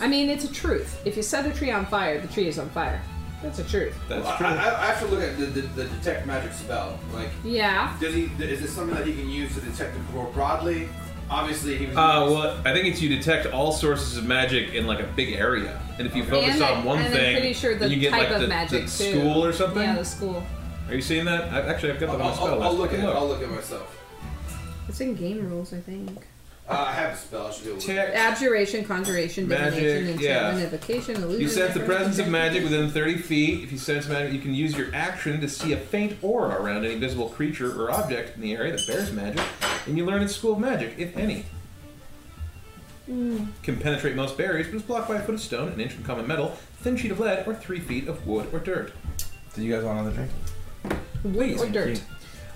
[SPEAKER 4] I mean, it's a truth. If you set a tree on fire, the tree is on fire. That's a truth.
[SPEAKER 5] That's
[SPEAKER 6] I,
[SPEAKER 5] true.
[SPEAKER 6] I, I have to look at the, the, the detect magic spell. Like,
[SPEAKER 4] Yeah.
[SPEAKER 6] does he? Is this something that he can use to detect it more broadly? Obviously, he was.
[SPEAKER 5] Uh, well, I think it's you detect all sources of magic in like a big area, and if you focus
[SPEAKER 4] And I-
[SPEAKER 5] on one
[SPEAKER 4] and I'm
[SPEAKER 5] thing,
[SPEAKER 4] pretty sure the
[SPEAKER 5] you get
[SPEAKER 4] type
[SPEAKER 5] like
[SPEAKER 4] of
[SPEAKER 5] the,
[SPEAKER 4] magic,
[SPEAKER 5] the
[SPEAKER 4] too.
[SPEAKER 5] school or something.
[SPEAKER 4] Yeah, the school.
[SPEAKER 5] Are you seeing that? I, actually, I've got
[SPEAKER 6] I'll,
[SPEAKER 5] the
[SPEAKER 6] I'll,
[SPEAKER 5] whole spell.
[SPEAKER 6] I'll, I'll look at
[SPEAKER 5] Let's
[SPEAKER 6] it.
[SPEAKER 5] take a
[SPEAKER 6] I'll look at myself.
[SPEAKER 4] It's in game rules, I think.
[SPEAKER 6] Uh, I have the spell. I should be able to. look at it.
[SPEAKER 5] Detect.
[SPEAKER 4] Abjuration, conjuration,
[SPEAKER 5] Magic,
[SPEAKER 4] divination,
[SPEAKER 5] yeah.
[SPEAKER 4] enchantment, evocation, illusion.
[SPEAKER 5] You sense the presence of
[SPEAKER 4] representation.
[SPEAKER 5] magic within 30 feet. If you sense magic, you can use your action to see a faint aura around any visible creature or object in the area that bears magic, and you learn its school of magic, if any. Can penetrate most barriers, but is blocked by a foot of stone, an inch of common metal, thin sheet of lead, or three feet of wood or dirt.
[SPEAKER 6] Do you guys want another drink?
[SPEAKER 4] Wood or dirt.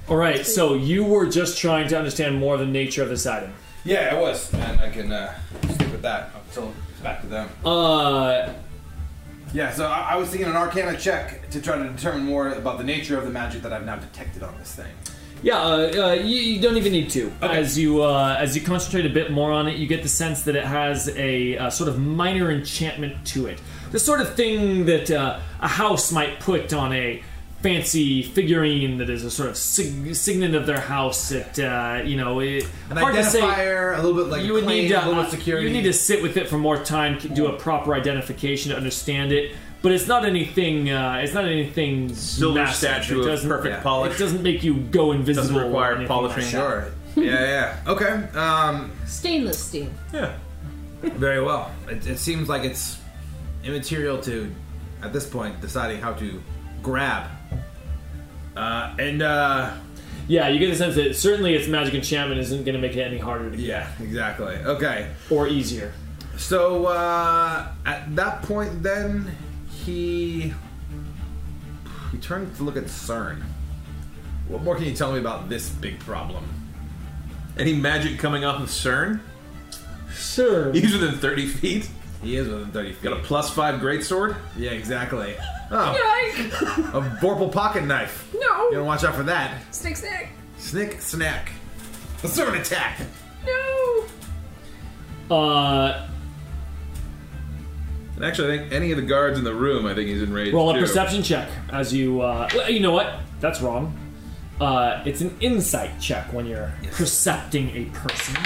[SPEAKER 2] All right, so you were just trying to understand more of the nature of this item.
[SPEAKER 6] Yeah, I was, and I can uh, stick with that until it's back to them.
[SPEAKER 2] Uh,
[SPEAKER 6] Yeah, so I, I was thinking an Arcana check to try to determine more about the nature of the magic that I've now detected on this thing.
[SPEAKER 2] yeah, uh, uh, you, you don't even need to. As you uh, as you concentrate a bit more on it, you get the sense that it has a uh, sort of minor enchantment to it. The sort of thing that uh, a house might put on a fancy figurine that is a sort of sig- signet of their house. That uh, you know, it,
[SPEAKER 3] An
[SPEAKER 2] hard to say.
[SPEAKER 3] identifier, a little bit like
[SPEAKER 2] you would
[SPEAKER 3] claim,
[SPEAKER 2] need to,
[SPEAKER 3] a little
[SPEAKER 2] uh,
[SPEAKER 3] bit security.
[SPEAKER 2] You need to sit with it for more time, c- do a proper identification to understand it. But it's not anything. Uh, it's not anything.
[SPEAKER 5] Silver
[SPEAKER 2] massive.
[SPEAKER 5] statue
[SPEAKER 2] it
[SPEAKER 5] of
[SPEAKER 2] doesn't-
[SPEAKER 5] perfect
[SPEAKER 2] yeah.
[SPEAKER 5] polish.
[SPEAKER 2] It doesn't make you go invisible.
[SPEAKER 5] Doesn't
[SPEAKER 2] or
[SPEAKER 5] require
[SPEAKER 2] anything
[SPEAKER 5] polishing.
[SPEAKER 2] like that.
[SPEAKER 3] Sure. yeah, yeah. Okay.
[SPEAKER 6] uh,
[SPEAKER 3] Um,
[SPEAKER 4] Stainless steel.
[SPEAKER 3] very well. It, it seems like it's immaterial to, at this point, deciding how to grab
[SPEAKER 6] Uh, and uh,
[SPEAKER 2] Yeah, you get the sense that certainly its magic enchantment isn't going to make it any harder to get
[SPEAKER 6] yeah, exactly. Okay.
[SPEAKER 2] or easier.
[SPEAKER 6] So uh, at that point, then he he turned to look at CERN. What more can you tell me about this big problem?
[SPEAKER 5] Any magic coming off of CERN?
[SPEAKER 2] Sure.
[SPEAKER 5] He's within 30 feet.
[SPEAKER 6] He is within thirty feet.
[SPEAKER 5] Got a plus five greatsword.
[SPEAKER 6] Yeah, exactly. Oh,
[SPEAKER 4] Yikes!
[SPEAKER 6] a Vorpal pocket knife.
[SPEAKER 4] No!
[SPEAKER 6] You gotta watch out for that.
[SPEAKER 4] Snake, snake!
[SPEAKER 6] Snick, snack. The CERN attack.
[SPEAKER 4] No!
[SPEAKER 2] Uh,
[SPEAKER 5] And actually, I think any of the guards in the room, I think he's enraged.
[SPEAKER 2] roll a
[SPEAKER 5] too.
[SPEAKER 2] perception check as you. Uh, well, you know what? That's wrong. Uh, it's an insight check when you're percepting a person.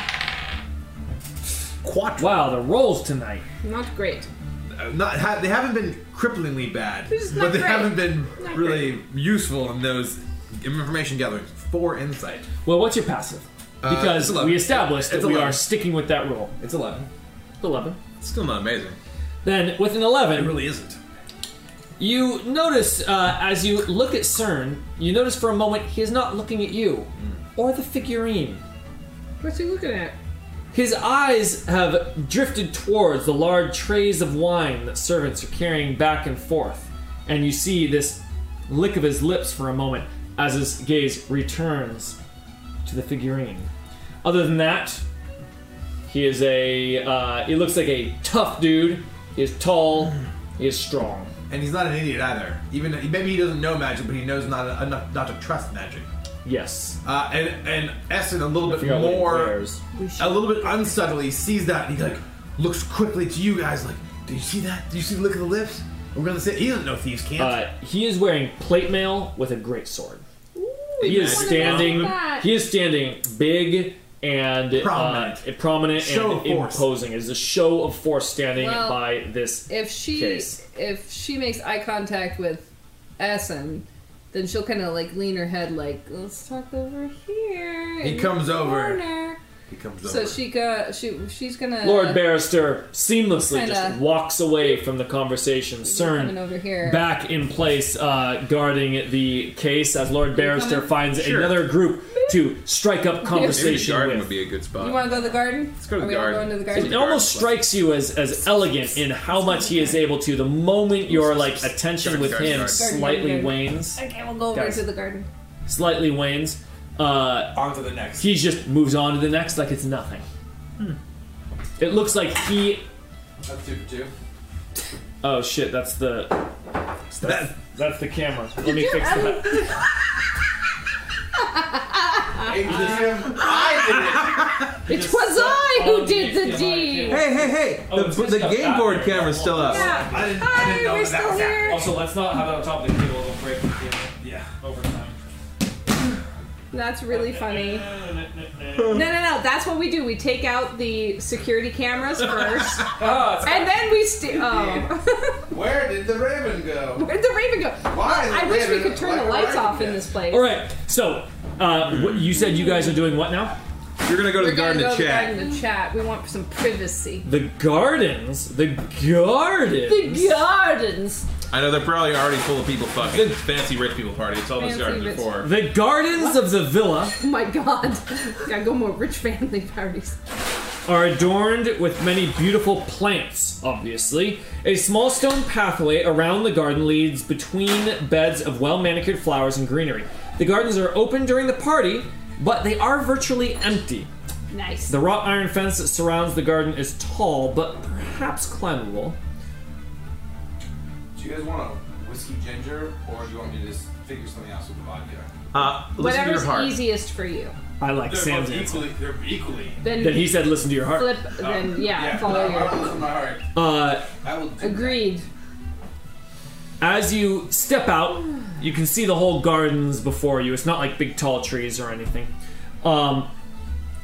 [SPEAKER 6] Quattro.
[SPEAKER 2] Wow, the rolls tonight.
[SPEAKER 4] Not great.
[SPEAKER 6] Not ha- they haven't been cripplingly bad,
[SPEAKER 4] This is not
[SPEAKER 6] but they
[SPEAKER 4] great.
[SPEAKER 6] haven't been
[SPEAKER 4] Not
[SPEAKER 6] really useful in those information gatherings for insight.
[SPEAKER 2] Well, what's your passive? Because
[SPEAKER 6] it's 11.
[SPEAKER 2] we established that
[SPEAKER 6] It's
[SPEAKER 2] we
[SPEAKER 6] 11.
[SPEAKER 2] are sticking with that rule.
[SPEAKER 6] It's eleven.
[SPEAKER 2] Eleven.
[SPEAKER 5] It's still not amazing.
[SPEAKER 2] Then with an eleven,
[SPEAKER 6] really isn't.
[SPEAKER 2] You notice uh, as you look at CERN, you notice for a moment he is not looking at you or the figurine.
[SPEAKER 4] What's he looking at?
[SPEAKER 2] His eyes have drifted towards the large trays of wine that servants are carrying back and forth, and you see this lick of his lips for a moment as his gaze returns to the figurine. Other than that, he is a uh, he looks like a tough dude. He is tall. He is strong.
[SPEAKER 6] And he's not an idiot either. Even maybe he doesn't know magic, but he knows not enough not to trust magic.
[SPEAKER 2] Yes.
[SPEAKER 6] Uh, and and Essen a little bit
[SPEAKER 2] Figure out what he
[SPEAKER 6] more,
[SPEAKER 2] wears.
[SPEAKER 6] a little bit unsubtly sees that and he like looks quickly to you guys like, do you see that? Do you see the look of the lips? We're gonna say he doesn't know thieves can't.
[SPEAKER 2] Uh, he is wearing plate mail with a great sword. He is
[SPEAKER 4] wouldn't
[SPEAKER 2] standing.
[SPEAKER 4] want that.
[SPEAKER 2] He is standing big and uh,
[SPEAKER 6] Prominent.
[SPEAKER 2] prominent
[SPEAKER 6] Show
[SPEAKER 2] and
[SPEAKER 6] of force.
[SPEAKER 2] imposing. Is a show of force standing
[SPEAKER 4] Well-
[SPEAKER 2] by this.
[SPEAKER 4] If she
[SPEAKER 2] Case.
[SPEAKER 4] if she makes eye contact with Essen, then she'll kind of like lean her head like, let's talk over here.
[SPEAKER 6] He
[SPEAKER 4] in
[SPEAKER 6] comes
[SPEAKER 4] the
[SPEAKER 6] over.
[SPEAKER 4] corner."
[SPEAKER 6] he comes
[SPEAKER 4] So
[SPEAKER 6] over.
[SPEAKER 4] she got she she's gonna
[SPEAKER 2] Lord Barrister seamlessly just
[SPEAKER 4] Kinda-
[SPEAKER 2] walks away from the conversation.
[SPEAKER 4] coming
[SPEAKER 2] CERN
[SPEAKER 4] over here.
[SPEAKER 2] back in place, uh, guarding the case as Lord Barrister
[SPEAKER 4] coming?
[SPEAKER 2] finds
[SPEAKER 5] Sure.
[SPEAKER 2] another group to strike up
[SPEAKER 5] Maybe the
[SPEAKER 2] conversation
[SPEAKER 5] garden
[SPEAKER 2] with.
[SPEAKER 5] would be a good
[SPEAKER 4] You
[SPEAKER 5] spot.
[SPEAKER 4] want to go to the garden? Let's
[SPEAKER 5] go to
[SPEAKER 4] Are
[SPEAKER 5] the
[SPEAKER 4] we all
[SPEAKER 5] garden.
[SPEAKER 4] going to the
[SPEAKER 5] Let's
[SPEAKER 4] garden?
[SPEAKER 5] go
[SPEAKER 2] It almost strikes you as, as elegant in how much he is able to. The moment your like attention with him slightly wanes,
[SPEAKER 4] Okay, we'll go over
[SPEAKER 2] Guys.
[SPEAKER 4] to the garden.
[SPEAKER 2] slightly wanes, uh,
[SPEAKER 6] on to the next.
[SPEAKER 2] he just moves on to the next like it's nothing. Hmm. It looks like he.
[SPEAKER 6] That's two for two.
[SPEAKER 2] Oh shit! That's the. That's, that's the camera. Let me
[SPEAKER 4] you
[SPEAKER 2] fix that.
[SPEAKER 4] Uh, It was I who
[SPEAKER 2] on
[SPEAKER 4] did
[SPEAKER 2] the-
[SPEAKER 4] the
[SPEAKER 2] on
[SPEAKER 4] deed.
[SPEAKER 2] the-
[SPEAKER 5] Hey, hey, hey!
[SPEAKER 2] Oh, it's
[SPEAKER 5] the
[SPEAKER 2] just
[SPEAKER 5] the
[SPEAKER 2] got
[SPEAKER 5] game
[SPEAKER 2] that
[SPEAKER 5] board
[SPEAKER 2] here.
[SPEAKER 5] camera's still up.
[SPEAKER 4] Yeah.
[SPEAKER 6] Oh, I didn't- I
[SPEAKER 4] Hi,
[SPEAKER 6] didn't know
[SPEAKER 4] we're
[SPEAKER 6] that
[SPEAKER 4] still
[SPEAKER 6] was
[SPEAKER 4] here.
[SPEAKER 2] Also, let's not have it on top of the table. It'll break the table
[SPEAKER 6] Yeah.
[SPEAKER 2] over time.
[SPEAKER 4] That's really funny.
[SPEAKER 2] ah,
[SPEAKER 4] No, no, no. That's what we do. We take out the security cameras first,
[SPEAKER 2] Ah, it's
[SPEAKER 4] and then we st- oh.
[SPEAKER 6] Where did the raven go?
[SPEAKER 4] Where'd the raven go?
[SPEAKER 6] Why is
[SPEAKER 4] I
[SPEAKER 6] the
[SPEAKER 4] wish we
[SPEAKER 6] raven
[SPEAKER 4] could turn the
[SPEAKER 6] like a
[SPEAKER 4] lights
[SPEAKER 6] raven
[SPEAKER 4] off in
[SPEAKER 6] then?
[SPEAKER 4] this place.
[SPEAKER 2] All right. So, uh, what, you said you guys are doing what now?
[SPEAKER 5] You're gonna go to
[SPEAKER 4] We're
[SPEAKER 5] the
[SPEAKER 4] gonna
[SPEAKER 5] garden
[SPEAKER 4] go
[SPEAKER 5] to
[SPEAKER 4] to the
[SPEAKER 5] chat.
[SPEAKER 4] garden to chat. We want some privacy.
[SPEAKER 2] The gardens. The gardens.
[SPEAKER 4] The gardens.
[SPEAKER 5] I know they're probably already full of people fucking. It's fancy rich people party. It's all those
[SPEAKER 4] Fancy
[SPEAKER 5] gardens are
[SPEAKER 4] rich-
[SPEAKER 5] for.
[SPEAKER 2] The gardens of the villa
[SPEAKER 4] Oh my god. Gotta go more rich family parties.
[SPEAKER 2] are adorned with many beautiful plants, obviously. A small stone pathway around the garden leads between beds of well manicured flowers and greenery. The gardens are open during the party, but they are virtually empty.
[SPEAKER 4] Nice.
[SPEAKER 2] The wrought iron fence that surrounds the garden is tall, but perhaps climbable.
[SPEAKER 6] Do you guys want a whiskey ginger, or do you want me to just figure something else with the vodka?
[SPEAKER 5] Uh, listen to your
[SPEAKER 4] Whatever's
[SPEAKER 5] heart.
[SPEAKER 4] easiest for you.
[SPEAKER 2] I like Sam's answer.
[SPEAKER 6] equally. They're equally.
[SPEAKER 4] Then,
[SPEAKER 2] Then he said, listen to your heart.
[SPEAKER 4] flip.
[SPEAKER 5] Oh.
[SPEAKER 4] Then yeah, follow
[SPEAKER 6] I
[SPEAKER 4] your.
[SPEAKER 6] will listen to my heart.
[SPEAKER 2] Uh,
[SPEAKER 6] I will. Do
[SPEAKER 4] Agreed.
[SPEAKER 2] As you step out, you can see the whole gardens before you. It's not like big tall trees or anything. Um,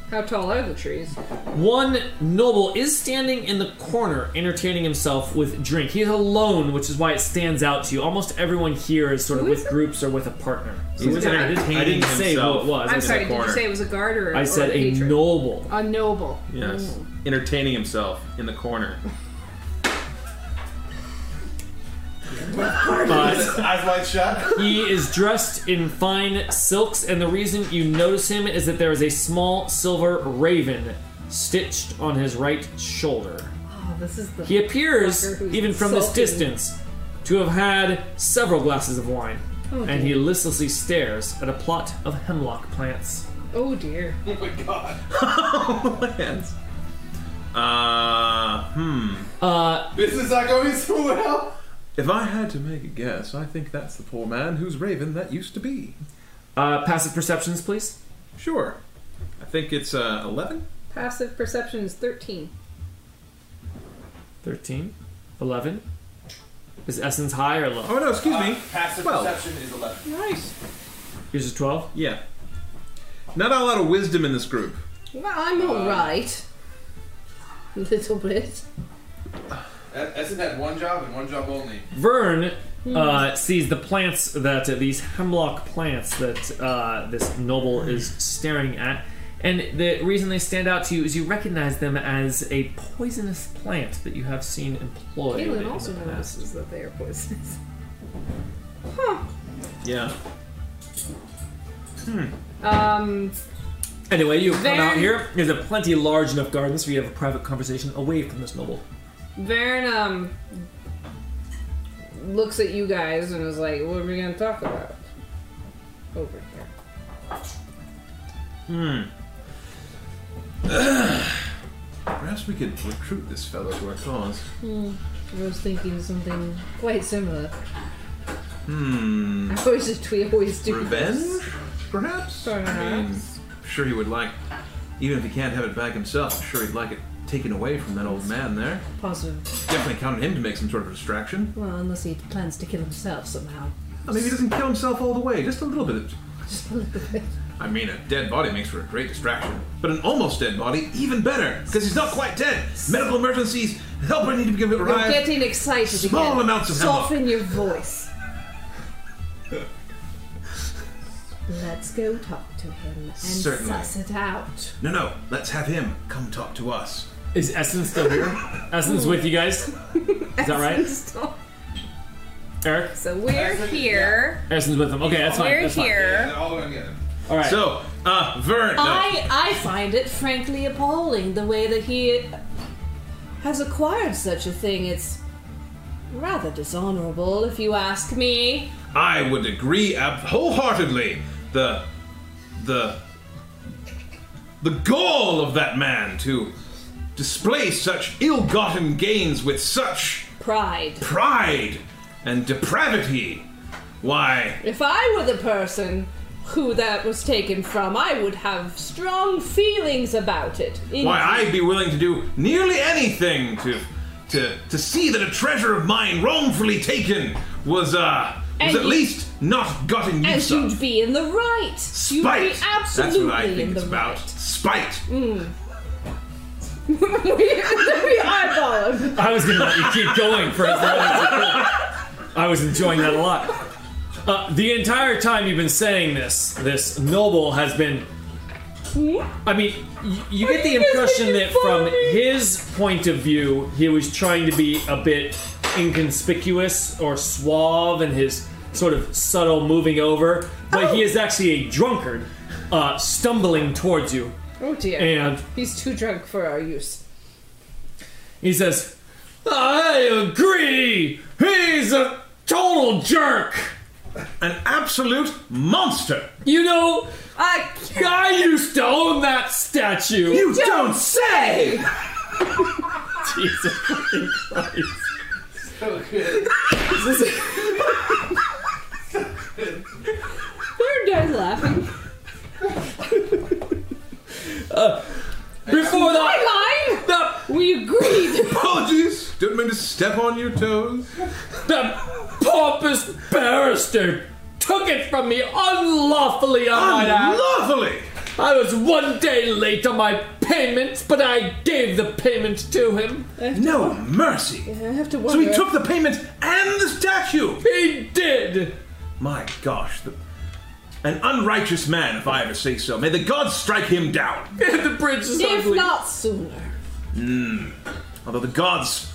[SPEAKER 4] How tall are the trees?
[SPEAKER 2] one noble is standing in the corner, entertaining himself with drink. He is alone, which is why it stands out to you. Almost everyone here is sort of
[SPEAKER 4] Who is
[SPEAKER 2] with
[SPEAKER 4] that?
[SPEAKER 2] groups or with a partner.
[SPEAKER 5] He was
[SPEAKER 4] I didn't-
[SPEAKER 5] entertaining
[SPEAKER 2] I didn't say who
[SPEAKER 5] himself.
[SPEAKER 2] it was. I
[SPEAKER 4] I'm
[SPEAKER 2] said-
[SPEAKER 4] sorry. Did you
[SPEAKER 5] corner.
[SPEAKER 4] say it was a guard or?
[SPEAKER 2] I
[SPEAKER 4] or
[SPEAKER 2] said
[SPEAKER 4] a,
[SPEAKER 2] a
[SPEAKER 4] patron?
[SPEAKER 2] noble.
[SPEAKER 4] A noble.
[SPEAKER 5] Yes. Entertaining himself in the corner.
[SPEAKER 2] But
[SPEAKER 6] Eyes wide shut.
[SPEAKER 2] he is dressed in fine silks, and the reason you notice him is that there is a small silver raven stitched on his right shoulder.
[SPEAKER 4] Oh, this is the.
[SPEAKER 2] He appears,
[SPEAKER 4] Fucker who's
[SPEAKER 2] even from this
[SPEAKER 4] sulking.
[SPEAKER 2] distance, to have had several glasses of wine,
[SPEAKER 4] Oh,
[SPEAKER 2] and he
[SPEAKER 4] dear.
[SPEAKER 2] listlessly stares at a plot of hemlock plants.
[SPEAKER 4] Oh dear.
[SPEAKER 5] Plans. Uh, hmm.
[SPEAKER 2] Uh,
[SPEAKER 6] This is not going so well.
[SPEAKER 5] If I had to make a guess, I think that's the poor man whose raven that used to be.
[SPEAKER 2] uh, passive perceptions, please.
[SPEAKER 5] Sure. I think it's uh, 11?
[SPEAKER 4] Passive perception is 13.
[SPEAKER 2] 13, 11. Is essence high or low?
[SPEAKER 5] Oh, no, excuse me.
[SPEAKER 6] Passive
[SPEAKER 5] 12.
[SPEAKER 6] perception is 11.
[SPEAKER 4] Nice.
[SPEAKER 2] Yours is 12.
[SPEAKER 5] Yeah. Not a lot of wisdom in this group.
[SPEAKER 4] Well, I'm
[SPEAKER 5] Uh,
[SPEAKER 4] alright. A little bit.
[SPEAKER 6] Essen had one job and one job only.
[SPEAKER 2] Vern
[SPEAKER 4] Hmm.
[SPEAKER 2] uh, sees the plants that uh, these hemlock plants that uh, this noble is staring at, and the reason they stand out to you is you recognize them as a poisonous plant that you have seen employed. in
[SPEAKER 4] Caitlin
[SPEAKER 2] the
[SPEAKER 4] also
[SPEAKER 2] past.
[SPEAKER 4] notices that they are poisonous.
[SPEAKER 5] Yeah. Hmm.
[SPEAKER 4] Um,
[SPEAKER 2] Anyway, you come out
[SPEAKER 4] Vern-
[SPEAKER 2] here. There's a plenty large enough garden so you have a private conversation away from this noble.
[SPEAKER 4] Varen, um, looks at you guys and is like, what are we gonna talk about? Over here.
[SPEAKER 5] Perhaps we could recruit this fellow to our cause.
[SPEAKER 4] I was thinking something quite similar.
[SPEAKER 5] Hmm.
[SPEAKER 4] I always just we always do.
[SPEAKER 5] Revenge? Perhaps? I mean,
[SPEAKER 4] Perhaps.
[SPEAKER 5] I'm sure he would like, even if he can't have it back himself, I'm sure he'd like it taken away from that old man there.
[SPEAKER 4] Positive.
[SPEAKER 5] Definitely counted him to make some sort of distraction.
[SPEAKER 4] Well, unless he plans to kill himself somehow.
[SPEAKER 5] Or maybe he doesn't kill himself all the way, just a little bit. of-
[SPEAKER 4] Just a little bit.
[SPEAKER 5] I mean, a dead body makes for a great distraction, but an almost dead body, even better, because he's not quite dead. Medical emergencies, help need to be
[SPEAKER 4] You're
[SPEAKER 5] arrived.
[SPEAKER 4] getting excited
[SPEAKER 5] Small
[SPEAKER 4] again.
[SPEAKER 5] amounts of hemlock.
[SPEAKER 4] Soften your voice. Let's go talk to him and
[SPEAKER 5] Certainly.
[SPEAKER 4] suss it out.
[SPEAKER 5] No, no, let's have him come talk to us.
[SPEAKER 2] Is Essence still here? Essence with you guys? Is that right? Eric?
[SPEAKER 13] So we're here.
[SPEAKER 2] Essence with them. Okay, that's fine.
[SPEAKER 13] We're
[SPEAKER 2] that's fine.
[SPEAKER 13] here.
[SPEAKER 6] They're all going together.
[SPEAKER 2] All right.
[SPEAKER 5] So, uh, Vern, no.
[SPEAKER 4] I I find it frankly appalling the way that he has acquired such a thing. It's rather dishonorable, if you ask me.
[SPEAKER 5] I would agree ab- wholeheartedly. The, the, the gall of that man to display such ill-gotten gains with such
[SPEAKER 4] Pride.
[SPEAKER 5] pride and depravity. Why?
[SPEAKER 4] If I were the person who that was taken from, I would have strong feelings about it. Indeed.
[SPEAKER 5] Why I'd be willing to do nearly anything to, to, to see that a treasure of mine wrongfully taken was uh was
[SPEAKER 4] And
[SPEAKER 5] at
[SPEAKER 4] you-
[SPEAKER 5] least not gotten
[SPEAKER 4] And
[SPEAKER 5] use of.
[SPEAKER 4] you'd be in the right. You'd
[SPEAKER 5] Spite.
[SPEAKER 4] be absolutely
[SPEAKER 5] That's what I
[SPEAKER 4] in
[SPEAKER 5] think
[SPEAKER 4] the Mm.
[SPEAKER 5] it's about. Spite.
[SPEAKER 4] right. we eyeball him.
[SPEAKER 2] I was gonna let you keep going for as long as you could. I was enjoying that a lot. Uh, the entire time you've been saying this, this noble has been. I mean, you, you get the
[SPEAKER 4] you guys
[SPEAKER 2] impression
[SPEAKER 4] making
[SPEAKER 2] that
[SPEAKER 4] fun
[SPEAKER 2] from
[SPEAKER 4] of me?
[SPEAKER 2] his point of view, he was trying to be a bit inconspicuous or suave in his sort of subtle moving over, but he is actually a drunkard uh, stumbling towards you.
[SPEAKER 4] Oh dear.
[SPEAKER 2] And
[SPEAKER 4] He's too drunk for our use.
[SPEAKER 2] He says, I agree! He's a total jerk!
[SPEAKER 5] An absolute monster.
[SPEAKER 2] You know,
[SPEAKER 4] I
[SPEAKER 2] I used to own that statue!
[SPEAKER 5] You don't, say!
[SPEAKER 2] Jesus fucking Christ.
[SPEAKER 4] we're done laughing.
[SPEAKER 2] Before that,
[SPEAKER 4] Fine.
[SPEAKER 2] the,
[SPEAKER 4] We agreed.
[SPEAKER 5] Apologies. Don't mean to step on your toes.
[SPEAKER 2] the pompous barrister took it from me unlawfully, I
[SPEAKER 4] uh,
[SPEAKER 2] might add.
[SPEAKER 5] Unlawfully.
[SPEAKER 2] I was one day late on my payments, but I gave the payment to him.
[SPEAKER 5] No mercy.
[SPEAKER 4] I have to
[SPEAKER 5] So
[SPEAKER 4] Uh-huh. wonder.
[SPEAKER 5] he took the payment and the statue.
[SPEAKER 2] He did!
[SPEAKER 5] My gosh, the, an unrighteous man, if I ever say so. May the gods strike him down.
[SPEAKER 2] And the bridge is
[SPEAKER 4] if
[SPEAKER 2] ugly.
[SPEAKER 4] not sooner.
[SPEAKER 5] Although the gods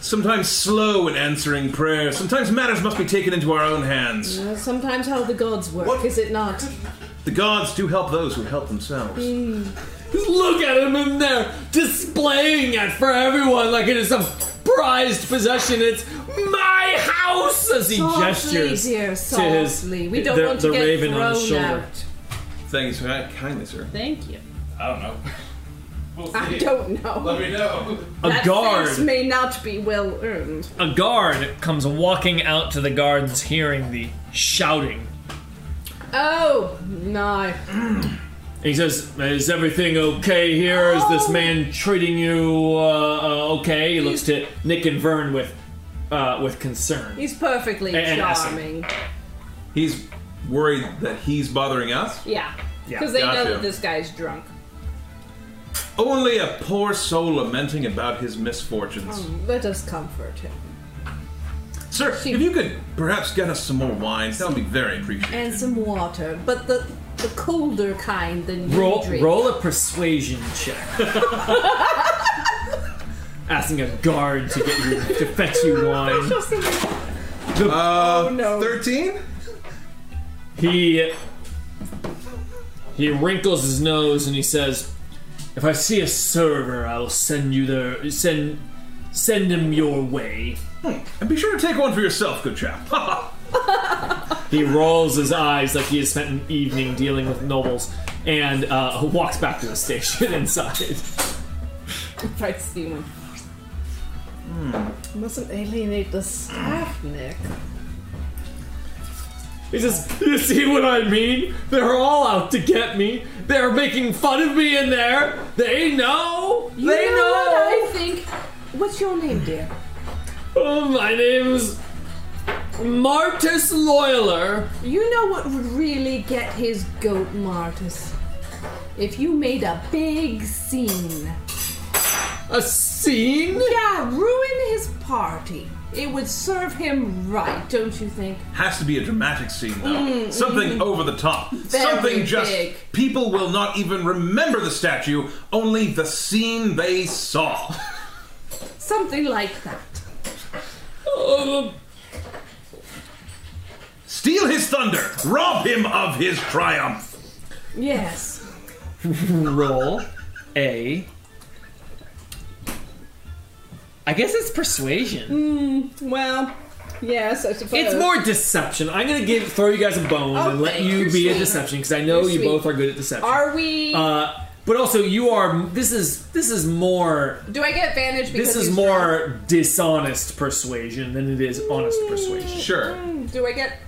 [SPEAKER 5] sometimes slow in answering prayer. Sometimes matters must be taken into our own hands.
[SPEAKER 4] Uh, Sometimes how the gods work,
[SPEAKER 5] What?
[SPEAKER 4] is it not?
[SPEAKER 5] The gods do help those who help themselves.
[SPEAKER 2] Look at him in there, displaying it for everyone like it is some prized possession. It's my house as he
[SPEAKER 4] Softly,
[SPEAKER 2] gestures
[SPEAKER 4] dear,
[SPEAKER 2] to his
[SPEAKER 4] softly. We don't
[SPEAKER 2] the,
[SPEAKER 4] want
[SPEAKER 2] the
[SPEAKER 4] to get
[SPEAKER 2] raven
[SPEAKER 4] thrown
[SPEAKER 2] on his shoulder.
[SPEAKER 4] out.
[SPEAKER 5] Thanks for that kindly, sir.
[SPEAKER 4] Thank you.
[SPEAKER 6] I don't know. We'll see.
[SPEAKER 4] I don't know.
[SPEAKER 6] Let me know.
[SPEAKER 2] A
[SPEAKER 4] that
[SPEAKER 2] guard,
[SPEAKER 4] face may not be well earned.
[SPEAKER 2] a guard comes walking out to the gardens, hearing the shouting.
[SPEAKER 4] Oh no!
[SPEAKER 2] And He says, "Is everything okay here? Is
[SPEAKER 4] Oh.
[SPEAKER 2] this man treating you uh, uh, okay?" He looks to Nick and Vern with uh, with concern.
[SPEAKER 4] He's perfectly
[SPEAKER 2] And- and acid.
[SPEAKER 4] charming.
[SPEAKER 5] He's worried that he's bothering us.
[SPEAKER 4] Yeah,
[SPEAKER 2] Yeah,
[SPEAKER 4] because they know
[SPEAKER 5] gotcha.
[SPEAKER 4] that this guy's drunk.
[SPEAKER 5] Only a poor soul lamenting about his misfortunes.
[SPEAKER 4] Let us comfort him
[SPEAKER 5] Sir,
[SPEAKER 4] Oh. She-
[SPEAKER 5] if you could perhaps get us some more wine, that would be very appreciated.
[SPEAKER 4] and some water, but the the colder kind than you
[SPEAKER 2] Roll,
[SPEAKER 4] drink.
[SPEAKER 2] roll a persuasion check. Asking a guard to get you to fetch you wine.
[SPEAKER 5] Uh,
[SPEAKER 4] no.
[SPEAKER 5] 13?
[SPEAKER 2] He he wrinkles his nose and he says, "If I see a server, I will send you their send send him your way."
[SPEAKER 5] And be sure to take one for yourself, good chap.
[SPEAKER 2] He rolls his eyes like he has spent an evening dealing with nobles and uh, walks back to the station inside.
[SPEAKER 4] If I see one. Mustn't alienate the staff, Nick.
[SPEAKER 2] He says, You see what I mean? They're all out to get me. They're making fun of me in there. They know.
[SPEAKER 4] You
[SPEAKER 2] they
[SPEAKER 4] know,
[SPEAKER 2] know.
[SPEAKER 4] what I think. What's your name, dear?
[SPEAKER 2] Oh, my name's Martis Loiler.
[SPEAKER 4] You know what would really get his goat, Martis? If you made a big scene.
[SPEAKER 2] A scene?
[SPEAKER 4] Yeah, ruin his party. It would serve him right, don't you think?
[SPEAKER 5] Has to be a dramatic scene, though. Something over the top. Something just.
[SPEAKER 4] Mm-hmm. big.
[SPEAKER 5] People will not even remember the statue, only the scene they saw.
[SPEAKER 4] Something like that.
[SPEAKER 2] Oh,
[SPEAKER 5] Steal his thunder! Rob him of his triumph!
[SPEAKER 4] Yes.
[SPEAKER 14] roll a. I guess it's persuasion.
[SPEAKER 4] Well, yes, I suppose.
[SPEAKER 2] it's more deception. I'm gonna give throw you guys a bone and let
[SPEAKER 4] Okay,
[SPEAKER 2] you
[SPEAKER 4] you're
[SPEAKER 2] be a
[SPEAKER 4] sweet.
[SPEAKER 2] deception because I know
[SPEAKER 4] You're
[SPEAKER 2] you
[SPEAKER 4] sweet.
[SPEAKER 2] both are good at deception.
[SPEAKER 4] Are we.
[SPEAKER 2] uh, but also, you are. This is this is more
[SPEAKER 4] do I get advantage because.
[SPEAKER 2] This is
[SPEAKER 4] he's
[SPEAKER 2] more dishonest persuasion than it is honest persuasion.
[SPEAKER 5] Sure.
[SPEAKER 4] drunk? Do I get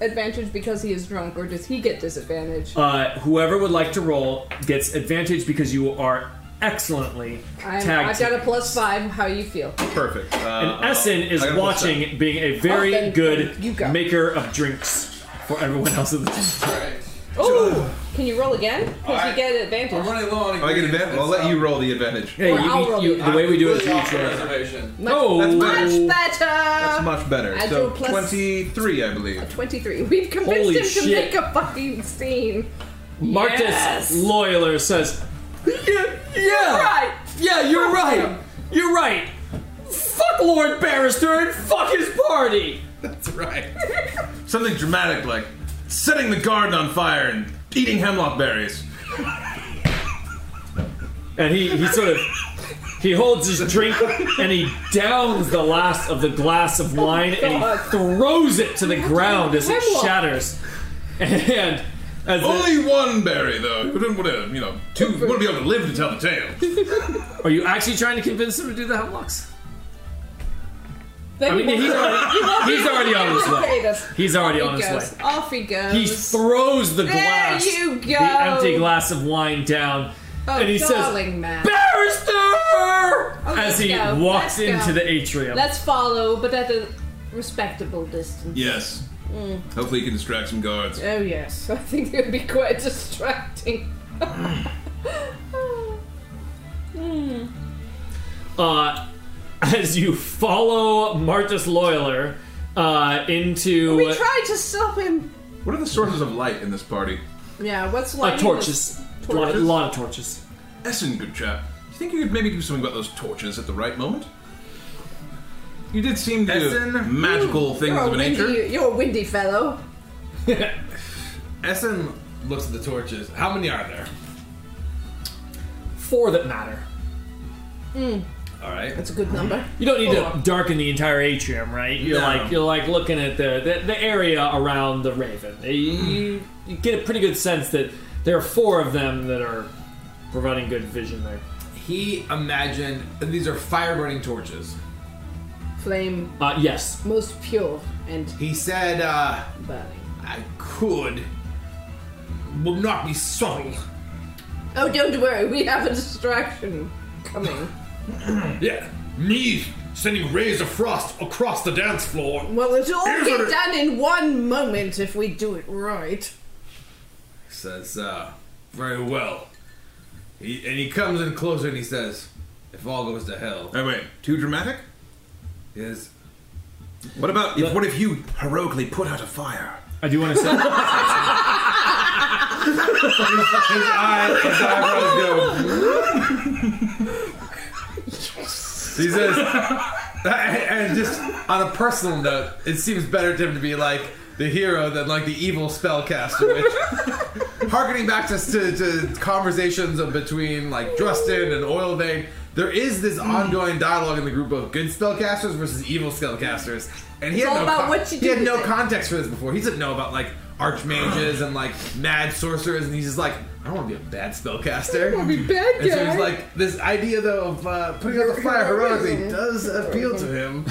[SPEAKER 4] advantage because he is drunk, or does he get disadvantage?
[SPEAKER 2] Uh, whoever would like to roll gets advantage because you are excellently
[SPEAKER 4] I'm,
[SPEAKER 2] tagged.
[SPEAKER 4] I've got a plus five. How you feel?
[SPEAKER 5] Perfect. Uh,
[SPEAKER 2] and Essen is
[SPEAKER 5] I gotta push
[SPEAKER 2] watching, it being a very
[SPEAKER 4] Oh, then
[SPEAKER 2] good
[SPEAKER 4] you go.
[SPEAKER 2] maker of drinks for everyone else at the table.
[SPEAKER 4] Oh! Can you roll again? Because you
[SPEAKER 6] Alright.
[SPEAKER 4] get advantage.
[SPEAKER 6] I'm running low on.
[SPEAKER 5] I get advantage. I'll let you roll the advantage.
[SPEAKER 2] Hey,
[SPEAKER 4] Or I'll
[SPEAKER 2] you,
[SPEAKER 4] roll
[SPEAKER 2] you,
[SPEAKER 4] it.
[SPEAKER 2] the way we do it is
[SPEAKER 6] Really
[SPEAKER 2] you
[SPEAKER 6] off
[SPEAKER 2] each
[SPEAKER 6] the
[SPEAKER 2] other.
[SPEAKER 6] reservation.
[SPEAKER 2] Oh,
[SPEAKER 5] That's
[SPEAKER 4] Much better!
[SPEAKER 5] That's much better.
[SPEAKER 4] I
[SPEAKER 5] so
[SPEAKER 4] drew plus-
[SPEAKER 5] 23, I believe.
[SPEAKER 4] 23. We've convinced
[SPEAKER 2] Holy
[SPEAKER 4] him to
[SPEAKER 2] shit.
[SPEAKER 4] make a fucking scene.
[SPEAKER 2] Marcus
[SPEAKER 4] Yes.
[SPEAKER 2] Loiler says, "Yeah, yeah,
[SPEAKER 4] Right.
[SPEAKER 2] yeah, you're
[SPEAKER 4] Fuck
[SPEAKER 2] right,
[SPEAKER 4] him.
[SPEAKER 2] you're right. Fuck Lord Barrister and fuck his party."
[SPEAKER 5] That's right. Something dramatic like setting the garden on fire and eating hemlock berries.
[SPEAKER 2] and he, he sort of he holds his drink and he downs the last of the glass of wine and
[SPEAKER 4] Oh God.
[SPEAKER 2] he throws it to the ground as it
[SPEAKER 4] Hemlock.
[SPEAKER 2] shatters and as the,
[SPEAKER 5] Only one berry, though. You wouldn't want to, you know, two. You wouldn't be able to live to tell the tale.
[SPEAKER 2] are you actually trying to convince him to do the hemlocks
[SPEAKER 4] Then
[SPEAKER 2] i mean he's already, he's already on his way he's already on
[SPEAKER 4] he
[SPEAKER 2] his
[SPEAKER 4] goes.
[SPEAKER 2] way
[SPEAKER 4] Off he goes.
[SPEAKER 2] he throws the glass
[SPEAKER 4] you go.
[SPEAKER 2] the empty glass of wine down
[SPEAKER 4] oh,
[SPEAKER 2] and he
[SPEAKER 4] darling
[SPEAKER 2] says
[SPEAKER 4] man.
[SPEAKER 2] barrister as
[SPEAKER 4] let's
[SPEAKER 2] he
[SPEAKER 4] go,
[SPEAKER 2] walks
[SPEAKER 4] let's go.
[SPEAKER 2] into the atrium
[SPEAKER 4] Let's follow, but at a respectable distance.
[SPEAKER 5] Yes.
[SPEAKER 4] Mm.
[SPEAKER 5] Hopefully, you can distract some guards.
[SPEAKER 4] Oh, yes. I think it would be quite distracting.
[SPEAKER 2] uh, as you follow Martis Loiler uh, into
[SPEAKER 4] we tried to stop him.
[SPEAKER 5] What are the sources of light in this party?
[SPEAKER 4] Yeah, what's
[SPEAKER 2] uh,
[SPEAKER 4] like.
[SPEAKER 2] torches. A lot,
[SPEAKER 4] Torches?
[SPEAKER 2] lot of torches.
[SPEAKER 5] Essen, good chap. Do you think you could maybe do something about those torches at the right moment? You did seem to
[SPEAKER 7] Essen?
[SPEAKER 5] magical things
[SPEAKER 4] You're a
[SPEAKER 5] of a
[SPEAKER 4] windy,
[SPEAKER 5] nature.
[SPEAKER 4] You're a windy fellow.
[SPEAKER 7] Essen looks at the torches. How many are there?
[SPEAKER 2] Four that matter.
[SPEAKER 7] All right.
[SPEAKER 4] That's a good number.
[SPEAKER 2] You don't need to
[SPEAKER 4] Four.
[SPEAKER 2] darken the entire atrium, right? You're
[SPEAKER 7] No.
[SPEAKER 2] like you're like looking at the, the the area around the Raven. You, you, you get a pretty good sense that there are four of them that are providing good vision there.
[SPEAKER 7] He imagined these are fire burning torches.
[SPEAKER 4] Flame
[SPEAKER 2] Uh, yes,
[SPEAKER 4] most pure and
[SPEAKER 7] He said, uh,
[SPEAKER 4] burning.
[SPEAKER 7] I could. Will not be subtle.
[SPEAKER 4] Oh, don't worry, we have a distraction coming.
[SPEAKER 15] Yeah, me sending rays of frost across the dance floor.
[SPEAKER 4] Well, it'll all
[SPEAKER 15] Here's
[SPEAKER 4] get
[SPEAKER 15] what I-
[SPEAKER 4] done in one moment if we do it right.
[SPEAKER 7] Says, uh, very well. He, and he comes in closer and he says, if all goes to hell,
[SPEAKER 5] Oh, wait, too dramatic?
[SPEAKER 7] is
[SPEAKER 5] What about if, what if you heroically put out a fire?
[SPEAKER 2] I do want to say.
[SPEAKER 7] his, eye, his eyebrows go. he says, and just on a personal note, it seems better to him to be like the hero than like the evil spellcaster. Which, harkening back to, to, to conversations between like Justin and Oil Vein, there is this
[SPEAKER 4] Mm.
[SPEAKER 7] ongoing dialogue in the group of good spellcasters versus evil spellcasters, and he
[SPEAKER 4] It's
[SPEAKER 7] had
[SPEAKER 4] all
[SPEAKER 7] no
[SPEAKER 4] about
[SPEAKER 7] con-
[SPEAKER 4] what you
[SPEAKER 7] he had
[SPEAKER 4] do
[SPEAKER 7] no
[SPEAKER 4] with it.
[SPEAKER 7] context for this before. He didn't know about like archmages and like mad sorcerers, and he's just like, I don't want to be a bad spellcaster. I want to be bad And so he's like, this idea though of uh, putting out the fire heroically does appeal to him.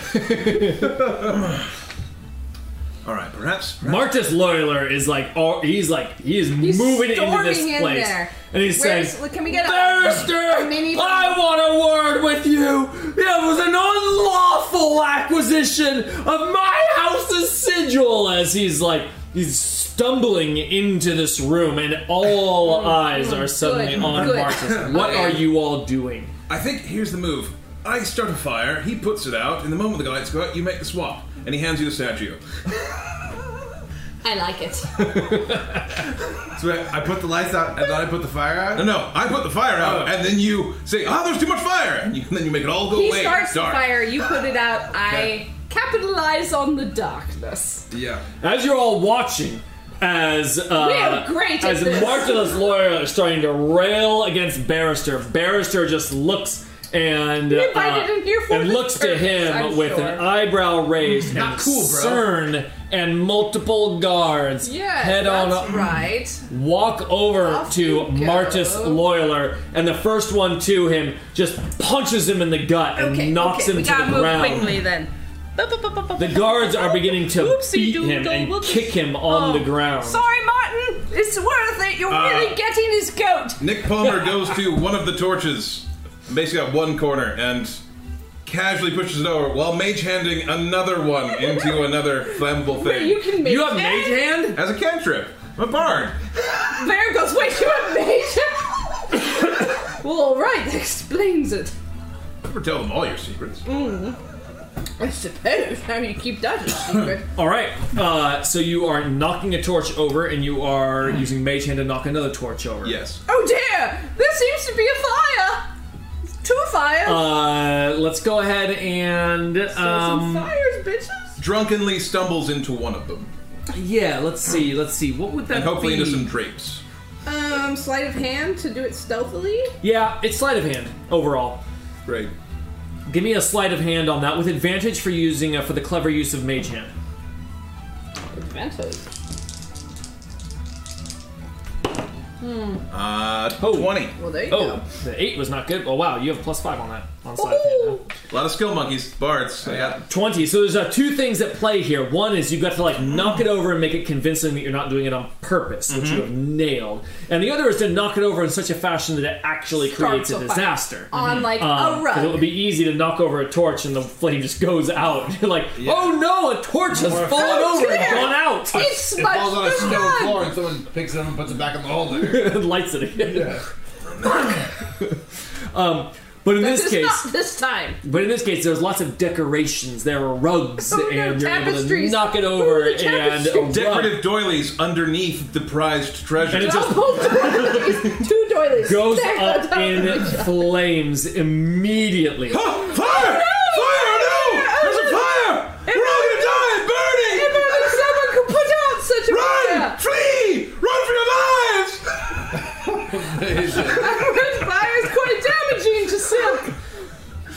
[SPEAKER 5] All right, perhaps.
[SPEAKER 2] Marcus Loyler is like, oh, he's like, he is moving into
[SPEAKER 4] storming
[SPEAKER 2] this
[SPEAKER 4] in
[SPEAKER 2] place,
[SPEAKER 4] there.
[SPEAKER 2] and he
[SPEAKER 4] Where's-
[SPEAKER 2] says,
[SPEAKER 4] look, can we get a- a mini-
[SPEAKER 2] "Thurster, I want a word with you. It was an unlawful acquisition of my house's sigil." As he's like, he's stumbling into this room, and all eyes are suddenly
[SPEAKER 4] Hmm, good,
[SPEAKER 2] on
[SPEAKER 4] good.
[SPEAKER 2] Marcus. What
[SPEAKER 5] Okay.
[SPEAKER 2] are you all doing?
[SPEAKER 5] I think here's the move. I start a fire, he puts it out, and the moment the lights go out, you make the swap, and he hands you the statue.
[SPEAKER 4] I like it.
[SPEAKER 7] So I, I put the lights out, and then I put the fire
[SPEAKER 5] No,
[SPEAKER 7] out.
[SPEAKER 5] no, I put the fire out,
[SPEAKER 7] Oh.
[SPEAKER 5] and then you say, "Ah, there's too much fire," and, you, and then you make it all go
[SPEAKER 4] He
[SPEAKER 5] away.
[SPEAKER 4] starts the
[SPEAKER 5] Dark.
[SPEAKER 4] fire, you put it out,
[SPEAKER 5] Okay.
[SPEAKER 4] I capitalize on the darkness.
[SPEAKER 7] Yeah.
[SPEAKER 2] As you're all watching, as uh,
[SPEAKER 4] We are great at
[SPEAKER 2] as
[SPEAKER 4] this.
[SPEAKER 2] Martha's lawyer is starting to rail against Barrister, Barrister just looks and
[SPEAKER 4] invited
[SPEAKER 2] uh,
[SPEAKER 4] him here for
[SPEAKER 2] and
[SPEAKER 4] this
[SPEAKER 2] looks to
[SPEAKER 4] purpose,
[SPEAKER 2] him
[SPEAKER 4] I'm
[SPEAKER 2] with
[SPEAKER 4] sure.
[SPEAKER 2] an eyebrow raised
[SPEAKER 7] Not
[SPEAKER 2] and
[SPEAKER 7] cool, bro.
[SPEAKER 2] CERN and multiple guards
[SPEAKER 4] Yeah,
[SPEAKER 2] head on
[SPEAKER 4] that's
[SPEAKER 2] up,
[SPEAKER 4] right.
[SPEAKER 2] walk over
[SPEAKER 4] Off
[SPEAKER 2] to
[SPEAKER 4] you go.
[SPEAKER 2] Martis Loyler, and the first one to him just punches him in the gut and
[SPEAKER 4] Okay,
[SPEAKER 2] knocks
[SPEAKER 4] okay,
[SPEAKER 2] him
[SPEAKER 4] we
[SPEAKER 2] to
[SPEAKER 4] gotta
[SPEAKER 2] the
[SPEAKER 4] move
[SPEAKER 2] ground.
[SPEAKER 16] Quickly then. The
[SPEAKER 2] The guards are beginning to beat him and kick him on the ground.
[SPEAKER 4] Oh,
[SPEAKER 2] Uh,
[SPEAKER 4] Sorry, Martin, it's worth it. You're really getting his goat.
[SPEAKER 5] Nick Palmer goes to one of the torches, basically at one corner, and casually pushes it over while mage handing another one into another flammable thing
[SPEAKER 4] You can make
[SPEAKER 2] You have
[SPEAKER 4] it.
[SPEAKER 2] mage hand?
[SPEAKER 5] as a cantrip. I'm a bard.
[SPEAKER 4] Bear goes, wait, you have mage hand? well, all right, that explains it.
[SPEAKER 5] Never tell them all your secrets.
[SPEAKER 4] Mm. I suppose how you keep that a secret.
[SPEAKER 2] All right. Uh, so you are knocking a torch over, and you are using mage hand to knock another torch over.
[SPEAKER 5] Yes.
[SPEAKER 4] oh dear, there seems to be a fire. Two fires.
[SPEAKER 2] Uh, let's go ahead and
[SPEAKER 4] Some
[SPEAKER 2] um,
[SPEAKER 4] fires, bitches.
[SPEAKER 5] Drunkenly stumbles into one of them,
[SPEAKER 2] yeah. Let's see. Let's see. What would that
[SPEAKER 5] and hopefully
[SPEAKER 2] be?
[SPEAKER 5] into some drapes.
[SPEAKER 4] Um, sleight of hand to do it stealthily.
[SPEAKER 2] yeah, it's sleight of hand overall.
[SPEAKER 5] Great.
[SPEAKER 2] Give me a sleight of hand on that with advantage for using uh, for the clever use of mage hand.
[SPEAKER 4] Advantage.
[SPEAKER 5] Uh, oh. 20.
[SPEAKER 4] Well, there you
[SPEAKER 2] Oh,
[SPEAKER 4] go. Oh,
[SPEAKER 2] the eight was not good. Oh wow, you have plus five on that on sleight of hand. huh?
[SPEAKER 5] A lot of skill monkeys, bards. Yeah.
[SPEAKER 2] 20. So there's uh, two things at play here. One is you've got to like knock it over and make it convincing that you're not doing it on purpose, which
[SPEAKER 4] Mm-hmm.
[SPEAKER 2] you have nailed. And the other is to knock it over in such a fashion that it actually
[SPEAKER 4] Starts
[SPEAKER 2] creates a
[SPEAKER 4] a fire.
[SPEAKER 2] disaster.
[SPEAKER 4] On like
[SPEAKER 2] Um,
[SPEAKER 4] a
[SPEAKER 2] 'cause it would
[SPEAKER 4] rug.
[SPEAKER 2] be easy to knock over a torch and the flame just goes out. You're like, oh no, a torch has fallen
[SPEAKER 4] Oh,
[SPEAKER 2] over and
[SPEAKER 4] dear.
[SPEAKER 2] gone out.
[SPEAKER 4] It's
[SPEAKER 7] It
[SPEAKER 4] smudged
[SPEAKER 7] falls on a
[SPEAKER 4] the
[SPEAKER 7] stone
[SPEAKER 4] rug.
[SPEAKER 7] floor, and someone picks it up and puts it back in the holder.
[SPEAKER 2] and lights it again. um, but in this
[SPEAKER 4] It's
[SPEAKER 2] case,
[SPEAKER 4] not this time.
[SPEAKER 2] But in this case, there's lots of decorations. There are rugs,
[SPEAKER 4] Oh, no,
[SPEAKER 2] and you're able to
[SPEAKER 4] tapestries.
[SPEAKER 2] knock it
[SPEAKER 4] Ooh,
[SPEAKER 2] over
[SPEAKER 4] the
[SPEAKER 2] and a
[SPEAKER 4] tapestries.
[SPEAKER 2] rug
[SPEAKER 5] Decorative doilies underneath the prized treasure.
[SPEAKER 2] And it just-
[SPEAKER 4] Two doilies.
[SPEAKER 2] goes
[SPEAKER 4] There,
[SPEAKER 2] up
[SPEAKER 4] down.
[SPEAKER 2] in flames immediately.
[SPEAKER 5] Ah, fire! Fire! No! There's a persuasion.
[SPEAKER 4] fire is quite damaging to silk.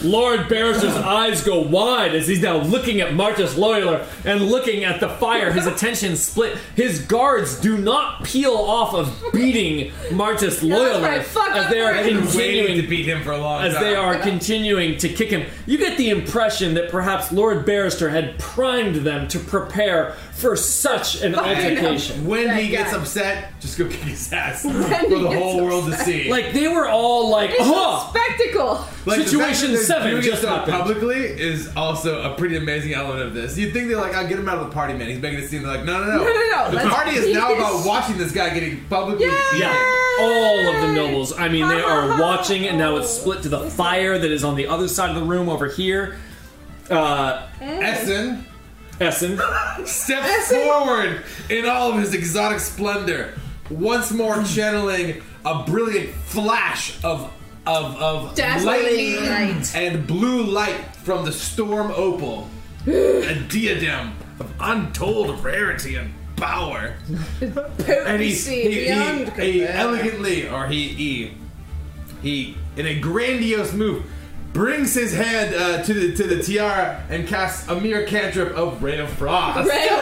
[SPEAKER 2] Lord Barrister's eyes go wide as he's now looking at Marcus Loyler and looking at the fire. His attention split. His guards do not peel off of beating Marcus Loyler
[SPEAKER 4] right. Fuck
[SPEAKER 2] as they are
[SPEAKER 4] up, Brandon.
[SPEAKER 2] continuing
[SPEAKER 7] to beat him for a long
[SPEAKER 2] as
[SPEAKER 7] time.
[SPEAKER 2] they are continuing to kick him. You get the impression that perhaps Lord Barrister had primed them to prepare for such an altercation.
[SPEAKER 7] When
[SPEAKER 4] That
[SPEAKER 7] he gets
[SPEAKER 4] guy.
[SPEAKER 7] upset, just go kick his ass for
[SPEAKER 4] When he
[SPEAKER 7] the
[SPEAKER 4] gets
[SPEAKER 7] whole world to
[SPEAKER 4] upset.
[SPEAKER 7] see.
[SPEAKER 2] Like they were all like,
[SPEAKER 4] It's
[SPEAKER 2] "Oh,
[SPEAKER 4] a spectacle.
[SPEAKER 7] Like, the fact
[SPEAKER 2] Situation
[SPEAKER 7] that they're
[SPEAKER 2] seven
[SPEAKER 7] doing it
[SPEAKER 2] just
[SPEAKER 7] so
[SPEAKER 2] happened.
[SPEAKER 7] Publicly is also a pretty amazing element of this. You'd think they're like, I'll get him out of the party, man. He's making a scene. They're like, no, no, no.
[SPEAKER 4] No, no, no.
[SPEAKER 7] The
[SPEAKER 4] Let's
[SPEAKER 7] party is
[SPEAKER 4] beat
[SPEAKER 7] now
[SPEAKER 4] his-
[SPEAKER 7] about watching this guy getting publicly
[SPEAKER 4] Yeah.
[SPEAKER 7] beat.
[SPEAKER 2] Yeah, all of the nobles. I mean, they are watching, and now it's split to the fire that is on the other side of the room over here. Uh,
[SPEAKER 7] Essen
[SPEAKER 2] Essen,
[SPEAKER 7] steps forward in all of his exotic splendor, once more channeling a brilliant flash of of of
[SPEAKER 4] Dazzling
[SPEAKER 7] lightning
[SPEAKER 4] light.
[SPEAKER 7] and blue light from the storm opal, a diadem of untold rarity and power, and he he, he,
[SPEAKER 4] beyond
[SPEAKER 7] he
[SPEAKER 4] compare.
[SPEAKER 7] elegantly or he he he in a grandiose move. Brings his hand uh, to the to the tiara and casts a mere cantrip of ray of frost.
[SPEAKER 4] Ray of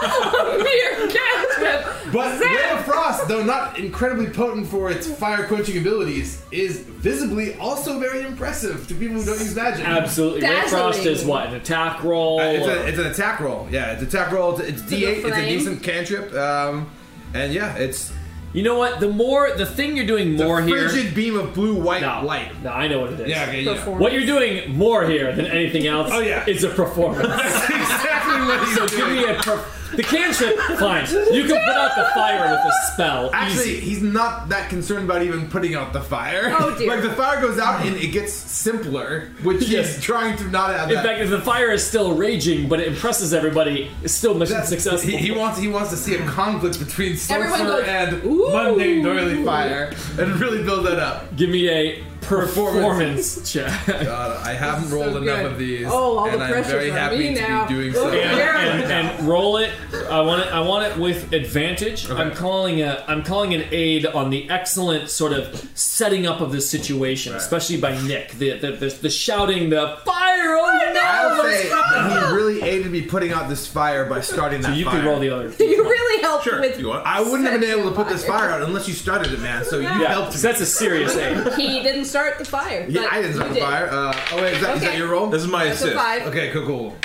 [SPEAKER 4] Mere cantrip.
[SPEAKER 7] But Ray of Frost, though not incredibly potent for its fire quenching abilities, is visibly also very impressive to people who don't use magic.
[SPEAKER 2] absolutely. Ray Frost
[SPEAKER 4] Dazzling.
[SPEAKER 2] is what an attack roll.
[SPEAKER 7] Uh,
[SPEAKER 2] or-
[SPEAKER 7] it's, a, it's an attack roll. Yeah, it's an attack roll. It's, it's D8. It's a
[SPEAKER 4] flame.
[SPEAKER 7] decent cantrip. Um, and yeah, it's
[SPEAKER 2] you know what? The more the thing you're doing more
[SPEAKER 7] a
[SPEAKER 2] here.
[SPEAKER 7] frigid beam of blue white
[SPEAKER 2] no,
[SPEAKER 7] light.
[SPEAKER 2] no, I know what it is.
[SPEAKER 7] Yeah, okay, you know.
[SPEAKER 4] Perform.
[SPEAKER 2] What you're doing more here than anything else
[SPEAKER 7] Oh, yeah.
[SPEAKER 2] is a performance.
[SPEAKER 7] exactly what he's
[SPEAKER 2] so give
[SPEAKER 7] doing.
[SPEAKER 2] me a per- the cantrip. Fine, you can put out the fire with a spell.
[SPEAKER 7] Actually,
[SPEAKER 2] Easy.
[SPEAKER 7] he's not that concerned about even putting out the fire.
[SPEAKER 4] Oh, dear.
[SPEAKER 7] like the fire goes out and it gets simpler, which
[SPEAKER 2] Yes.
[SPEAKER 7] he's trying to not have.
[SPEAKER 2] In
[SPEAKER 7] that.
[SPEAKER 2] fact, if the fire is still raging, but it impresses everybody, it's still mission
[SPEAKER 7] That's-
[SPEAKER 2] successful.
[SPEAKER 7] He, he wants he wants to see a conflict between
[SPEAKER 4] Everyone
[SPEAKER 7] sorcerer
[SPEAKER 4] goes,
[SPEAKER 7] and
[SPEAKER 4] "Ooh."
[SPEAKER 7] mundane doily fire, and really build that up.
[SPEAKER 2] Give me a performance check.
[SPEAKER 7] God, I haven't rolled
[SPEAKER 4] so
[SPEAKER 7] enough
[SPEAKER 4] good.
[SPEAKER 7] of these,
[SPEAKER 4] Oh, all the
[SPEAKER 7] and I'm
[SPEAKER 4] pressure's
[SPEAKER 7] very
[SPEAKER 4] on
[SPEAKER 7] happy
[SPEAKER 4] me
[SPEAKER 7] to
[SPEAKER 4] now.
[SPEAKER 7] be doing
[SPEAKER 4] Oh,
[SPEAKER 7] so.
[SPEAKER 4] yeah.
[SPEAKER 2] And, and roll it. I want it. I want it with advantage. I'm calling a. I'm calling an aid on the excellent sort of setting up of this situation, especially by Nick. The the, the, the shouting, the fire! Oh
[SPEAKER 7] I
[SPEAKER 2] no!
[SPEAKER 7] would say that he really aided me putting out this fire by starting that
[SPEAKER 2] You
[SPEAKER 7] fire.
[SPEAKER 2] could roll the other.
[SPEAKER 4] You really helped
[SPEAKER 5] Sure,
[SPEAKER 4] with.
[SPEAKER 5] you want.
[SPEAKER 7] I wouldn't have been able to put this fire out unless you started it, man. So you
[SPEAKER 4] Yeah.
[SPEAKER 7] helped me.
[SPEAKER 2] So that's a serious aid.
[SPEAKER 4] He didn't start the fire.
[SPEAKER 7] Yeah,
[SPEAKER 4] but
[SPEAKER 7] I didn't start
[SPEAKER 4] you
[SPEAKER 7] the
[SPEAKER 4] did.
[SPEAKER 7] fire. Uh, oh wait, is that, is
[SPEAKER 4] Okay.
[SPEAKER 7] that your roll?
[SPEAKER 5] This is my
[SPEAKER 4] That's a
[SPEAKER 5] assist. I
[SPEAKER 4] five.
[SPEAKER 7] Okay, cool, cool.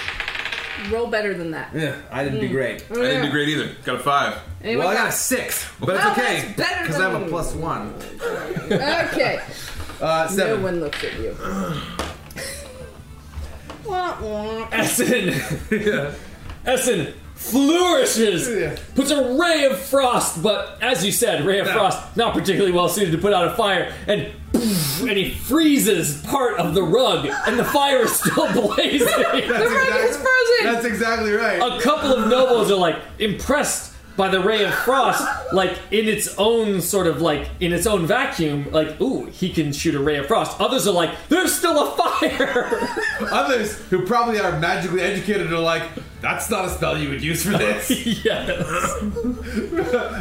[SPEAKER 4] Roll better than that.
[SPEAKER 7] Yeah, I
[SPEAKER 4] Mm.
[SPEAKER 7] didn't do great.
[SPEAKER 5] didn't do great either. Got a five.
[SPEAKER 4] Anyone
[SPEAKER 7] Well, I got a
[SPEAKER 4] got-
[SPEAKER 7] six, but it's
[SPEAKER 4] Well,
[SPEAKER 7] okay
[SPEAKER 4] that's better
[SPEAKER 7] because I have
[SPEAKER 4] than-
[SPEAKER 7] a plus one.
[SPEAKER 4] Okay.
[SPEAKER 7] Uh,
[SPEAKER 4] no
[SPEAKER 7] seven.
[SPEAKER 4] one looks at you. Wah, wah.
[SPEAKER 2] Essen. Essen flourishes,
[SPEAKER 7] Yeah.
[SPEAKER 2] puts a ray of frost, but as you said, ray of frost not particularly well suited to put out a fire, and poof, and he freezes part of the rug, and the fire is still blazing.
[SPEAKER 4] The
[SPEAKER 7] That's
[SPEAKER 4] rug is
[SPEAKER 7] exactly-
[SPEAKER 4] frozen.
[SPEAKER 7] That's exactly right.
[SPEAKER 2] a couple of nobles are like impressed by the ray of frost, like in its own sort of like in its own vacuum, like ooh, he can shoot a ray of frost. Others are like, there's still a fire.
[SPEAKER 7] Others who probably are magically educated are like, that's not a spell you would use for this.
[SPEAKER 2] yes.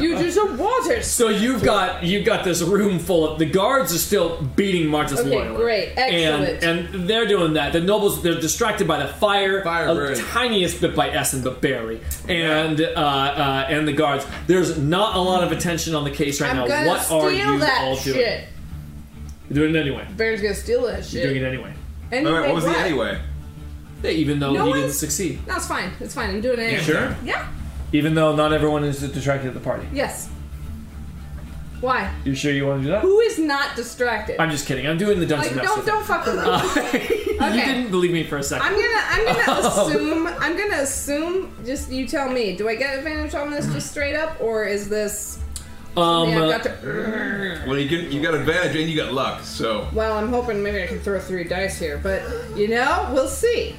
[SPEAKER 4] You do some waters.
[SPEAKER 2] So you've got you've got this room full of the guards are still beating Marta's
[SPEAKER 4] Okay,
[SPEAKER 2] loyal.
[SPEAKER 4] great. Excellent.
[SPEAKER 2] And and they're doing that. The nobles they're distracted by the fire,
[SPEAKER 7] Fire
[SPEAKER 2] a
[SPEAKER 7] burn.
[SPEAKER 2] tiniest bit by Essen, but barely. And uh, uh, and the guards. There's not a lot of attention on the case right
[SPEAKER 4] I'm
[SPEAKER 2] now.
[SPEAKER 4] gonna
[SPEAKER 2] What
[SPEAKER 4] steal
[SPEAKER 2] are you
[SPEAKER 4] that
[SPEAKER 2] all doing?
[SPEAKER 4] shit.
[SPEAKER 2] You're doing it anyway.
[SPEAKER 4] Bear's gonna steal that shit.
[SPEAKER 2] You're doing it anyway.
[SPEAKER 5] All
[SPEAKER 4] Anyway,
[SPEAKER 5] right, what was the anyway?
[SPEAKER 2] Yeah, even though
[SPEAKER 4] No
[SPEAKER 2] you
[SPEAKER 4] one's-
[SPEAKER 2] didn't succeed.
[SPEAKER 4] No, it's fine. It's fine. I'm doing it anyway.
[SPEAKER 2] Sure.
[SPEAKER 4] Yeah.
[SPEAKER 2] Even though not everyone is distracted at the party.
[SPEAKER 4] Yes. Why?
[SPEAKER 2] You sure you want to do that?
[SPEAKER 4] Who is not distracted?
[SPEAKER 2] I'm just kidding. I'm doing the
[SPEAKER 4] like,
[SPEAKER 2] dungeon
[SPEAKER 4] don't
[SPEAKER 2] master.
[SPEAKER 4] don't fuck with me.
[SPEAKER 2] Uh, You didn't believe me for a 2nd
[SPEAKER 4] I'm gonna I'm gonna assume I'm gonna assume just you tell me, do I get advantage on this just straight up or is this
[SPEAKER 2] um,
[SPEAKER 4] yeah, I've got to,
[SPEAKER 5] Well, you get, you got advantage and you got luck. So
[SPEAKER 4] well I'm hoping maybe I can throw three dice here, but you know, we'll see.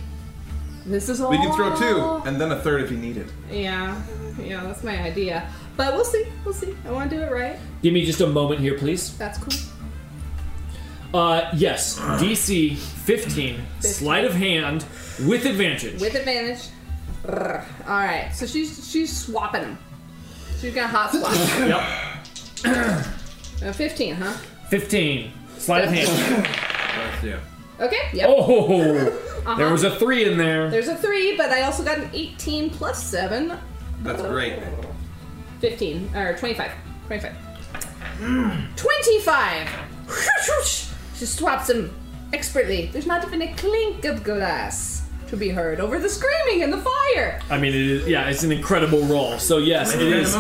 [SPEAKER 4] This is all
[SPEAKER 5] we can throw two and then a third if you need it.
[SPEAKER 4] Yeah. Yeah, that's my idea. But we'll see. We'll see. I wanna do it right.
[SPEAKER 2] Give me just a moment here, please.
[SPEAKER 4] That's cool.
[SPEAKER 2] Uh, yes, DC 15, sleight of hand with advantage.
[SPEAKER 4] With advantage. Alright, so she's she's swapping them. She's gonna hot swap.
[SPEAKER 2] yep.
[SPEAKER 4] Uh, 15, huh?
[SPEAKER 2] 15. Sleight of hand.
[SPEAKER 5] Yeah.
[SPEAKER 4] Okay, yep.
[SPEAKER 2] Oh, ho, ho. there was a three in there.
[SPEAKER 4] There's a 3, but I also got an 18 plus 7.
[SPEAKER 5] That's great.
[SPEAKER 4] 15, or 25. 25.
[SPEAKER 5] Mm.
[SPEAKER 4] 25! She swaps him expertly. There's not even a clink of glass to be heard over the screaming and the fire.
[SPEAKER 2] I mean, it is, yeah, it's an incredible roll. So, yes, it is.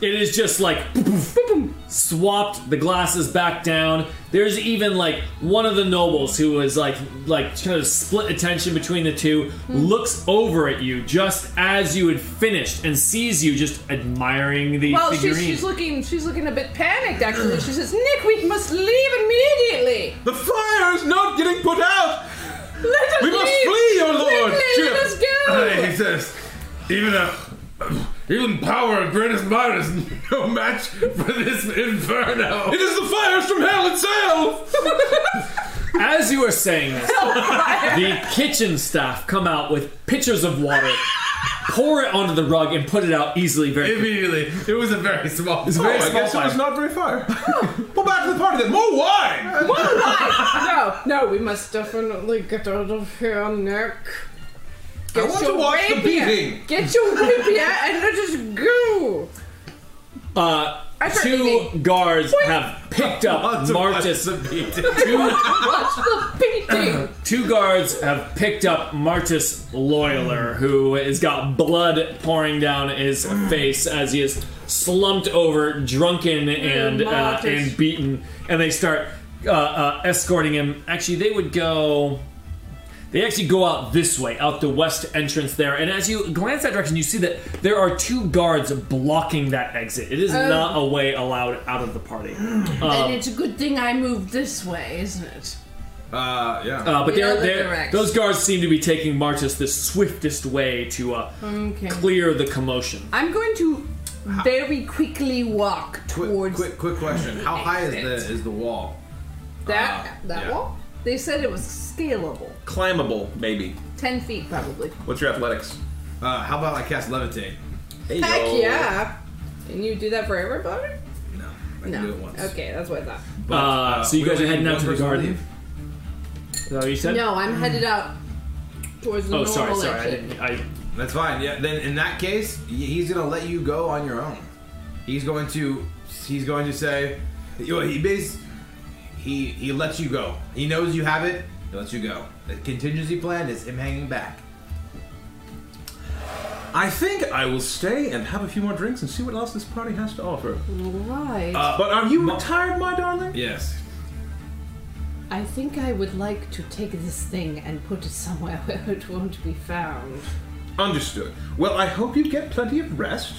[SPEAKER 2] It is just like poof, poof, poof, poof, swapped the glasses back down. There's even like one of the nobles who is like like kind of split attention between the two, looks over at you just as you had finished and sees you just admiring the
[SPEAKER 4] Well,
[SPEAKER 2] figurine.
[SPEAKER 4] she's, she's looking she's looking a bit panicked actually. She says, "Nick, we must leave immediately.
[SPEAKER 5] The fire is not getting put out!
[SPEAKER 4] Let us
[SPEAKER 5] We
[SPEAKER 4] leave.
[SPEAKER 5] must flee, your lord!
[SPEAKER 4] Quickly, let us
[SPEAKER 6] Hey,
[SPEAKER 4] go."
[SPEAKER 6] he says, even a even power of greatest mind is no match for this inferno.
[SPEAKER 5] It is the fires from hell itself!
[SPEAKER 2] As you are saying this,
[SPEAKER 4] Oh,
[SPEAKER 2] the kitchen staff come out with pitchers of water, pour it onto the rug, and put it out easily. Very
[SPEAKER 7] Immediately, it was a very small.
[SPEAKER 5] Oh, I
[SPEAKER 2] small
[SPEAKER 5] guess it
[SPEAKER 2] fire.
[SPEAKER 5] was not very far. Pull back to the party then. More wine!
[SPEAKER 4] no, Oh, no, we must definitely get out of here, Nick. Get
[SPEAKER 5] I want
[SPEAKER 4] your
[SPEAKER 5] to watch the
[SPEAKER 4] rapier.
[SPEAKER 5] beating.
[SPEAKER 4] Get your rapier and let us go.
[SPEAKER 2] uh,
[SPEAKER 4] I start
[SPEAKER 2] two
[SPEAKER 4] eating.
[SPEAKER 2] guards have picked up Martis. Two,
[SPEAKER 4] Watch the beating.
[SPEAKER 2] two guards have picked up Martis Loyaler, who has got blood pouring down his face as he is slumped over, drunken and uh,
[SPEAKER 4] Martis.
[SPEAKER 2] and beaten, and they start uh, uh, escorting him. Actually, they would go. They actually go out this way, out the west entrance there, and as you glance that direction, you see that there are two guards blocking that exit. It is not a way allowed out of the party.
[SPEAKER 4] and it's a good thing I moved this way, isn't it?
[SPEAKER 7] Uh, yeah.
[SPEAKER 2] Uh, but
[SPEAKER 4] We
[SPEAKER 2] they're,
[SPEAKER 4] are the
[SPEAKER 2] they're-
[SPEAKER 4] direct.
[SPEAKER 2] those guards seem to be taking Martis the swiftest way to uh,
[SPEAKER 4] Okay.
[SPEAKER 2] clear the commotion.
[SPEAKER 4] I'm going to very quickly walk
[SPEAKER 7] quick, Ah,
[SPEAKER 4] towards
[SPEAKER 7] quick, quick question. How high is the is the wall?
[SPEAKER 4] that
[SPEAKER 7] Ah,
[SPEAKER 4] that
[SPEAKER 7] yeah.
[SPEAKER 4] wall. They said it was scalable,
[SPEAKER 5] Climbable, maybe.
[SPEAKER 4] ten feet probably.
[SPEAKER 5] What's your athletics?
[SPEAKER 7] Uh, how about I cast levitate?
[SPEAKER 4] Heck yeah! Can you do that for everybody?
[SPEAKER 7] No, I can
[SPEAKER 4] No.
[SPEAKER 7] do it once.
[SPEAKER 4] Okay, that's what I thought.
[SPEAKER 2] Uh, so you
[SPEAKER 7] we
[SPEAKER 2] guys are
[SPEAKER 7] only
[SPEAKER 2] heading
[SPEAKER 7] need
[SPEAKER 2] out
[SPEAKER 7] one
[SPEAKER 2] to the
[SPEAKER 7] person
[SPEAKER 2] garden.
[SPEAKER 7] leave?
[SPEAKER 2] Is that what you said?
[SPEAKER 4] No, I'm headed out towards the
[SPEAKER 2] Oh,
[SPEAKER 4] normal
[SPEAKER 2] sorry, sorry. I
[SPEAKER 4] exit.
[SPEAKER 2] didn't. I,
[SPEAKER 7] That's fine. Yeah. Then in that case, y- he's gonna let you go on your own. He's going to he's going to say you know, he bas- he he lets you go. He knows you have it. He lets you go. The contingency plan is him hanging back.
[SPEAKER 5] I think I will stay and have a few more drinks and see what else this party has to offer.
[SPEAKER 4] Right.
[SPEAKER 2] Uh,
[SPEAKER 5] but are you retired, my darling?
[SPEAKER 7] Yes.
[SPEAKER 4] I think I would like to take this thing and put it somewhere where it won't be found.
[SPEAKER 5] Understood. Well, I hope you get plenty of rest.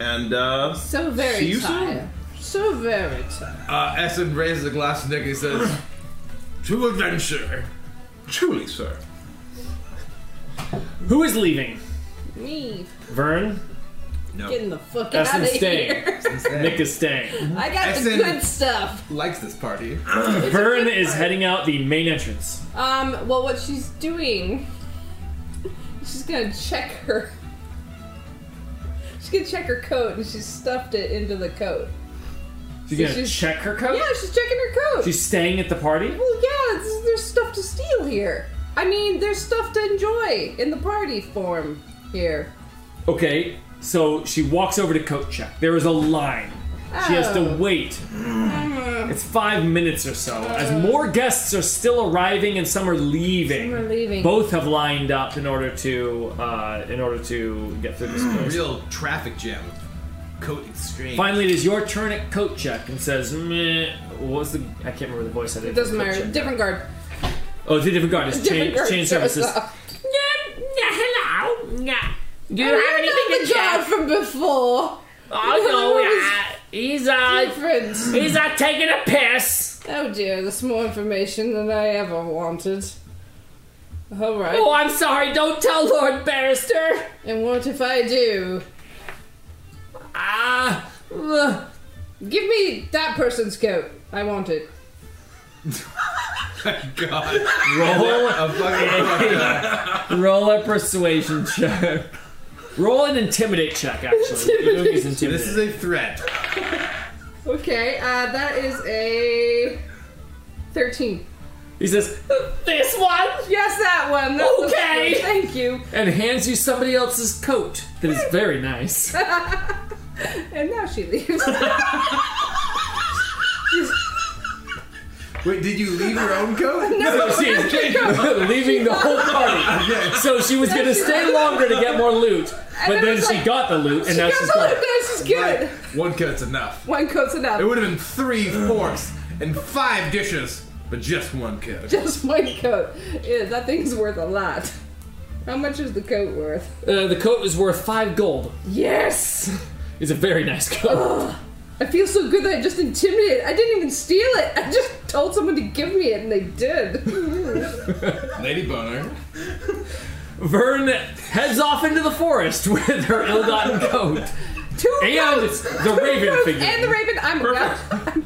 [SPEAKER 5] And, uh.
[SPEAKER 4] So very
[SPEAKER 5] See you
[SPEAKER 4] tired. So very tired.
[SPEAKER 7] Uh, Essen raises a glass to Nick and he says,
[SPEAKER 6] To adventure.
[SPEAKER 5] Truly, sir.
[SPEAKER 2] who is leaving?
[SPEAKER 4] Me,
[SPEAKER 2] Vern,
[SPEAKER 4] getting the fuck
[SPEAKER 2] That's
[SPEAKER 4] out of
[SPEAKER 2] insane.
[SPEAKER 4] here.
[SPEAKER 2] Nick is staying.
[SPEAKER 4] I got the
[SPEAKER 7] Essen-
[SPEAKER 4] good stuff.
[SPEAKER 7] "Likes this party."
[SPEAKER 2] Vern is heading out the main entrance.
[SPEAKER 4] Um, well, what she's doing, she's gonna check her. She's gonna check her coat, and she's stuffed it into the coat.
[SPEAKER 2] She's
[SPEAKER 4] So
[SPEAKER 2] gonna
[SPEAKER 4] she's-
[SPEAKER 2] check her coat.
[SPEAKER 4] Yeah, she's checking her coat.
[SPEAKER 2] She's staying at the party.
[SPEAKER 4] Well, yeah, it's- there's stuff to steal here. I mean, there's stuff to enjoy in the party form here.
[SPEAKER 2] Okay, so she walks over to coat check. There is a line. She has to
[SPEAKER 4] Oh.
[SPEAKER 2] wait. It's five minutes or so as more guests are still arriving and some are leaving.
[SPEAKER 4] Some are leaving.
[SPEAKER 2] Both have lined up in order to uh, in order to get through this place.
[SPEAKER 7] Real traffic jam. Coat exchange.
[SPEAKER 2] Finally, it is your turn at coat check and says, Meh, "What was the? I can't remember the voice I did."
[SPEAKER 4] It doesn't
[SPEAKER 2] for coat
[SPEAKER 4] matter.
[SPEAKER 2] check.
[SPEAKER 4] Different guard.
[SPEAKER 2] Oh, it's a different guard. It's
[SPEAKER 4] Different
[SPEAKER 2] change,
[SPEAKER 4] guard.
[SPEAKER 2] change
[SPEAKER 4] shows
[SPEAKER 2] services.
[SPEAKER 4] up.
[SPEAKER 13] hello. Yeah. Do you
[SPEAKER 4] I
[SPEAKER 13] have
[SPEAKER 4] remember
[SPEAKER 13] anything to
[SPEAKER 4] the job
[SPEAKER 13] check?
[SPEAKER 4] from before.
[SPEAKER 13] Oh no, yeah. He's uh,
[SPEAKER 4] Different.
[SPEAKER 13] he's uh, taking a piss.
[SPEAKER 4] Oh dear, there's more information than I ever wanted. All right.
[SPEAKER 13] Oh, I'm sorry. Don't tell Lord Barrister.
[SPEAKER 4] And what if I do?
[SPEAKER 13] Ah,
[SPEAKER 2] uh.
[SPEAKER 4] Ugh. Give me that person's coat. I want it.
[SPEAKER 7] God.
[SPEAKER 2] Roll
[SPEAKER 7] A fucking uh,
[SPEAKER 2] Roll a persuasion check. Roll an intimidate check, actually. You're doing this
[SPEAKER 7] This is
[SPEAKER 2] intimidate.
[SPEAKER 7] a threat.
[SPEAKER 4] Okay, uh, that is a 13.
[SPEAKER 2] He says,
[SPEAKER 13] This one?
[SPEAKER 4] Yes, that one. That's the
[SPEAKER 13] Okay.
[SPEAKER 4] one. Thank you.
[SPEAKER 2] and hands you somebody else's coat that is very nice.
[SPEAKER 4] And now she leaves.
[SPEAKER 7] Wait, did you leave your own coat?
[SPEAKER 2] So she's leaving the whole party. So she was going to stay longer to get more loot, but
[SPEAKER 4] then
[SPEAKER 2] then
[SPEAKER 4] it's
[SPEAKER 2] she
[SPEAKER 4] like-
[SPEAKER 2] got the loot, and now
[SPEAKER 4] got
[SPEAKER 2] she's
[SPEAKER 4] the-
[SPEAKER 2] gone.
[SPEAKER 4] now she's good.
[SPEAKER 7] One coat's enough.
[SPEAKER 4] One coat's enough.
[SPEAKER 7] It would have been three forks and five dishes, but just one coat.
[SPEAKER 4] Just one coat. Yeah, that thing's worth a lot. How much is the coat worth?
[SPEAKER 2] Uh, the coat is worth five gold.
[SPEAKER 4] Yes!
[SPEAKER 2] It's a very nice coat.
[SPEAKER 4] I feel so good that I just intimidated. I didn't even steal it. I just told someone to give me it and they did.
[SPEAKER 7] Lady boner.
[SPEAKER 2] Vern heads off into the forest with her ill-gotten coat
[SPEAKER 4] Two
[SPEAKER 2] and
[SPEAKER 4] coats.
[SPEAKER 2] the raven figure.
[SPEAKER 4] And the raven. I'm well.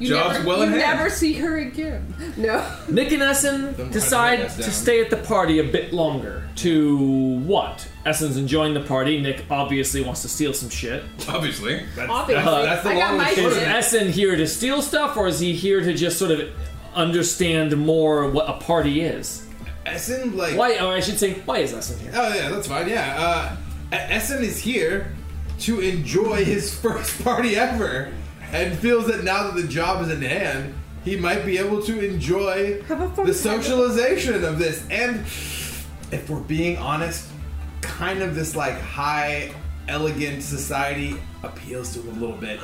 [SPEAKER 4] You
[SPEAKER 7] Job's
[SPEAKER 4] never,
[SPEAKER 7] well
[SPEAKER 4] you
[SPEAKER 7] in hand.
[SPEAKER 4] never see her again. No.
[SPEAKER 2] Nick and Essen decide
[SPEAKER 7] us
[SPEAKER 2] to
[SPEAKER 7] down.
[SPEAKER 2] stay at the party a bit longer. To what? Essen's enjoying the party. Nick obviously wants to steal some shit.
[SPEAKER 7] Obviously. That's,
[SPEAKER 4] Obviously.
[SPEAKER 7] that's the
[SPEAKER 4] I got
[SPEAKER 7] long
[SPEAKER 4] my
[SPEAKER 7] and short
[SPEAKER 4] shit.
[SPEAKER 7] of
[SPEAKER 2] Is Essen here to steal stuff, or is he here to just sort of understand more what a party is?
[SPEAKER 7] Essen, like.
[SPEAKER 2] Why? Or I should say, why is Essen here?
[SPEAKER 7] Oh, yeah, that's fine, yeah. Uh, E- Essen is here to enjoy his first party ever and feels that now that the job is in hand, he might be able to enjoy
[SPEAKER 4] Have a fun
[SPEAKER 7] the
[SPEAKER 4] time.
[SPEAKER 7] socialization of this. And if we're being honest, kind of this like high, elegant society appeals to him a little bit.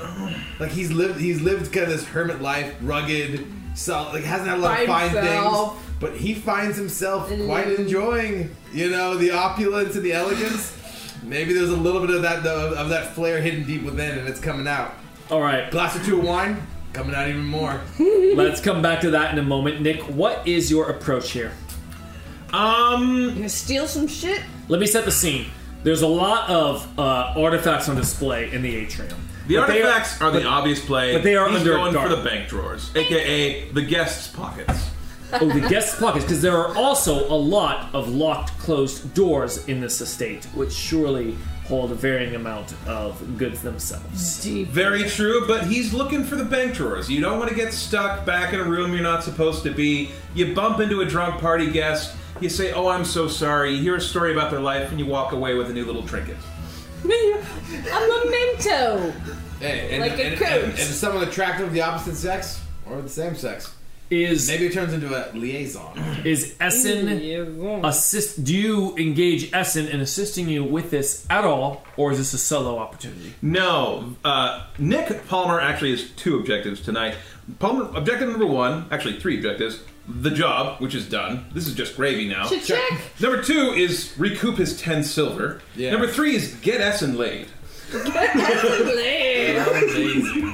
[SPEAKER 7] Like he's lived, he's lived kind of this hermit life, rugged, solid. Like hasn't had a lot of
[SPEAKER 4] By
[SPEAKER 7] fine
[SPEAKER 4] himself.
[SPEAKER 7] things, but he finds himself
[SPEAKER 4] Mm.
[SPEAKER 7] quite enjoying, you know, the opulence and the elegance. Maybe there's a little bit of that though, of that flair hidden deep within, and it's coming out.
[SPEAKER 4] Uh,
[SPEAKER 2] All right,
[SPEAKER 7] Glass or two of wine, coming out even more.
[SPEAKER 2] let's come back to that in a moment. Nick, what is your approach here?
[SPEAKER 5] Um,
[SPEAKER 4] You gonna steal some shit?
[SPEAKER 2] Let me set the scene. There's a lot of uh, artifacts on display in the atrium.
[SPEAKER 5] the
[SPEAKER 2] But they are-
[SPEAKER 5] artifacts are, the obvious play.
[SPEAKER 2] but they are
[SPEAKER 5] He's
[SPEAKER 2] under
[SPEAKER 5] going
[SPEAKER 2] guard.
[SPEAKER 5] for the bank drawers, aka the guests' pockets.
[SPEAKER 2] Oh, the guest pockets, because there are also a lot of locked, closed doors in this estate, which surely hold a varying amount of goods themselves.
[SPEAKER 5] Very true, but he's looking for the bank drawers. You don't want to get stuck back in a room you're not supposed to be. You bump into a drunk party guest. You say, "Oh, I'm so sorry." You hear a story about their life, and you walk away with a new little trinket.
[SPEAKER 4] a memento.
[SPEAKER 7] Hey, and,
[SPEAKER 4] Like a
[SPEAKER 7] and,
[SPEAKER 4] coat.
[SPEAKER 7] and- and someone attractive of the opposite sex or the same sex.
[SPEAKER 2] Is
[SPEAKER 7] Maybe it turns into a liaison.
[SPEAKER 2] is Essen assist? Do you engage Essen in assisting you with this at all, or is this a solo opportunity?
[SPEAKER 5] No, uh, Nick Palmer actually has two objectives tonight. Palmer, objective number one, actually three objectives: the job, which is done. This is just gravy now.
[SPEAKER 4] Check, check.
[SPEAKER 5] Number two is recoup his ten silver.
[SPEAKER 7] Yeah.
[SPEAKER 5] Number three is get Essen laid.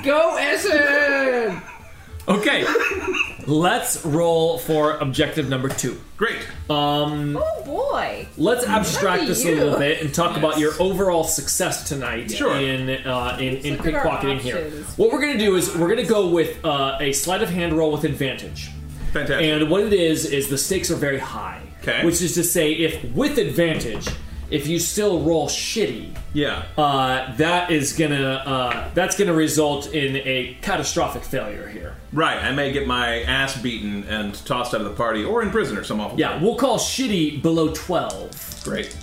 [SPEAKER 4] Go Essen.
[SPEAKER 2] Okay, let's roll for objective number two.
[SPEAKER 5] Great.
[SPEAKER 4] Oh boy.
[SPEAKER 2] Let's abstract
[SPEAKER 4] Lucky
[SPEAKER 2] this a
[SPEAKER 4] you.
[SPEAKER 2] little bit and talk about your overall success tonight
[SPEAKER 5] Sure.
[SPEAKER 2] in uh, in, in
[SPEAKER 4] look at our
[SPEAKER 2] pickpocketing here.
[SPEAKER 4] options.
[SPEAKER 2] What we're gonna do is we're gonna go with uh, a sleight of hand roll with advantage,
[SPEAKER 5] Fantastic.
[SPEAKER 2] and what it is is the stakes are very high.
[SPEAKER 5] Okay.
[SPEAKER 2] Which is to say, if with advantage, if you still roll shitty,
[SPEAKER 5] yeah.
[SPEAKER 2] uh, that is gonna uh, that's gonna result in a catastrophic failure here.
[SPEAKER 5] Right, I may get my ass beaten and tossed out of the party or in prison or some awful
[SPEAKER 2] Yeah, we'll call shitty below twelve.
[SPEAKER 5] thing. Great.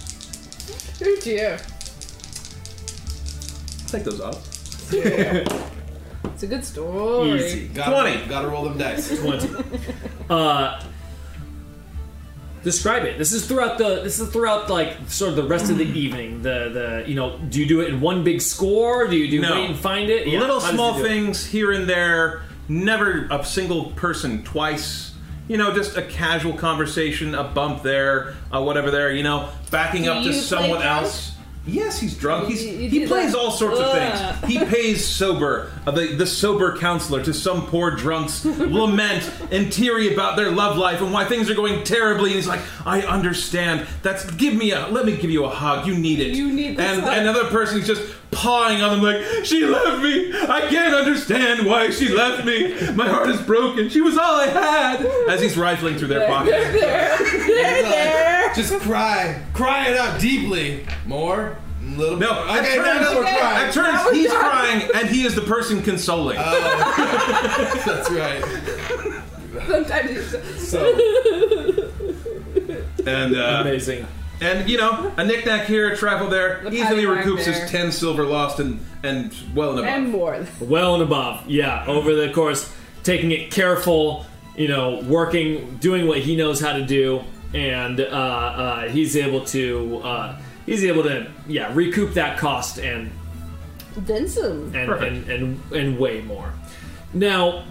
[SPEAKER 4] Oh dear.
[SPEAKER 5] Take those odds.
[SPEAKER 4] It's a good story.
[SPEAKER 2] Easy.
[SPEAKER 7] Gotta,
[SPEAKER 5] 20.
[SPEAKER 7] Gotta roll them dice.
[SPEAKER 2] Twenty. uh, describe it. This is throughout the. This is throughout like sort of the rest of the evening. The the you know do you do it in one big score? Do you do
[SPEAKER 5] No.
[SPEAKER 2] wait and find it? Yeah,
[SPEAKER 5] Little
[SPEAKER 2] how does it
[SPEAKER 5] small
[SPEAKER 2] do it?
[SPEAKER 5] things here and there, never a single person twice. You know, just a casual conversation, a bump there, a whatever there, you know, backing up
[SPEAKER 4] you
[SPEAKER 5] to
[SPEAKER 4] play
[SPEAKER 5] someone
[SPEAKER 4] drunk?
[SPEAKER 5] else. Yes, he's drunk. He's,
[SPEAKER 4] You- you
[SPEAKER 5] he
[SPEAKER 4] do
[SPEAKER 5] plays
[SPEAKER 4] that.
[SPEAKER 5] all sorts of
[SPEAKER 4] Ugh.
[SPEAKER 5] things. He pays sober, uh, the, the sober counselor to some poor drunks, lament and teary about their love life and why things are going terribly. And he's like, I understand. That's give me a let me give you a hug. You need it.
[SPEAKER 4] You need this
[SPEAKER 5] And
[SPEAKER 4] hug.
[SPEAKER 5] another person's just pawing on them like, she left me. I can't understand why she left me. My heart is broken. She was all I had. As he's rifling through their pockets.
[SPEAKER 4] There, there, there.
[SPEAKER 7] Just cry. Cry it out deeply. More.
[SPEAKER 17] little
[SPEAKER 5] No,
[SPEAKER 17] bit.
[SPEAKER 5] I
[SPEAKER 17] Okay,
[SPEAKER 5] turned.
[SPEAKER 17] now we're
[SPEAKER 4] Okay.
[SPEAKER 17] crying. Uh,
[SPEAKER 5] I turned.
[SPEAKER 4] Now we're
[SPEAKER 5] He's
[SPEAKER 4] done.
[SPEAKER 5] crying, and he is the person consoling.
[SPEAKER 17] That's right.
[SPEAKER 4] Sometimes it's
[SPEAKER 17] So
[SPEAKER 5] and uh,
[SPEAKER 2] Amazing.
[SPEAKER 5] and you know, a knickknack here, a trifle there,
[SPEAKER 4] The
[SPEAKER 5] easily
[SPEAKER 4] patty mark
[SPEAKER 5] recoups
[SPEAKER 4] there.
[SPEAKER 5] his ten silver lost and and well and above.
[SPEAKER 4] and more.
[SPEAKER 2] Well and above. Yeah, over the course, taking it careful, you know, working, doing what he knows how to do, and uh, uh, he's able to uh, he's able to yeah recoup that cost and
[SPEAKER 4] Vincent.
[SPEAKER 2] and and, and and way more. Now,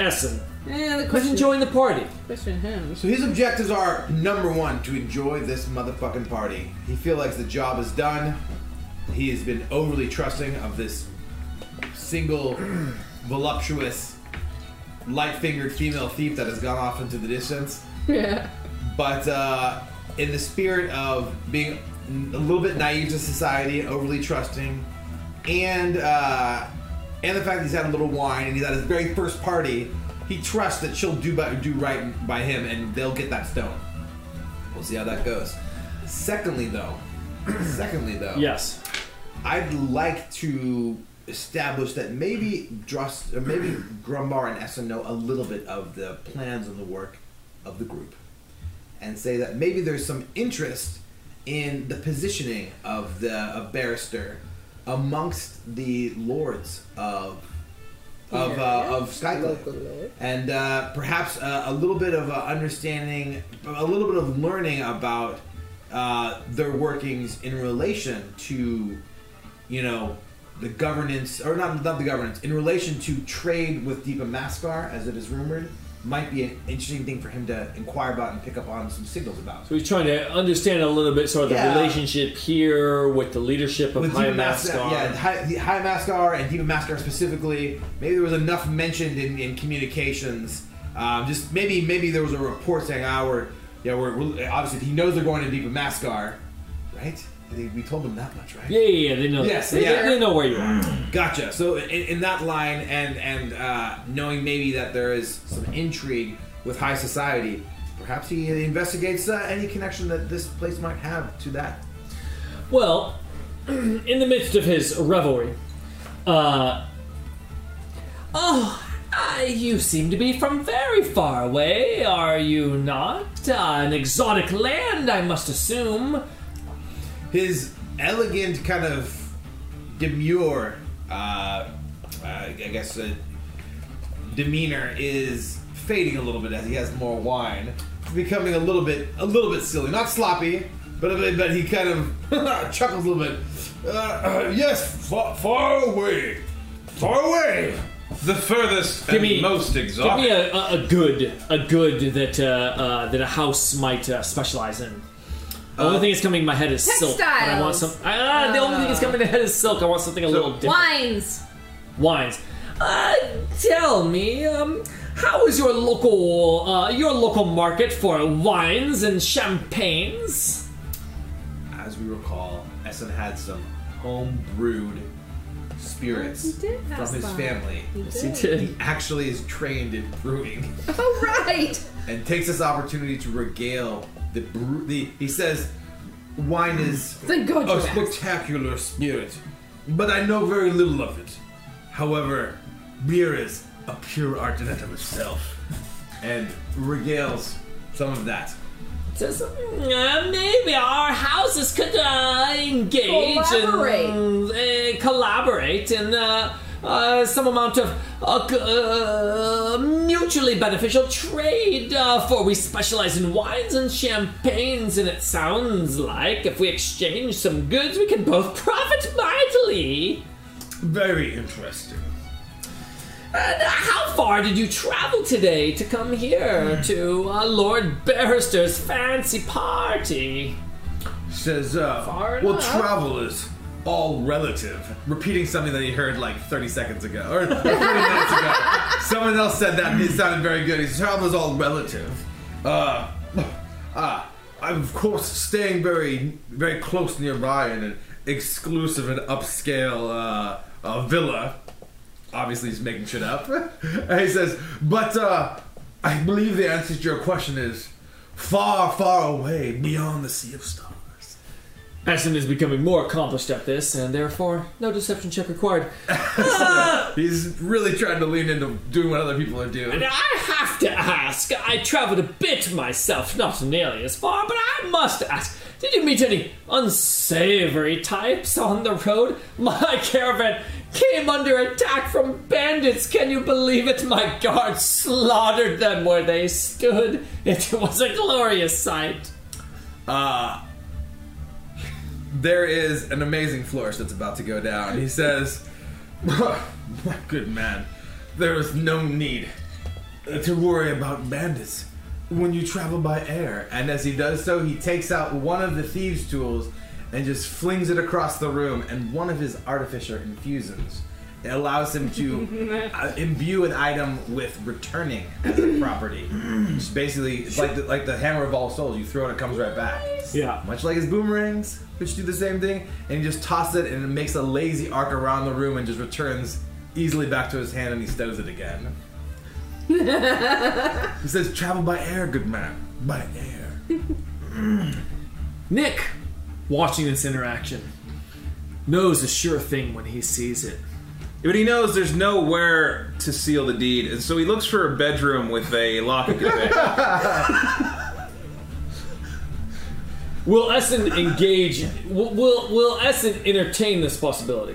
[SPEAKER 2] Essen,
[SPEAKER 4] Yeah, the
[SPEAKER 2] who's
[SPEAKER 4] question.
[SPEAKER 2] enjoying the party?
[SPEAKER 4] question him.
[SPEAKER 7] So his objectives are number one, to enjoy this motherfucking party. He feels like the job is done. He has been overly trusting of this single, voluptuous, light fingered female thief that has gone off into the distance.
[SPEAKER 4] Yeah.
[SPEAKER 7] But uh, in the spirit of being a little bit naive to society and overly trusting, and uh, and the fact that he's had a little wine and he's at his very first party, he trusts that she'll do by, do right by him and they'll get that stone. We'll see how that goes. Secondly, though, secondly though,
[SPEAKER 2] Yes.
[SPEAKER 7] I'd like to establish that maybe Drust, or maybe Grumbar and Essen know a little bit of the plans and the work of the group, and say that maybe there's some interest in the positioning of the of barrister amongst the lords of of uh, of
[SPEAKER 4] Local
[SPEAKER 7] Skyclave
[SPEAKER 4] lord.
[SPEAKER 7] and uh, perhaps a, a little bit of uh, understanding, a little bit of learning about uh, their workings in relation to, you know, the governance or not not the governance in relation to trade with Deepa Maskar, as it is rumored, might be an interesting thing for him to inquire about and pick up on some signals about.
[SPEAKER 2] So he's trying to understand a little bit sort of
[SPEAKER 7] Yeah.
[SPEAKER 2] the relationship here with the leadership of
[SPEAKER 7] with
[SPEAKER 2] High
[SPEAKER 7] Deepa Maskar,
[SPEAKER 2] Mascar.
[SPEAKER 7] yeah, High, the High Mascar and Deepa Maskar specifically, maybe there was enough mentioned in, in communications. Um, just maybe, maybe there was a report saying, "Ah, we're, yeah, we're, we're obviously he knows they're going to Deepa Maskar, right? I think We told him that much, right?
[SPEAKER 2] Yeah, yeah, yeah, they know.
[SPEAKER 7] Yes,
[SPEAKER 2] they,
[SPEAKER 7] yeah.
[SPEAKER 2] they know where you are.
[SPEAKER 7] Gotcha. So in, in that line, and and uh, knowing maybe that there is some intrigue with high society, perhaps he investigates uh, any connection that this place might have to that.
[SPEAKER 2] Well, in the midst of his revelry, uh, oh, ah, you seem to be from very far away, are you not? Uh, an exotic land, I must assume.
[SPEAKER 7] his elegant kind of demure, uh, uh, I guess, uh, demeanor is fading a little bit as he has more wine, becoming a little bit a little bit silly, not sloppy, but a bit, but he kind of chuckles a little bit.
[SPEAKER 6] Uh, yes, far, far away. Far away.
[SPEAKER 5] The furthest
[SPEAKER 2] Give
[SPEAKER 5] and
[SPEAKER 2] me-
[SPEAKER 5] most
[SPEAKER 2] Give me
[SPEAKER 5] exotic.
[SPEAKER 2] a, a, a good, a good that uh, uh, that a house might uh, specialize in. The only thing that's coming to my head is silk. and I want some.
[SPEAKER 4] Textiles.
[SPEAKER 2] Ah, the only thing that's coming to my head is silk. I want something a little different.
[SPEAKER 4] Wines.
[SPEAKER 2] wines. Uh, tell me, um, how is your local uh, your local market for wines and champagnes?
[SPEAKER 7] As we recall, Essen had some home brewed spirits
[SPEAKER 4] Oh, He did have
[SPEAKER 7] from his
[SPEAKER 4] some.
[SPEAKER 7] family. He actually is trained in brewing.
[SPEAKER 4] Oh right.
[SPEAKER 7] and takes this opportunity to regale the brew. The, he says, "Wine is
[SPEAKER 4] Thank God you
[SPEAKER 7] a
[SPEAKER 4] asked.
[SPEAKER 7] spectacular spirit, but I know very little of it. However, beer is a pure art in and of itself, and regales some of that."
[SPEAKER 2] Says, uh, maybe our houses could uh, engage and uh, collaborate in uh, uh, some amount of uh, c- uh, mutually beneficial trade. Uh, for we specialize in wines and champagnes, and it sounds like if we exchange some goods, we can both profit mightily.
[SPEAKER 6] Very interesting.
[SPEAKER 2] And how far did you travel today to come here to uh, Lord Barrister's fancy party?
[SPEAKER 6] Says, uh,
[SPEAKER 2] Far
[SPEAKER 6] well,
[SPEAKER 2] enough.
[SPEAKER 6] travel is all relative.
[SPEAKER 7] Repeating something that he heard like 30 seconds ago, or 30 minutes ago. Someone else said that, and it sounded very good. He says, "Travel is all relative."
[SPEAKER 6] Uh, ah, I'm of course staying very, very close nearby in an exclusive and upscale uh, uh, villa. Obviously, he's making shit up. and he says, "But uh, I believe the answer to your question is far, far away beyond the sea of stars."
[SPEAKER 2] Aston is becoming more accomplished at this, and therefore no deception check required.
[SPEAKER 7] He's really trying to lean into doing what other people are doing.
[SPEAKER 2] And I have to ask. I traveled a bit myself, not nearly as far, but I must ask. Did you meet any unsavory types on the road? My caravan came under attack from bandits. Can you believe it? My guards slaughtered them where they stood. It was a glorious sight.
[SPEAKER 7] There is an amazing flourish that's about to go down. He says, "My good man, there is no need to worry about bandits when you travel by air." And as he does so, he takes out one of the thieves' tools and just flings it across the room. And one of his artificer infusions it allows him to uh, imbue an item with returning as a property. It's basically it's like the, like the hammer of all souls. You throw it, it comes right back
[SPEAKER 2] Yeah.
[SPEAKER 7] much like his boomerangs, which do the same thing, and he just tosses it and it makes a lazy arc around the room and just returns easily back to his hand and he stows it again. he says, Travel by air, good man. By air.
[SPEAKER 2] Nick, watching this interaction, knows a sure thing when he sees it.
[SPEAKER 5] But he knows there's nowhere to seal the deed, and so he looks for a bedroom with a lock and key.
[SPEAKER 2] Will Essen engage? Will Will, will Essen entertain this possibility?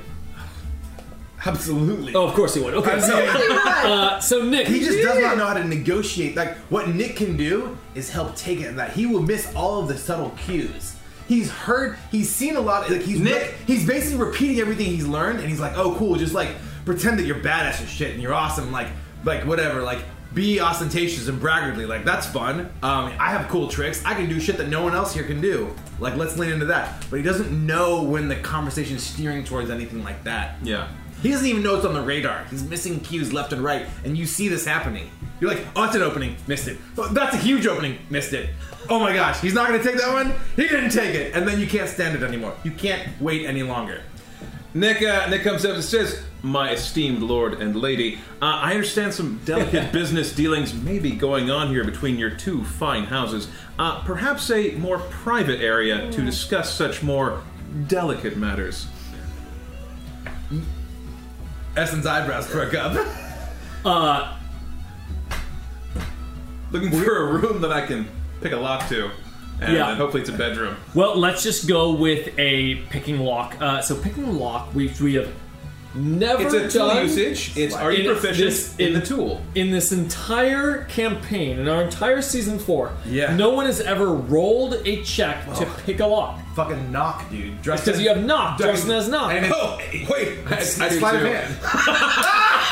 [SPEAKER 7] Absolutely.
[SPEAKER 2] Oh, of course he would. Okay, so uh, so Nick,
[SPEAKER 7] He just does not know how to negotiate. Like, what Nick can do is help take it, and that he will miss all of the subtle cues. He's heard, he's seen a lot. Like, he's Nick, he's basically repeating everything he's learned, and he's like, "Oh, cool, just like pretend that you're badass as shit and you're awesome, like, like whatever, like." Be ostentatious and braggartly, like that's fun. Um, I have cool tricks. I can do shit that no one else here can do. Like, let's lean into that. But he doesn't know when the conversation's steering towards anything like that.
[SPEAKER 5] yeah.
[SPEAKER 7] He doesn't even know it's on the radar. He's missing cues left and right, and you see this happening. You're like, oh, that's an opening, missed it. Oh, that's a huge opening, missed it. Oh my gosh, he's not gonna take that one? He didn't take it! And then you can't stand it anymore. You can't wait any longer.
[SPEAKER 5] Nick, uh, Nick comes up and says, "My esteemed lord and lady, uh, I understand some delicate business dealings may be going on here between your two fine houses. Uh, perhaps a more private area
[SPEAKER 4] Hmm.
[SPEAKER 5] to discuss such more delicate matters."
[SPEAKER 7] Essen's eyebrows perk up.
[SPEAKER 2] uh,
[SPEAKER 5] Looking for a room that I can pick a lock to, and
[SPEAKER 2] Yeah.
[SPEAKER 5] then hopefully it's a bedroom.
[SPEAKER 2] well, let's just go with a picking lock. Uh, so picking lock, we we have never
[SPEAKER 5] It's a tool
[SPEAKER 2] done
[SPEAKER 5] usage. It's are you
[SPEAKER 2] It is
[SPEAKER 5] proficient
[SPEAKER 2] this-
[SPEAKER 5] in the
[SPEAKER 2] it-
[SPEAKER 5] tool?
[SPEAKER 2] in this entire campaign, in our entire season four.
[SPEAKER 7] Yeah.
[SPEAKER 2] no one has ever rolled a check to pick a lock
[SPEAKER 7] Fucking knock, dude. Dress
[SPEAKER 2] because you have not. Justin has not.
[SPEAKER 7] And it's,
[SPEAKER 5] Oh wait, I, I do
[SPEAKER 7] sleight of
[SPEAKER 5] too.
[SPEAKER 7] hand.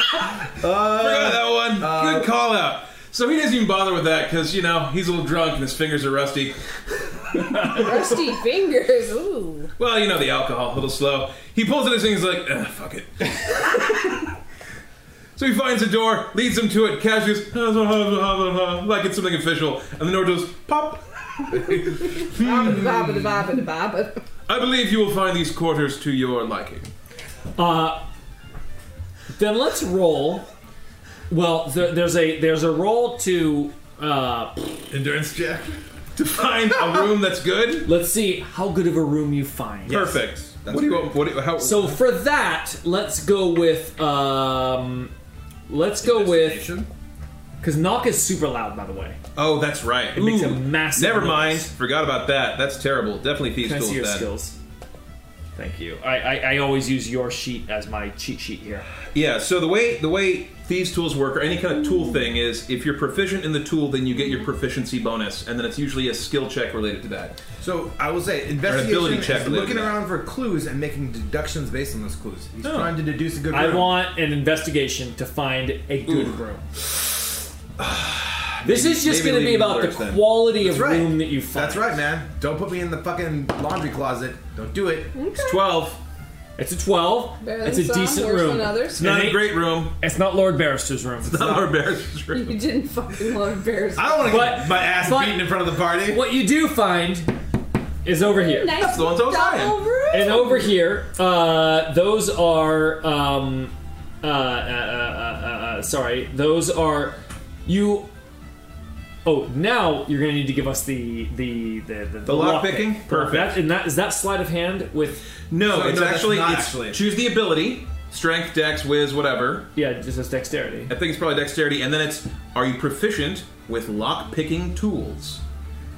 [SPEAKER 5] Forgot that one.
[SPEAKER 2] Uh,
[SPEAKER 5] Good call out. So he doesn't even bother with that because you know he's a little drunk and his fingers are rusty.
[SPEAKER 4] Rusty fingers. Ooh.
[SPEAKER 5] Well, you know the alcohol, a little slow. He pulls at his thing. He's like, "Ugh, "Fuck it." so he finds a door, leads him to it, casually, goes, like it's something official, and the door goes pop.
[SPEAKER 4] Baba da baba da baba da
[SPEAKER 5] I believe you will find these quarters to your liking.
[SPEAKER 2] Uh, then let's roll. Well, there, there's a there's a roll to uh,
[SPEAKER 7] Endurance check.
[SPEAKER 5] To find a room that's good,
[SPEAKER 2] let's see how good of a room you find.
[SPEAKER 5] perfect. what do you want? What do you, how,
[SPEAKER 2] So for that, let's go with um, let's go with because knock is super loud. By the way,
[SPEAKER 5] oh, that's right. It
[SPEAKER 2] makes a massive
[SPEAKER 5] Never
[SPEAKER 2] noise.
[SPEAKER 5] mind. Forgot about that. That's terrible. Definitely thieves'
[SPEAKER 2] can I
[SPEAKER 5] tools.
[SPEAKER 2] see your
[SPEAKER 5] that.
[SPEAKER 2] skills? Thank you. I, I I always use your sheet as my cheat sheet here.
[SPEAKER 5] Yeah. So the way the way thieves tools work, or any kind of tool thing, is if you're proficient in the tool, then you get your proficiency bonus, and then it's usually a skill check related to that.
[SPEAKER 7] So I will say, investigation
[SPEAKER 5] ability
[SPEAKER 7] is
[SPEAKER 5] check related
[SPEAKER 7] looking
[SPEAKER 5] to that.
[SPEAKER 7] around for clues and making deductions based on those clues. He's
[SPEAKER 5] Oh.
[SPEAKER 7] trying to deduce a good
[SPEAKER 2] I
[SPEAKER 7] room.
[SPEAKER 2] want an investigation to find a good
[SPEAKER 5] Ooh.
[SPEAKER 2] room. This is just
[SPEAKER 5] maybe
[SPEAKER 2] going to be
[SPEAKER 5] leave
[SPEAKER 2] about the
[SPEAKER 5] Miller's then.
[SPEAKER 2] quality of
[SPEAKER 7] That's right.
[SPEAKER 2] room that you find.
[SPEAKER 7] That's right, man. Don't put me in the fucking laundry closet. Don't do it.
[SPEAKER 5] It's twelve.
[SPEAKER 2] It's a 12.
[SPEAKER 4] Better
[SPEAKER 2] it's a
[SPEAKER 4] than some,
[SPEAKER 2] decent
[SPEAKER 4] worse
[SPEAKER 2] room.
[SPEAKER 4] than others.
[SPEAKER 5] It's not
[SPEAKER 2] Any-
[SPEAKER 5] a great room.
[SPEAKER 2] It's not Lord Barrister's room.
[SPEAKER 5] It's not our bear's room.
[SPEAKER 4] You didn't fucking love bears.
[SPEAKER 7] I don't want to
[SPEAKER 2] But-
[SPEAKER 7] get my ass
[SPEAKER 2] but-
[SPEAKER 7] beaten in front of the party.
[SPEAKER 2] What you do find is over here.
[SPEAKER 4] Nice
[SPEAKER 5] That's the ones I was
[SPEAKER 4] double room.
[SPEAKER 2] And over here, uh, those are. Um, uh, uh, uh, uh, uh, sorry, those are. You Oh, now you're going to need to give us the the the the, the
[SPEAKER 5] lock
[SPEAKER 2] lockpick.
[SPEAKER 5] picking? Perfect.
[SPEAKER 2] That, and that is that sleight of hand with
[SPEAKER 5] No,
[SPEAKER 7] So,
[SPEAKER 5] it's
[SPEAKER 7] no, that's
[SPEAKER 5] actually,
[SPEAKER 7] not
[SPEAKER 5] it's
[SPEAKER 7] actually.
[SPEAKER 5] choose the ability, strength, dex, whiz, whatever.
[SPEAKER 2] yeah, it just says dexterity.
[SPEAKER 5] I think it's probably dexterity, and then it's are you proficient with lock picking tools?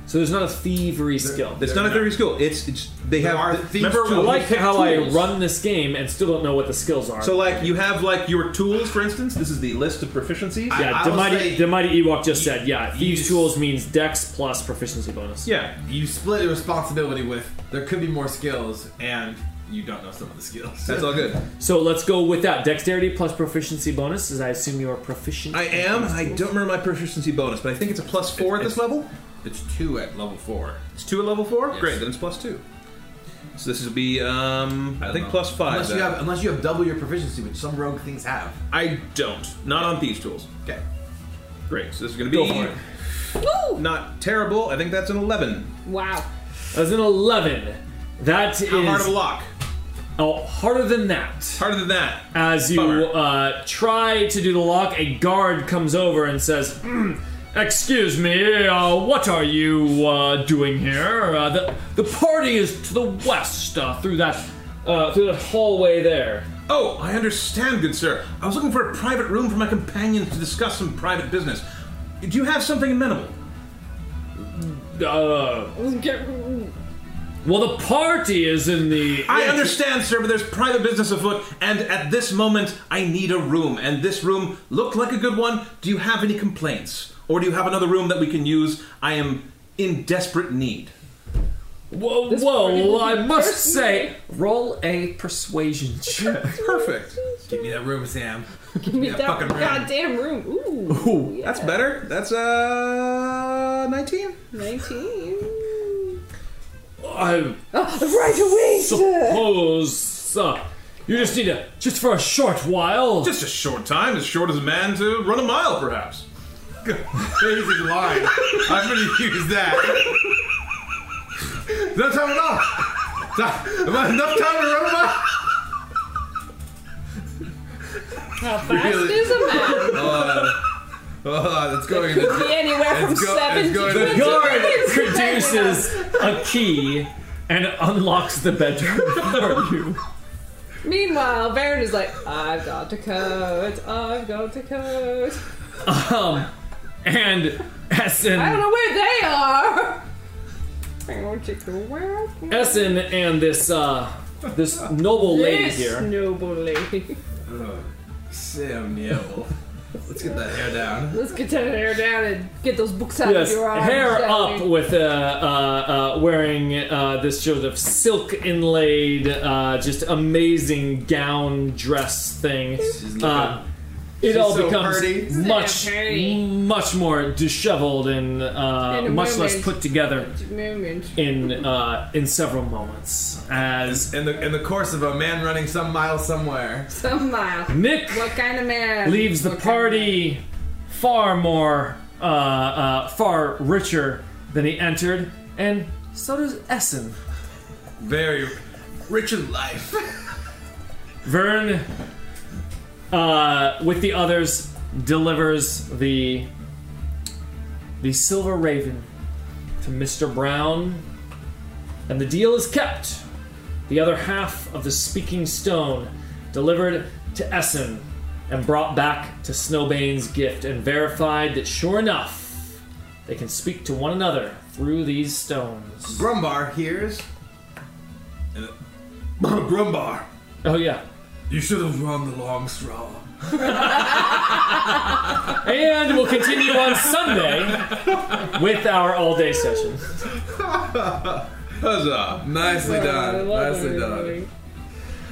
[SPEAKER 2] So there's not a thievery skill.
[SPEAKER 5] That's not a theory skill. It's, it's they have.
[SPEAKER 7] are
[SPEAKER 5] th-
[SPEAKER 7] thieves
[SPEAKER 5] remember,
[SPEAKER 2] I
[SPEAKER 5] when we
[SPEAKER 2] like
[SPEAKER 5] pick
[SPEAKER 2] how
[SPEAKER 5] tools-
[SPEAKER 2] I run this game and still don't know what the skills are.
[SPEAKER 5] So like you have like your tools, for instance. This is the list of proficiencies.
[SPEAKER 2] yeah,
[SPEAKER 7] I
[SPEAKER 2] the
[SPEAKER 7] will
[SPEAKER 2] mighty,
[SPEAKER 7] say-
[SPEAKER 2] the mighty Ewok just said, yeah, thieves
[SPEAKER 7] s-
[SPEAKER 2] tools means dex plus proficiency bonus.
[SPEAKER 5] yeah.
[SPEAKER 7] You split the responsibility with there could be more skills, and you don't know some of the skills.
[SPEAKER 5] That's all good.
[SPEAKER 2] So let's go with that dexterity plus proficiency bonus. As I assume you are proficient.
[SPEAKER 5] I am. I don't remember my proficiency bonus, but I think it's a plus four at this level.
[SPEAKER 7] It's two at level four.
[SPEAKER 5] It's two at level four. Great, then it's plus two. So this would be um, I,
[SPEAKER 7] don't
[SPEAKER 5] think
[SPEAKER 7] know.
[SPEAKER 5] plus five.
[SPEAKER 3] Unless you
[SPEAKER 5] then.
[SPEAKER 3] have unless you have double your proficiency, which some rogue things have.
[SPEAKER 5] I don't. Not on thieves tools.
[SPEAKER 3] Okay.
[SPEAKER 5] Great. So this is going to be
[SPEAKER 2] Go for it.
[SPEAKER 4] Woo!
[SPEAKER 5] not terrible. I think that's an eleven.
[SPEAKER 4] Wow.
[SPEAKER 2] As an eleven, that is
[SPEAKER 5] How hard of a lock?
[SPEAKER 2] oh, harder than that.
[SPEAKER 5] Harder than that.
[SPEAKER 2] As you
[SPEAKER 5] Bummer.
[SPEAKER 2] uh, try to do the lock, a guard comes over and says, "Mm, "Excuse me, uh, what are you uh, doing here? Uh, the the party is to the west uh, through that uh, through that hallway there."
[SPEAKER 5] Oh, I understand, good sir. I was looking for a private room for my companions to discuss some private business. Do you have something amenable?
[SPEAKER 2] Uh, well, the party is in the.
[SPEAKER 5] I understand, sir, but there's private business afoot, and at this moment, I need a room, and this room looked like a good one. Do you have any complaints? Or do you have another room that we can use? I am in desperate need.
[SPEAKER 2] Whoa,
[SPEAKER 4] This party
[SPEAKER 2] whoa!
[SPEAKER 4] will
[SPEAKER 2] I
[SPEAKER 4] be
[SPEAKER 2] must
[SPEAKER 4] thirsty.
[SPEAKER 2] say, roll a persuasion check.
[SPEAKER 5] Perfect.
[SPEAKER 7] Give me that room, Sam.
[SPEAKER 4] Give me that
[SPEAKER 7] fucking room.
[SPEAKER 4] goddamn room. Ooh. yeah.
[SPEAKER 5] That's better. That's, uh, 19?
[SPEAKER 4] 19.
[SPEAKER 2] I
[SPEAKER 4] Right away, sir.
[SPEAKER 2] suppose uh, you just need to just for a short while.
[SPEAKER 5] Just a short time, as short as a man to run a mile, perhaps.
[SPEAKER 7] Amazing line. I'm gonna use that. no time at all. Ti- Am I enough time to run about?
[SPEAKER 4] How fast
[SPEAKER 7] Really?
[SPEAKER 4] is a man?
[SPEAKER 7] Oh, that's going. In the,
[SPEAKER 4] Be anywhere from
[SPEAKER 7] go-
[SPEAKER 4] seven
[SPEAKER 7] let's go
[SPEAKER 4] to
[SPEAKER 7] to the
[SPEAKER 4] twenty
[SPEAKER 2] guard
[SPEAKER 4] minutes,
[SPEAKER 2] produces
[SPEAKER 4] depending
[SPEAKER 2] a key and unlocks the bedroom for you.
[SPEAKER 4] on- Meanwhile, Baron is like, I've got to code. I've got to code.
[SPEAKER 2] Um, and Essen,
[SPEAKER 4] I don't know where they are. I want you to where?
[SPEAKER 2] Essen, and this uh, this noble lady
[SPEAKER 4] This
[SPEAKER 2] here.
[SPEAKER 4] noble lady.
[SPEAKER 7] Sam Neill. Let's get that hair down.
[SPEAKER 4] Let's get that hair down and get those books out
[SPEAKER 2] Yes,
[SPEAKER 4] of your arms.
[SPEAKER 2] hair
[SPEAKER 4] Daddy.
[SPEAKER 2] up with uh, uh, uh, wearing uh, this sort of silk inlaid, uh, just amazing gown dress thing. Uh, it all
[SPEAKER 7] so
[SPEAKER 2] becomes
[SPEAKER 7] pretty.
[SPEAKER 2] much,
[SPEAKER 4] pretty.
[SPEAKER 2] much more disheveled and, uh,
[SPEAKER 4] In a
[SPEAKER 2] much less
[SPEAKER 4] moment.
[SPEAKER 2] put together
[SPEAKER 4] Moment.
[SPEAKER 2] in uh, in several moments. As
[SPEAKER 7] In the in the course of a man running some mile somewhere.
[SPEAKER 4] Some mile.
[SPEAKER 2] Nick
[SPEAKER 4] What kind of man
[SPEAKER 2] leaves the
[SPEAKER 4] What kind of
[SPEAKER 2] party far more, uh, uh, far richer than he entered, and so does Essen.
[SPEAKER 7] Very rich in life.
[SPEAKER 2] Vern, uh, with the others, delivers the the silver raven to Mr. Brown, and the deal is kept. The other half of the speaking stone delivered to Essen and brought back to Snowbane's gift, and verified that sure enough, they can speak to one another through these stones.
[SPEAKER 7] Grumbar hears. and- Grumbar,
[SPEAKER 2] Oh yeah.
[SPEAKER 7] you should have run the long straw.
[SPEAKER 2] And we'll continue on Sunday with our all day session.
[SPEAKER 5] Huzzah.
[SPEAKER 7] Nicely
[SPEAKER 4] I
[SPEAKER 7] done.
[SPEAKER 4] love
[SPEAKER 7] Nicely done.
[SPEAKER 4] everybody.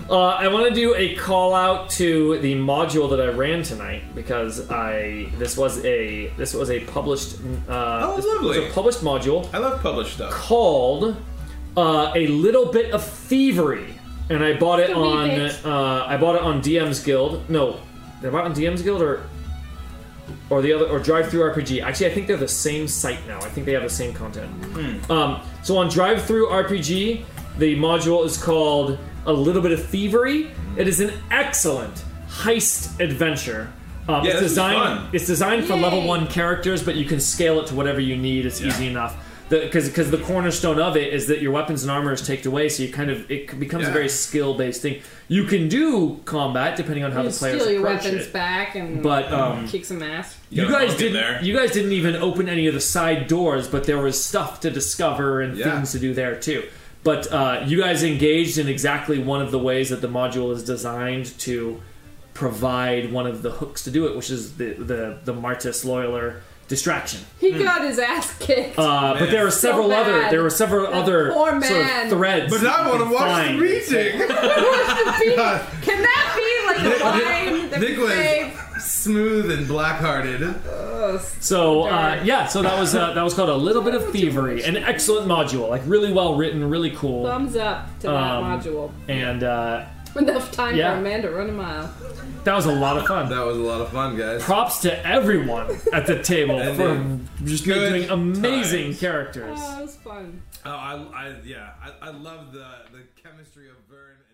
[SPEAKER 2] Uh, I want to do a call out to the module that I ran tonight because I this was a this was a published uh,
[SPEAKER 5] Oh,
[SPEAKER 2] this
[SPEAKER 5] lovely.
[SPEAKER 2] was a published module
[SPEAKER 5] I love published stuff.
[SPEAKER 2] called uh, a little bit of thievery, and I bought it
[SPEAKER 4] Little
[SPEAKER 2] on
[SPEAKER 4] bit.
[SPEAKER 2] uh, I bought it on DM's Guild. No, they're bought on DM's Guild or or the other or Drive Through RPG. Actually, I think they're the same site now. I think they have the same content.
[SPEAKER 5] Hmm.
[SPEAKER 2] Um, so on Drive Through RPG, the module is called A Little Bit of Thievery. It is an excellent heist adventure Um,
[SPEAKER 5] Yeah,
[SPEAKER 2] it's
[SPEAKER 5] this is
[SPEAKER 2] designed.
[SPEAKER 5] fun.
[SPEAKER 2] It's designed for
[SPEAKER 4] Yay.
[SPEAKER 2] level one characters, but you can scale it to whatever you need. It's easy enough. Because because the cornerstone of it is that your weapons and armor is taken away, so you kind of it becomes a
[SPEAKER 5] Yeah.
[SPEAKER 2] very skill based thing. You can do combat depending on how
[SPEAKER 4] You
[SPEAKER 2] the players
[SPEAKER 4] steal your
[SPEAKER 2] approach
[SPEAKER 4] weapons
[SPEAKER 2] it.
[SPEAKER 4] back and
[SPEAKER 2] But um,
[SPEAKER 4] kick some ass.
[SPEAKER 5] You
[SPEAKER 2] you
[SPEAKER 5] got a
[SPEAKER 2] guys
[SPEAKER 5] monkey
[SPEAKER 2] didn't.
[SPEAKER 5] there.
[SPEAKER 2] You guys didn't even open any of the side doors, but there was stuff to discover and
[SPEAKER 5] Yeah.
[SPEAKER 2] things to do there too. But uh, you guys engaged in exactly one of the ways that the module is designed to provide one of the hooks to do it, which is the the the Martis Loyaler distraction.
[SPEAKER 4] He got his ass kicked.
[SPEAKER 2] Uh, but there were several
[SPEAKER 4] bad.
[SPEAKER 2] other there were several other
[SPEAKER 4] poor
[SPEAKER 2] sort
[SPEAKER 4] man.
[SPEAKER 2] of threads.
[SPEAKER 17] But I want to watch the
[SPEAKER 2] Fine.
[SPEAKER 17] reading.
[SPEAKER 4] Can that be like a line that
[SPEAKER 7] Nick
[SPEAKER 4] we
[SPEAKER 7] was-
[SPEAKER 4] say?
[SPEAKER 7] Smooth and black-hearted.
[SPEAKER 2] So uh,
[SPEAKER 4] Darn.
[SPEAKER 2] yeah, so that was uh, that was called a little bit of thievery, an excellent module, like really well written, really cool,
[SPEAKER 4] Thumbs up to that
[SPEAKER 2] Um,
[SPEAKER 4] module.
[SPEAKER 2] and uh,
[SPEAKER 4] Enough time
[SPEAKER 2] yeah.
[SPEAKER 4] for a man to run a mile.
[SPEAKER 2] that was a lot of fun.
[SPEAKER 7] That was a lot of fun, guys.
[SPEAKER 2] props to everyone at the table for just
[SPEAKER 7] good
[SPEAKER 2] doing amazing characters.
[SPEAKER 4] Oh, it was fun.
[SPEAKER 7] Oh, I, I yeah, I, I love the the chemistry of Vern. and-